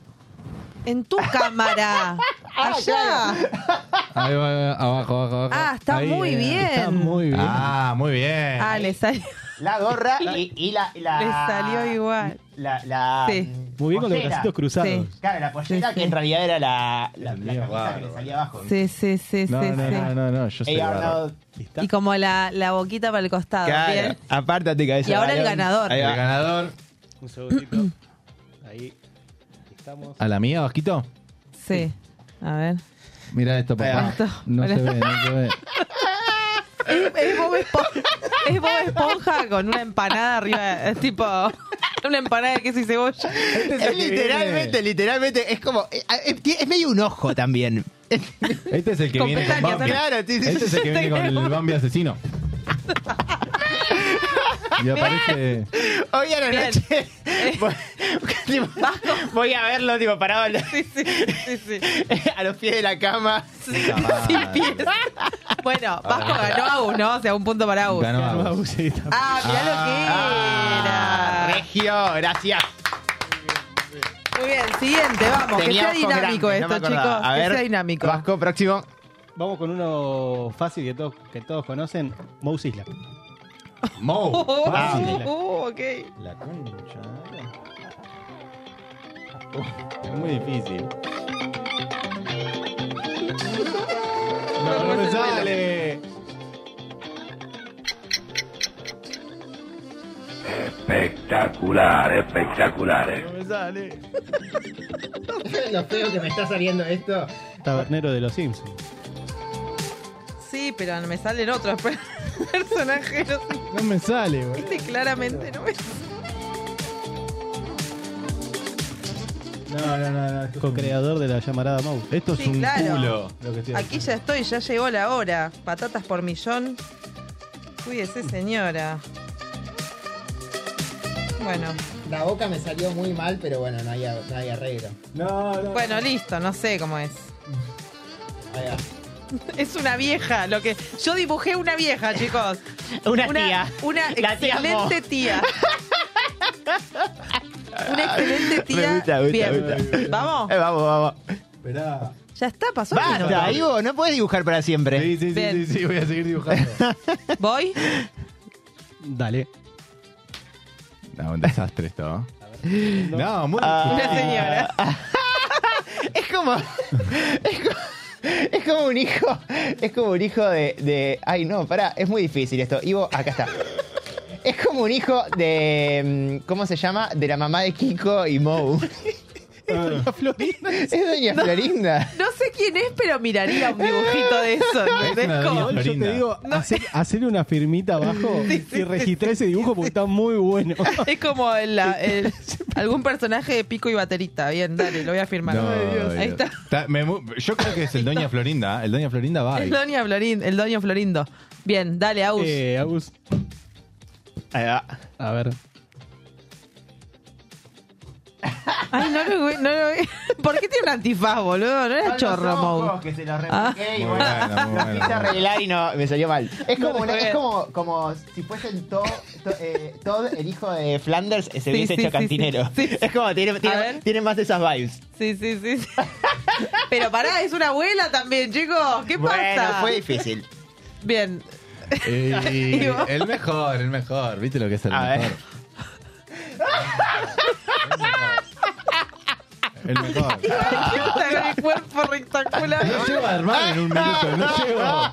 En tu cámara. Allá.
Ahí va, ahí va, abajo, abajo, abajo.
Ah, está
Ahí,
muy
eh.
bien.
Está muy bien.
Ah, muy bien.
Ah, le salió,
La gorra y, y la, la-
le salió igual.
La, la- mm,
Sí.
muy bien con los
pollera.
bracitos cruzados.
Sí.
Claro, la pollera
Sí,
que
sí.
en realidad era la, la, la
mío,
camisa que
bárbaro.
le salía abajo.
Sí, sí, sí,
No,
sí.
no,
sí.
no, no, no, yo soy
Hey
bárbaro.
Arnold.
Está
Y como la, la boquita para el costado. Bien.
Apártate, cabeza.
Y ahora
de
el
balón.
ganador.
Ahí
El
va.
ganador.
un segundito. Ahí. Estamos.
¿A la mía, Vasquito?
Sí. A ver.
Mira esto,
Ahí va.
papá.
Esto.
No se
Hola.
ve, no se ve.
Es, es Bob Esponja, es Bob Esponja con una empanada arriba, es tipo una empanada de queso y cebolla.
Este Es literalmente, literalmente, es como. Es, es medio un ojo también.
Este es el que
Con
viene con
pestañas,
Bambi.
Claro, sí, sí,
Este
sí.
es el que viene con el Bambi asesino. Y aparece.
Hoy a la
Bien.
noche voy, tipo, voy a verlo tipo parado al-
Sí, sí, sí, sí.
a los pies de la cama.
Puta madre.
Bueno, Vasco
Ah.
ganó a Agus, ¿no? O sea, un punto para Agus.
Ganó
Ganó
Agus.
Agus, ahí está.
Ah, mirá
Ah,
lo que era.
Regio, gracias.
Muy bien, siguiente, vamos. Que
Tenía
sea
ojos
dinámico
grandes, no me
esto,
acordaba.
chicos.
A
Que
ver,
sea dinámico.
Vasco, próximo.
Vamos con uno fácil que todos, que todos conocen. Mouse Isla.
Uh,
Mo.
uh,
Ah,
Fácil.
uh, ok.
La concha. Uh, es muy difícil. No, no me sale.
Espectacular, espectacular. eh.
No me sale. Lo feo que me está saliendo esto.
Tabernero de los Simpsons.
Sí, pero me salen otros per- personajes. no sé.
No me sale, boludo.
Este claramente no me
No, no, no. no.
Co-creador de la llamarada Mouse.
Esto es
Sí,
un
claro.
culo.
Lo que estoy
Aquí ya estoy, ya llegó la hora. Patatas por millón. Cuídese, señora. Bueno,
La boca me salió muy mal, pero bueno, no hay, no hay arreglo.
No, no.
bueno, listo, no sé cómo es.
Ahí va.
Es una vieja, lo que. Yo dibujé una vieja, chicos.
Una tía.
Una
La tía Mo.
excelente tía. Una excelente tía.
Me gusta, me gusta,
Bien.
me gusta.
Vamos.
Eh, vamos, vamos.
Esperá.
Ya está, pasó.
Basta, Ivo, no puedes dibujar para siempre.
Sí, sí, sí,
Bien.
sí, sí, voy a seguir dibujando.
Voy.
Dale.
No, un desastre esto. ¿eh? No, muy
Ah. Una
Ah.
señora.
Es como. Es como, es como un hijo. Es como un hijo de, de- Ay, no, pará, es muy difícil esto. Ivo, acá está. Es como un hijo de. mm, ¿Cómo se llama? De la mamá de Kiko y Mou. Es doña Florinda.
No sé quién es, pero miraría un dibujito de eso. ¿entendés?
una
Como-
vieja.
Igual yo
Florinda.
te digo, hacer, hacer una firmita abajo y registrar ese dibujo porque está muy bueno.
Es como el- la- el- algún personaje de pico y baterita. Bien, dale, lo voy a firmar.
No,
Ahí
Dios.
está.
Está- me mu- yo creo que es el Doña Florinda. ¿eh? El Doña Florinda va. ahí.
El Doña Florin- el Doño Florindo. Bien, dale, Aus.
Eh, Agus,
Eh, Ahí va.
a ver.
Ay, no lo vi, no lo vi. ¿Por qué tiene un antifaz, boludo? No era
Son
chorro,
los ojos
Mou.
que se los
Ah.
repliqué y
Muy
bueno,
bueno, muy
los
bueno,
quise
muy bueno.
arreglar y no, me salió mal. Es
No,
como, una-
está
es
bien.
como, como si fuesen Todd, To- eh, Todd, el hijo de Flanders, eh, se
Sí,
hubiese
sí,
hecho
sí,
cantinero.
sí, sí.
Es como, tiene, tiene-
ver.
tiene más esas vibes.
Sí, sí, sí. sí. Pero pará, es una abuela también, chicos. ¿Qué
Bueno,
pasa?
fue difícil.
Bien.
Y-
¿Y vos?
el mejor, el mejor. ¿Viste lo que es el
A ver.
mejor? El mejor. El mejor.
Está mi cuerpo rectangular.
No llego a armar en un minuto, no llego. No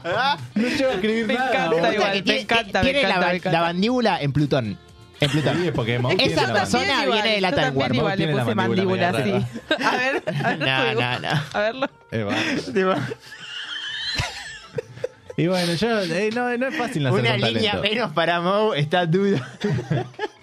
llego a escribir
Me
nada.
encanta
boludo.
igual. me
tiene,
encanta, me
tiene la,
encanta, me encanta.
la mandíbula en Plutón. En Plutón.
Sí, es porque Mau tiene
Esa
la
persona
mano.
igual,
viene de la
yo
Time
también
Warp.
igual
Tiene
le
la
puse
mandíbula
mandíbula,
media
sí. A ver, a ver,
No,
tu-
no, no.
A verlo.
Eh, va. Y bueno, yo, eh, no, no es fácil nacer
Una
con
línea
talento.
menos para Moe está duda.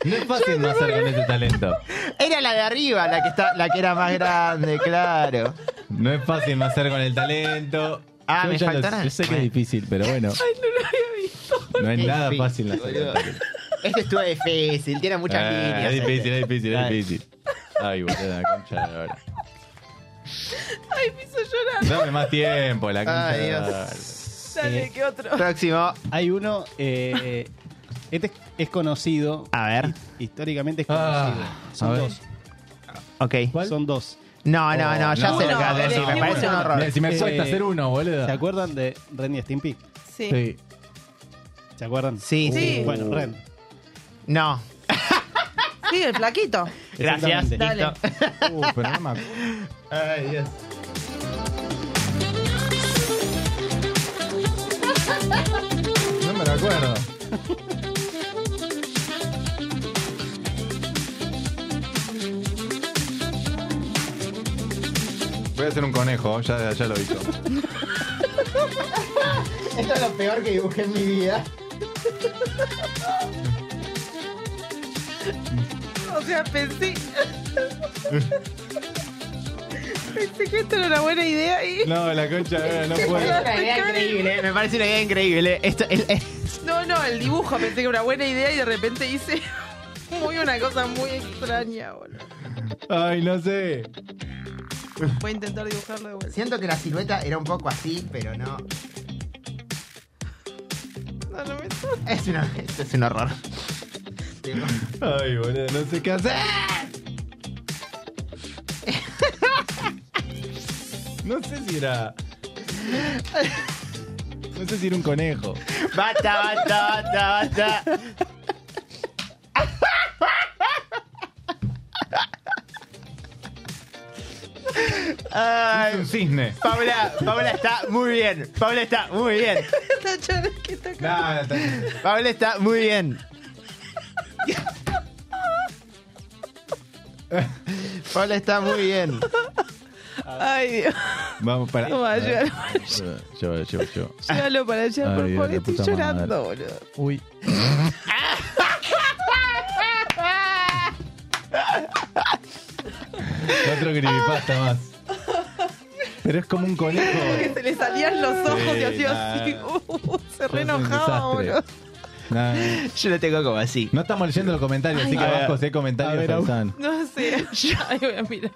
No es fácil nacer con ese talento.
Era la de arriba, la que está, la que era más grande, claro.
No es fácil nacer con el talento.
Ah,
yo,
me
ya lo-
faltará.
yo sé que es difícil, pero bueno. Ay, no lo había visto. No es
Qué
nada
difícil,
fácil nacer con
boludo.
el talento.
Este estuvo difícil, tiene muchas
Ah,
líneas. eh.
Es difícil, es difícil, es
Dale.
difícil. Ay, boludo, la concha de la hora.
Ay, me hizo llorar.
Dame más tiempo, la concha
Ay,
de la
Dios.
hora.
Dale, ¿qué otro?
Próximo.
Hay uno, eh, este es, es conocido.
A ver.
hi- Históricamente es
Ah,
conocido.
a
Son
ver.
dos.
Ok.
¿Cuál?
Son dos.
No, no, no, Ah, ya
No,
sé lo
no,
que vas a
elegí
decir. Me
uno.
parece un horror.
Mira, si me
Eh,
cuesta hacer uno, boludo.
¿Se acuerdan de Ren y Stimpy?
Sí.
Sí.
¿Se acuerdan?
Sí,
Sí.
Bueno, Ren.
No.
Sí, el flaquito.
Gracias.
Exactamente.
Dale.
Listo.
Uh, pero no me acuerdo.
Ay, Dios.
No me lo acuerdo. Voy a hacer un conejo, ya, ya lo he visto.
Esto es lo peor que dibujé en mi vida.
O sea, pensé. pensé que esto era una buena idea y.
No, la concha, eh, no
Me parece
puedo.
una idea increíble, me parece una idea increíble. Esto es- es-
No, no, el dibujo. Pensé que era una buena idea y de repente hice muy una cosa muy extraña, boludo.
Ay, no sé.
Voy a intentar dibujarlo de vuelta.
Siento que la silueta era un poco así, pero no.
No, no me
Es, una, esto es un horror.
Ay, boludo, no sé qué hacer. No sé si era. No sé si era un conejo.
Basta, basta, basta, basta.
Ah, Es un cisne.
Paula, Paula está muy bien. Paula está muy bien.
Nacho, ¿qué está acá?
No, no, no.
Paula está muy bien. Paula está muy bien.
Ay, Dios.
Vamos para.
Toma, llévalo,
Yo, yo, yo.
Llévalo para allá,
Ay,
por
Dios,
favor.
la
Estoy
puta
llorando,
madre.
boludo.
Uy. Otro creepypasta más. Pero es como un conejo.
Que se le salían los ojos y
Sí,
hacía así.
nada.
Uh, se
Fue
re
un
enojaba,
desastre.
boludo.
No, no,
Yo lo tengo como así.
no estamos leyendo los comentarios, así que
A
abajo
ver.
si hay
A
comentarios
ver,
están.
No sé. Ay, voy a mirar.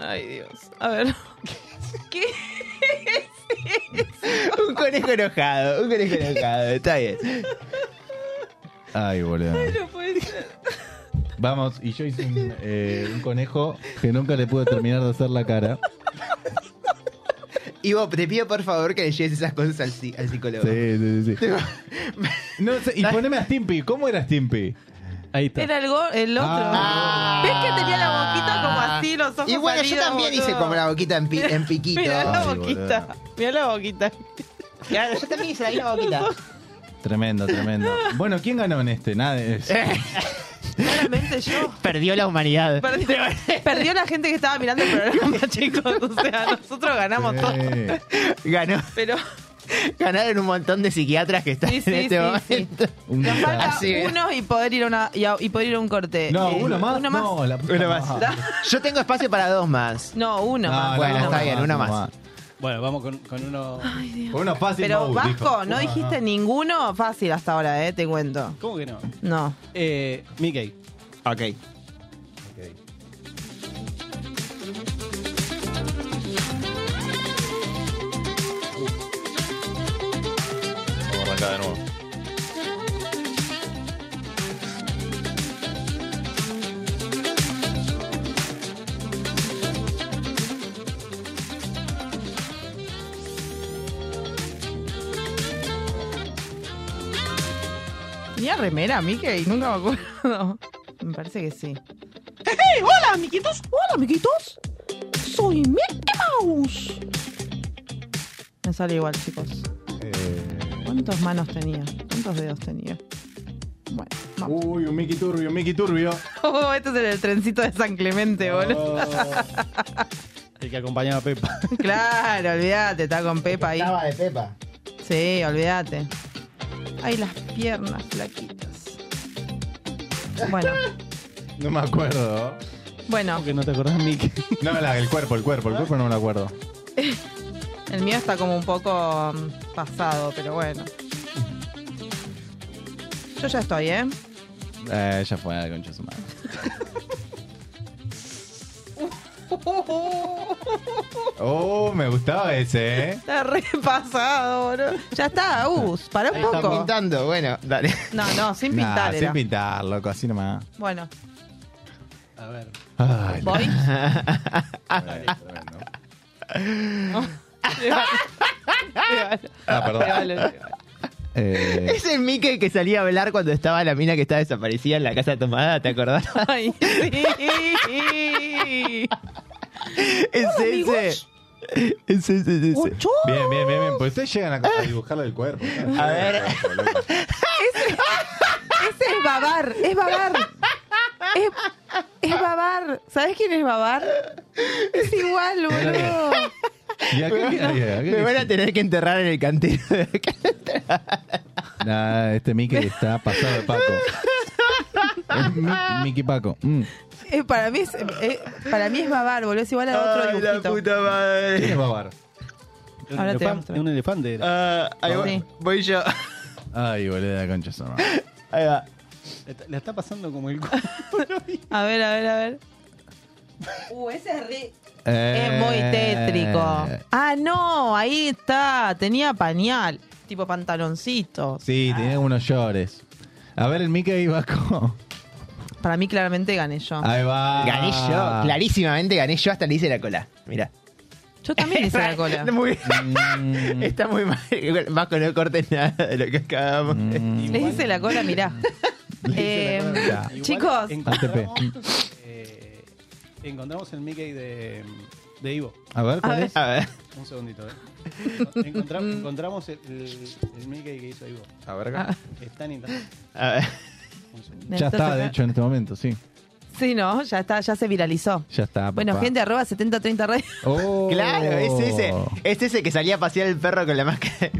Ay, Dios. A ver. ¿Qué es eso?
Un conejo enojado, un conejo enojado. Está bien.
Ay, boludo.
No puede ser.
Vamos, y yo hice un, eh, un conejo que nunca le pude terminar de hacer la cara.
Y vos, te pido por favor que le lleves esas cosas al, ci- al psicólogo.
Sí, sí, sí. sí. No sé, y poneme a Stimpy. ¿Cómo era Stimpy?
Ahí está.
Era el, go- el otro.
Ah.
¿Ves que tenía la boquita como así, los ojos
Y bueno, yo
salidos,
también hice
boludo?
como la boquita en, pi- en piquito.
Mirá la
Ay, boludo.
boquita. Mirá la boquita.
Claro, yo también hice la misma boquita.
Tremendo, tremendo. Bueno, ¿quién ganó en este? Nada.
Eh.
es-
Claramente yo.
Perdió la humanidad.
Perdió, perdió la gente que estaba mirando el programa, chicos. O sea, nosotros ganamos todo.
Eh,
Ganó.
Pero
Ganaron un montón de psiquiatras que están
Sí, sí,
en este
sí,
momento.
un
nos falta
desastre.
Así es.
uno y poder ir a, una, y, a- y poder ir a un corte.
No,
Eh,
uno más.
Uno más.
No, la puta
Uno
madre.
más. Yo tengo espacio para dos más.
No, uno
No,
más.
no,
Bueno,
no,
está
no,
bien,
no,
uno
no,
más.
Bueno, vamos con, con uno.
Uno fácil.
Pero
Mau,
Vasco,
dijo. Ah,
no dijiste ninguno fácil hasta ahora, eh, te cuento.
Eh, ¿Cómo que no?
No.
Eh, Mickey.
Ok.
está de nuevo.
Tenía remera, Mickey, nunca me acuerdo. Me parece que sí.
¡Hey! ¡Eh, ¡Hola, amiguitos! ¡Hola, amiguitos! Soy Mickey Mouse.
Me sale igual, chicos.
Eh,
¿Cuántas manos tenía? ¿Cuántos dedos tenía? Bueno, vamos.
Uy, un Mickey Turbio, un Mickey Turbio. Oh,
Oh, este es el del trencito de San Clemente, boludo.
El que acompañaba a Pepa.
Claro, olvídate, está con Pepa ahí.
Estaba de Pepa.
Sí, olvídate. Ay, las piernas flaquitas. Bueno,
No me acuerdo.
bueno,
Porque no te acordás, Mickey. No, la- el cuerpo, el cuerpo, el cuerpo no me lo acuerdo.
el mío está como un poco mm, pasado, pero bueno. Yo ya estoy, ¿eh?
Eh, ya fue, concha su madre. Oh, me gustaba ese, ¿eh?
Está repasado, boludo. Ya está, uh, para un poco.
pintando, bueno, dale.
No, no, sin pintar
Nah,
era.
sin pintar, loco, así nomás.
Bueno,
A ver.
Ay, la-
¿voy?
Ah,
perdón.
Eh,
Es el Mickey que salía a hablar cuando estaba la mina que estaba desaparecida en la casa tomada, ¿te acordás?
Ay, sí.
Es ese. Es ese, es ese.
Oh,
Bien, bien, bien, bien. Pues ustedes llegan a, a dibujarlo del cuerpo. A ver.
Ese es Babar, es Babar. Es, es Babar. ¿Sabes quién es Babar? Es igual, boludo.
¿Y a qué quería? ¿A qué
Me van a
quería?
tener que enterrar en el cantero.
Nah, este Mickey está pasado de Paco. Es Mi- Mickey Paco. Mm.
Eh, para, mí es, eh, para mí es Babar, boludo. Es igual a otro dibujito.
¿Quién es Babar?
Un,
Ahora te voy a
elefan-
mostrar.
un elefante era.
Ah, ahí va-
Sí.
voy yo.
Ay, boludo, la concha sonora.
Ahí va.
Le está- Le está pasando como el cu-
A ver, a ver, a ver. Uh, ese es re...
Eh,
Es muy tétrico. Ah, no, ahí está. Tenía pañal. Tipo pantaloncitos.
Sí, tenía unos llores. A ver, el Mickey Paco.
Para mí claramente gané Ah. yo.
Ahí va.
Gané
Ah.
yo, clarísimamente gané yo, hasta le hice la cola. Mirá.
Yo también hice la cola.
Está muy, está muy mal. Vasco, no cortes nada de lo que acabamos.
Mm.
de decir.
Les hice la cola, mirá. Eh,
cola.
chicos,
Encontramos, eh, encontramos el Mickey de, de Ivo.
A ver, ¿cuál es?
A ver.
Un segundito, ¿eh? Encontra- encontramos el, el- el Mickey que hizo Ivo.
A ver, acá.
Está en internet.
A ver.
Ya está, de hecho, en este momento, sí.
sí, no, ya está, ya se viralizó.
Ya está.
Bueno,
Ah, papá.
gente, arroba 7030 radio.
Oh.
Claro, es ese. Es ese que salía a pasear el perro con la máscara.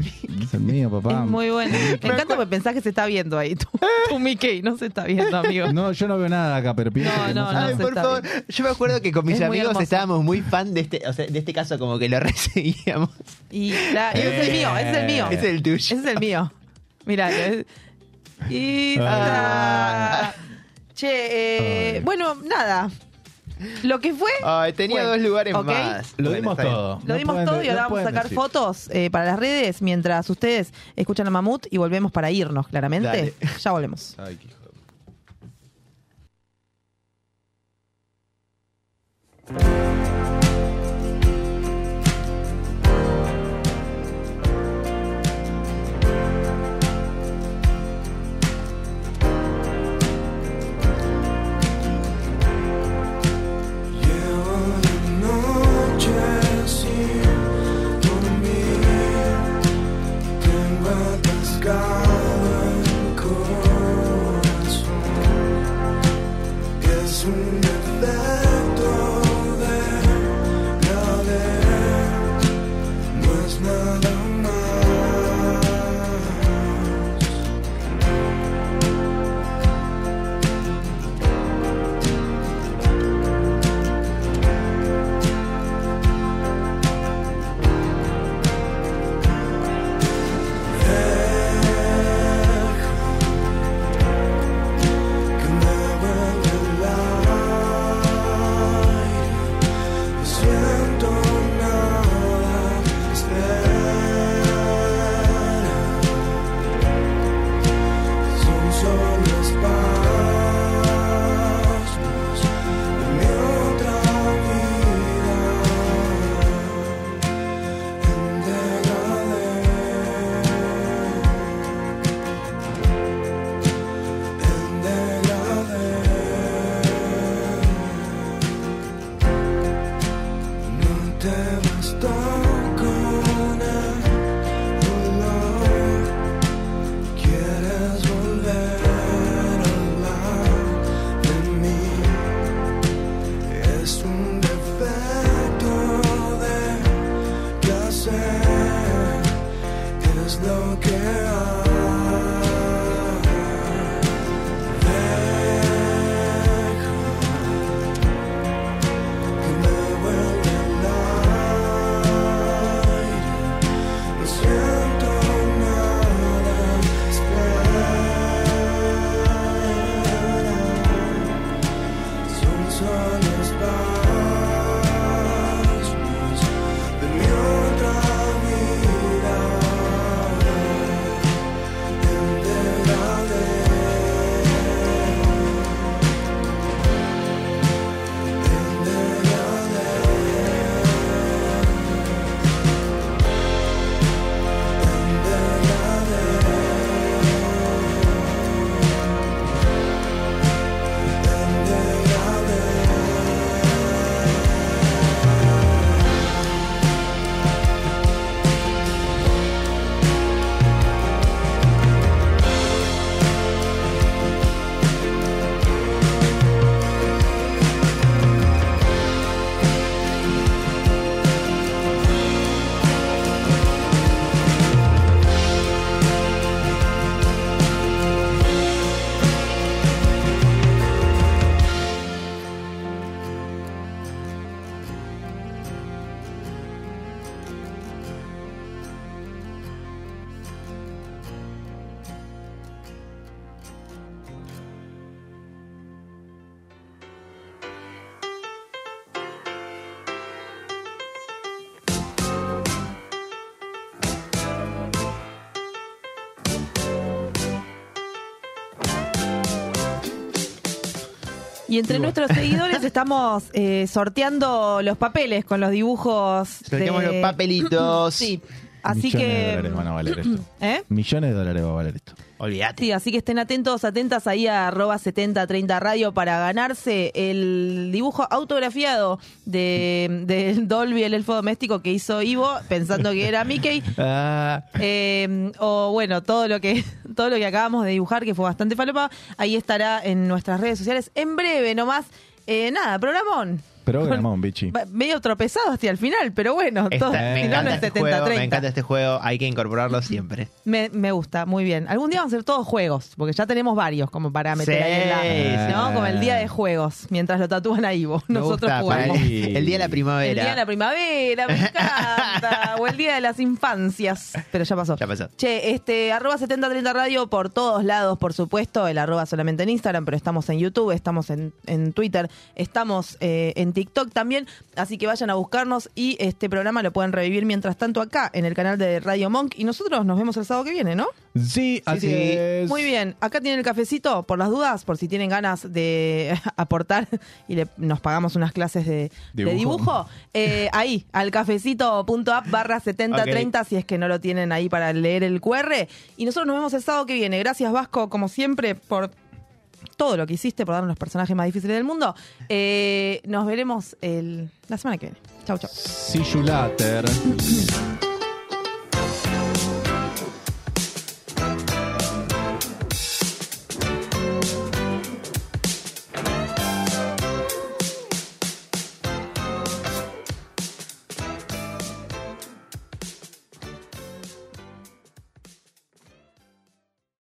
Es el mío, papá.
Es muy bueno. Me encanta porque pensás que se está viendo ahí. Tu, tu Mickey no se está viendo, amigo.
No, yo no veo nada acá, pero pienso
No,
que
no,
sé.
no.
Ay,
se
por
está
favor. Yo me acuerdo que con mis
Es muy
amigos
hermoso.
estábamos muy fan de este, o sea, de este caso, como que lo recibíamos.
Y la- y es el mío, es el
Eh.
mío.
Es el tuyo.
Ese es el mío. Mirá. es- Y.
Ah.
Che, eh,
Ay.
bueno, nada. Lo que fue.
Ay, tenía
Bueno,
dos lugares
ok.
más.
Lo
Bueno,
dimos
está bien.
todo.
Lo
No
dimos
pueden-
todo y
no
ahora vamos a
pueden
sacar
decir.
fotos eh, para las redes mientras ustedes escuchan a Mamut y volvemos para irnos, claramente.
Dale.
Ya volvemos.
Ay, qué hijo de-
Noche sin dormir, tengo atascado el corazón. Es un defecto de
te basta con el dolor. Quieres volver a hablar de mí. Es un defecto de placer. Es lo que hay. Deja No siento nada esperar Son solo espasmos de mi otra vida Enteraré
Y entre nuestros seguidores estamos eh, sorteando los papeles con los dibujos.
Sorteamos los papelitos.
Sí. Así
Millones de
que.
dólares van a valer esto.
¿Eh?
Millones de dólares va a valer esto.
Olvídate.
Sí, así que estén atentos, atentas ahí a arroba 7030 radio para ganarse el dibujo autografiado de, del Dolby, el elfo doméstico que hizo Ivo, pensando que era Mickey. Eh, o bueno, todo lo que todo lo que acabamos de dibujar, que fue bastante falopa, ahí estará en nuestras redes sociales en breve nomás. Eh, nada, programón.
Programón, bichi.
Va- Medio tropezado hasta el final, pero bueno,
Está-
todo,
me,
si no,
encanta
no es
este juego, me
70-30.
encanta este juego, hay que incorporarlo siempre.
Me, me gusta, muy bien. Algún día vamos a hacer todos juegos, porque ya tenemos varios como para meter ahí en la-
Sí,
¿no?
sí.
Como el día de juegos, mientras lo tatúan a Ivo.
Me
Nosotros
gusta, para
jugamos.
el, el día de la primavera.
El día de la primavera, me encanta. o el día de las infancias. Pero ya pasó.
Ya pasó.
Che, este, arroba 7030 radio por todos lados, por supuesto. El arroba solamente en Instagram, pero estamos en YouTube, estamos en, en Twitter, estamos eh, en TikTok también. Así que vayan a buscarnos y este programa lo pueden revivir mientras tanto acá en el canal de Radio Monk. Y nosotros nos vemos el sábado que viene, ¿no?
Sí, así es.
Muy bien, acá tienen el cafecito por las dudas, por si tienen ganas de aportar y le- nos pagamos unas clases de de dibujo.
Dibujo.
Eh, ahí, al cafecito.app barra 7030, si es que no lo tienen ahí para leer el QR. Y nosotros nos vemos el sábado que viene. Gracias Vasco, como siempre, por todo lo que hiciste, por darnos los personajes más difíciles del mundo. Eh, nos veremos el- la semana que viene. Chau, chau.
See you later.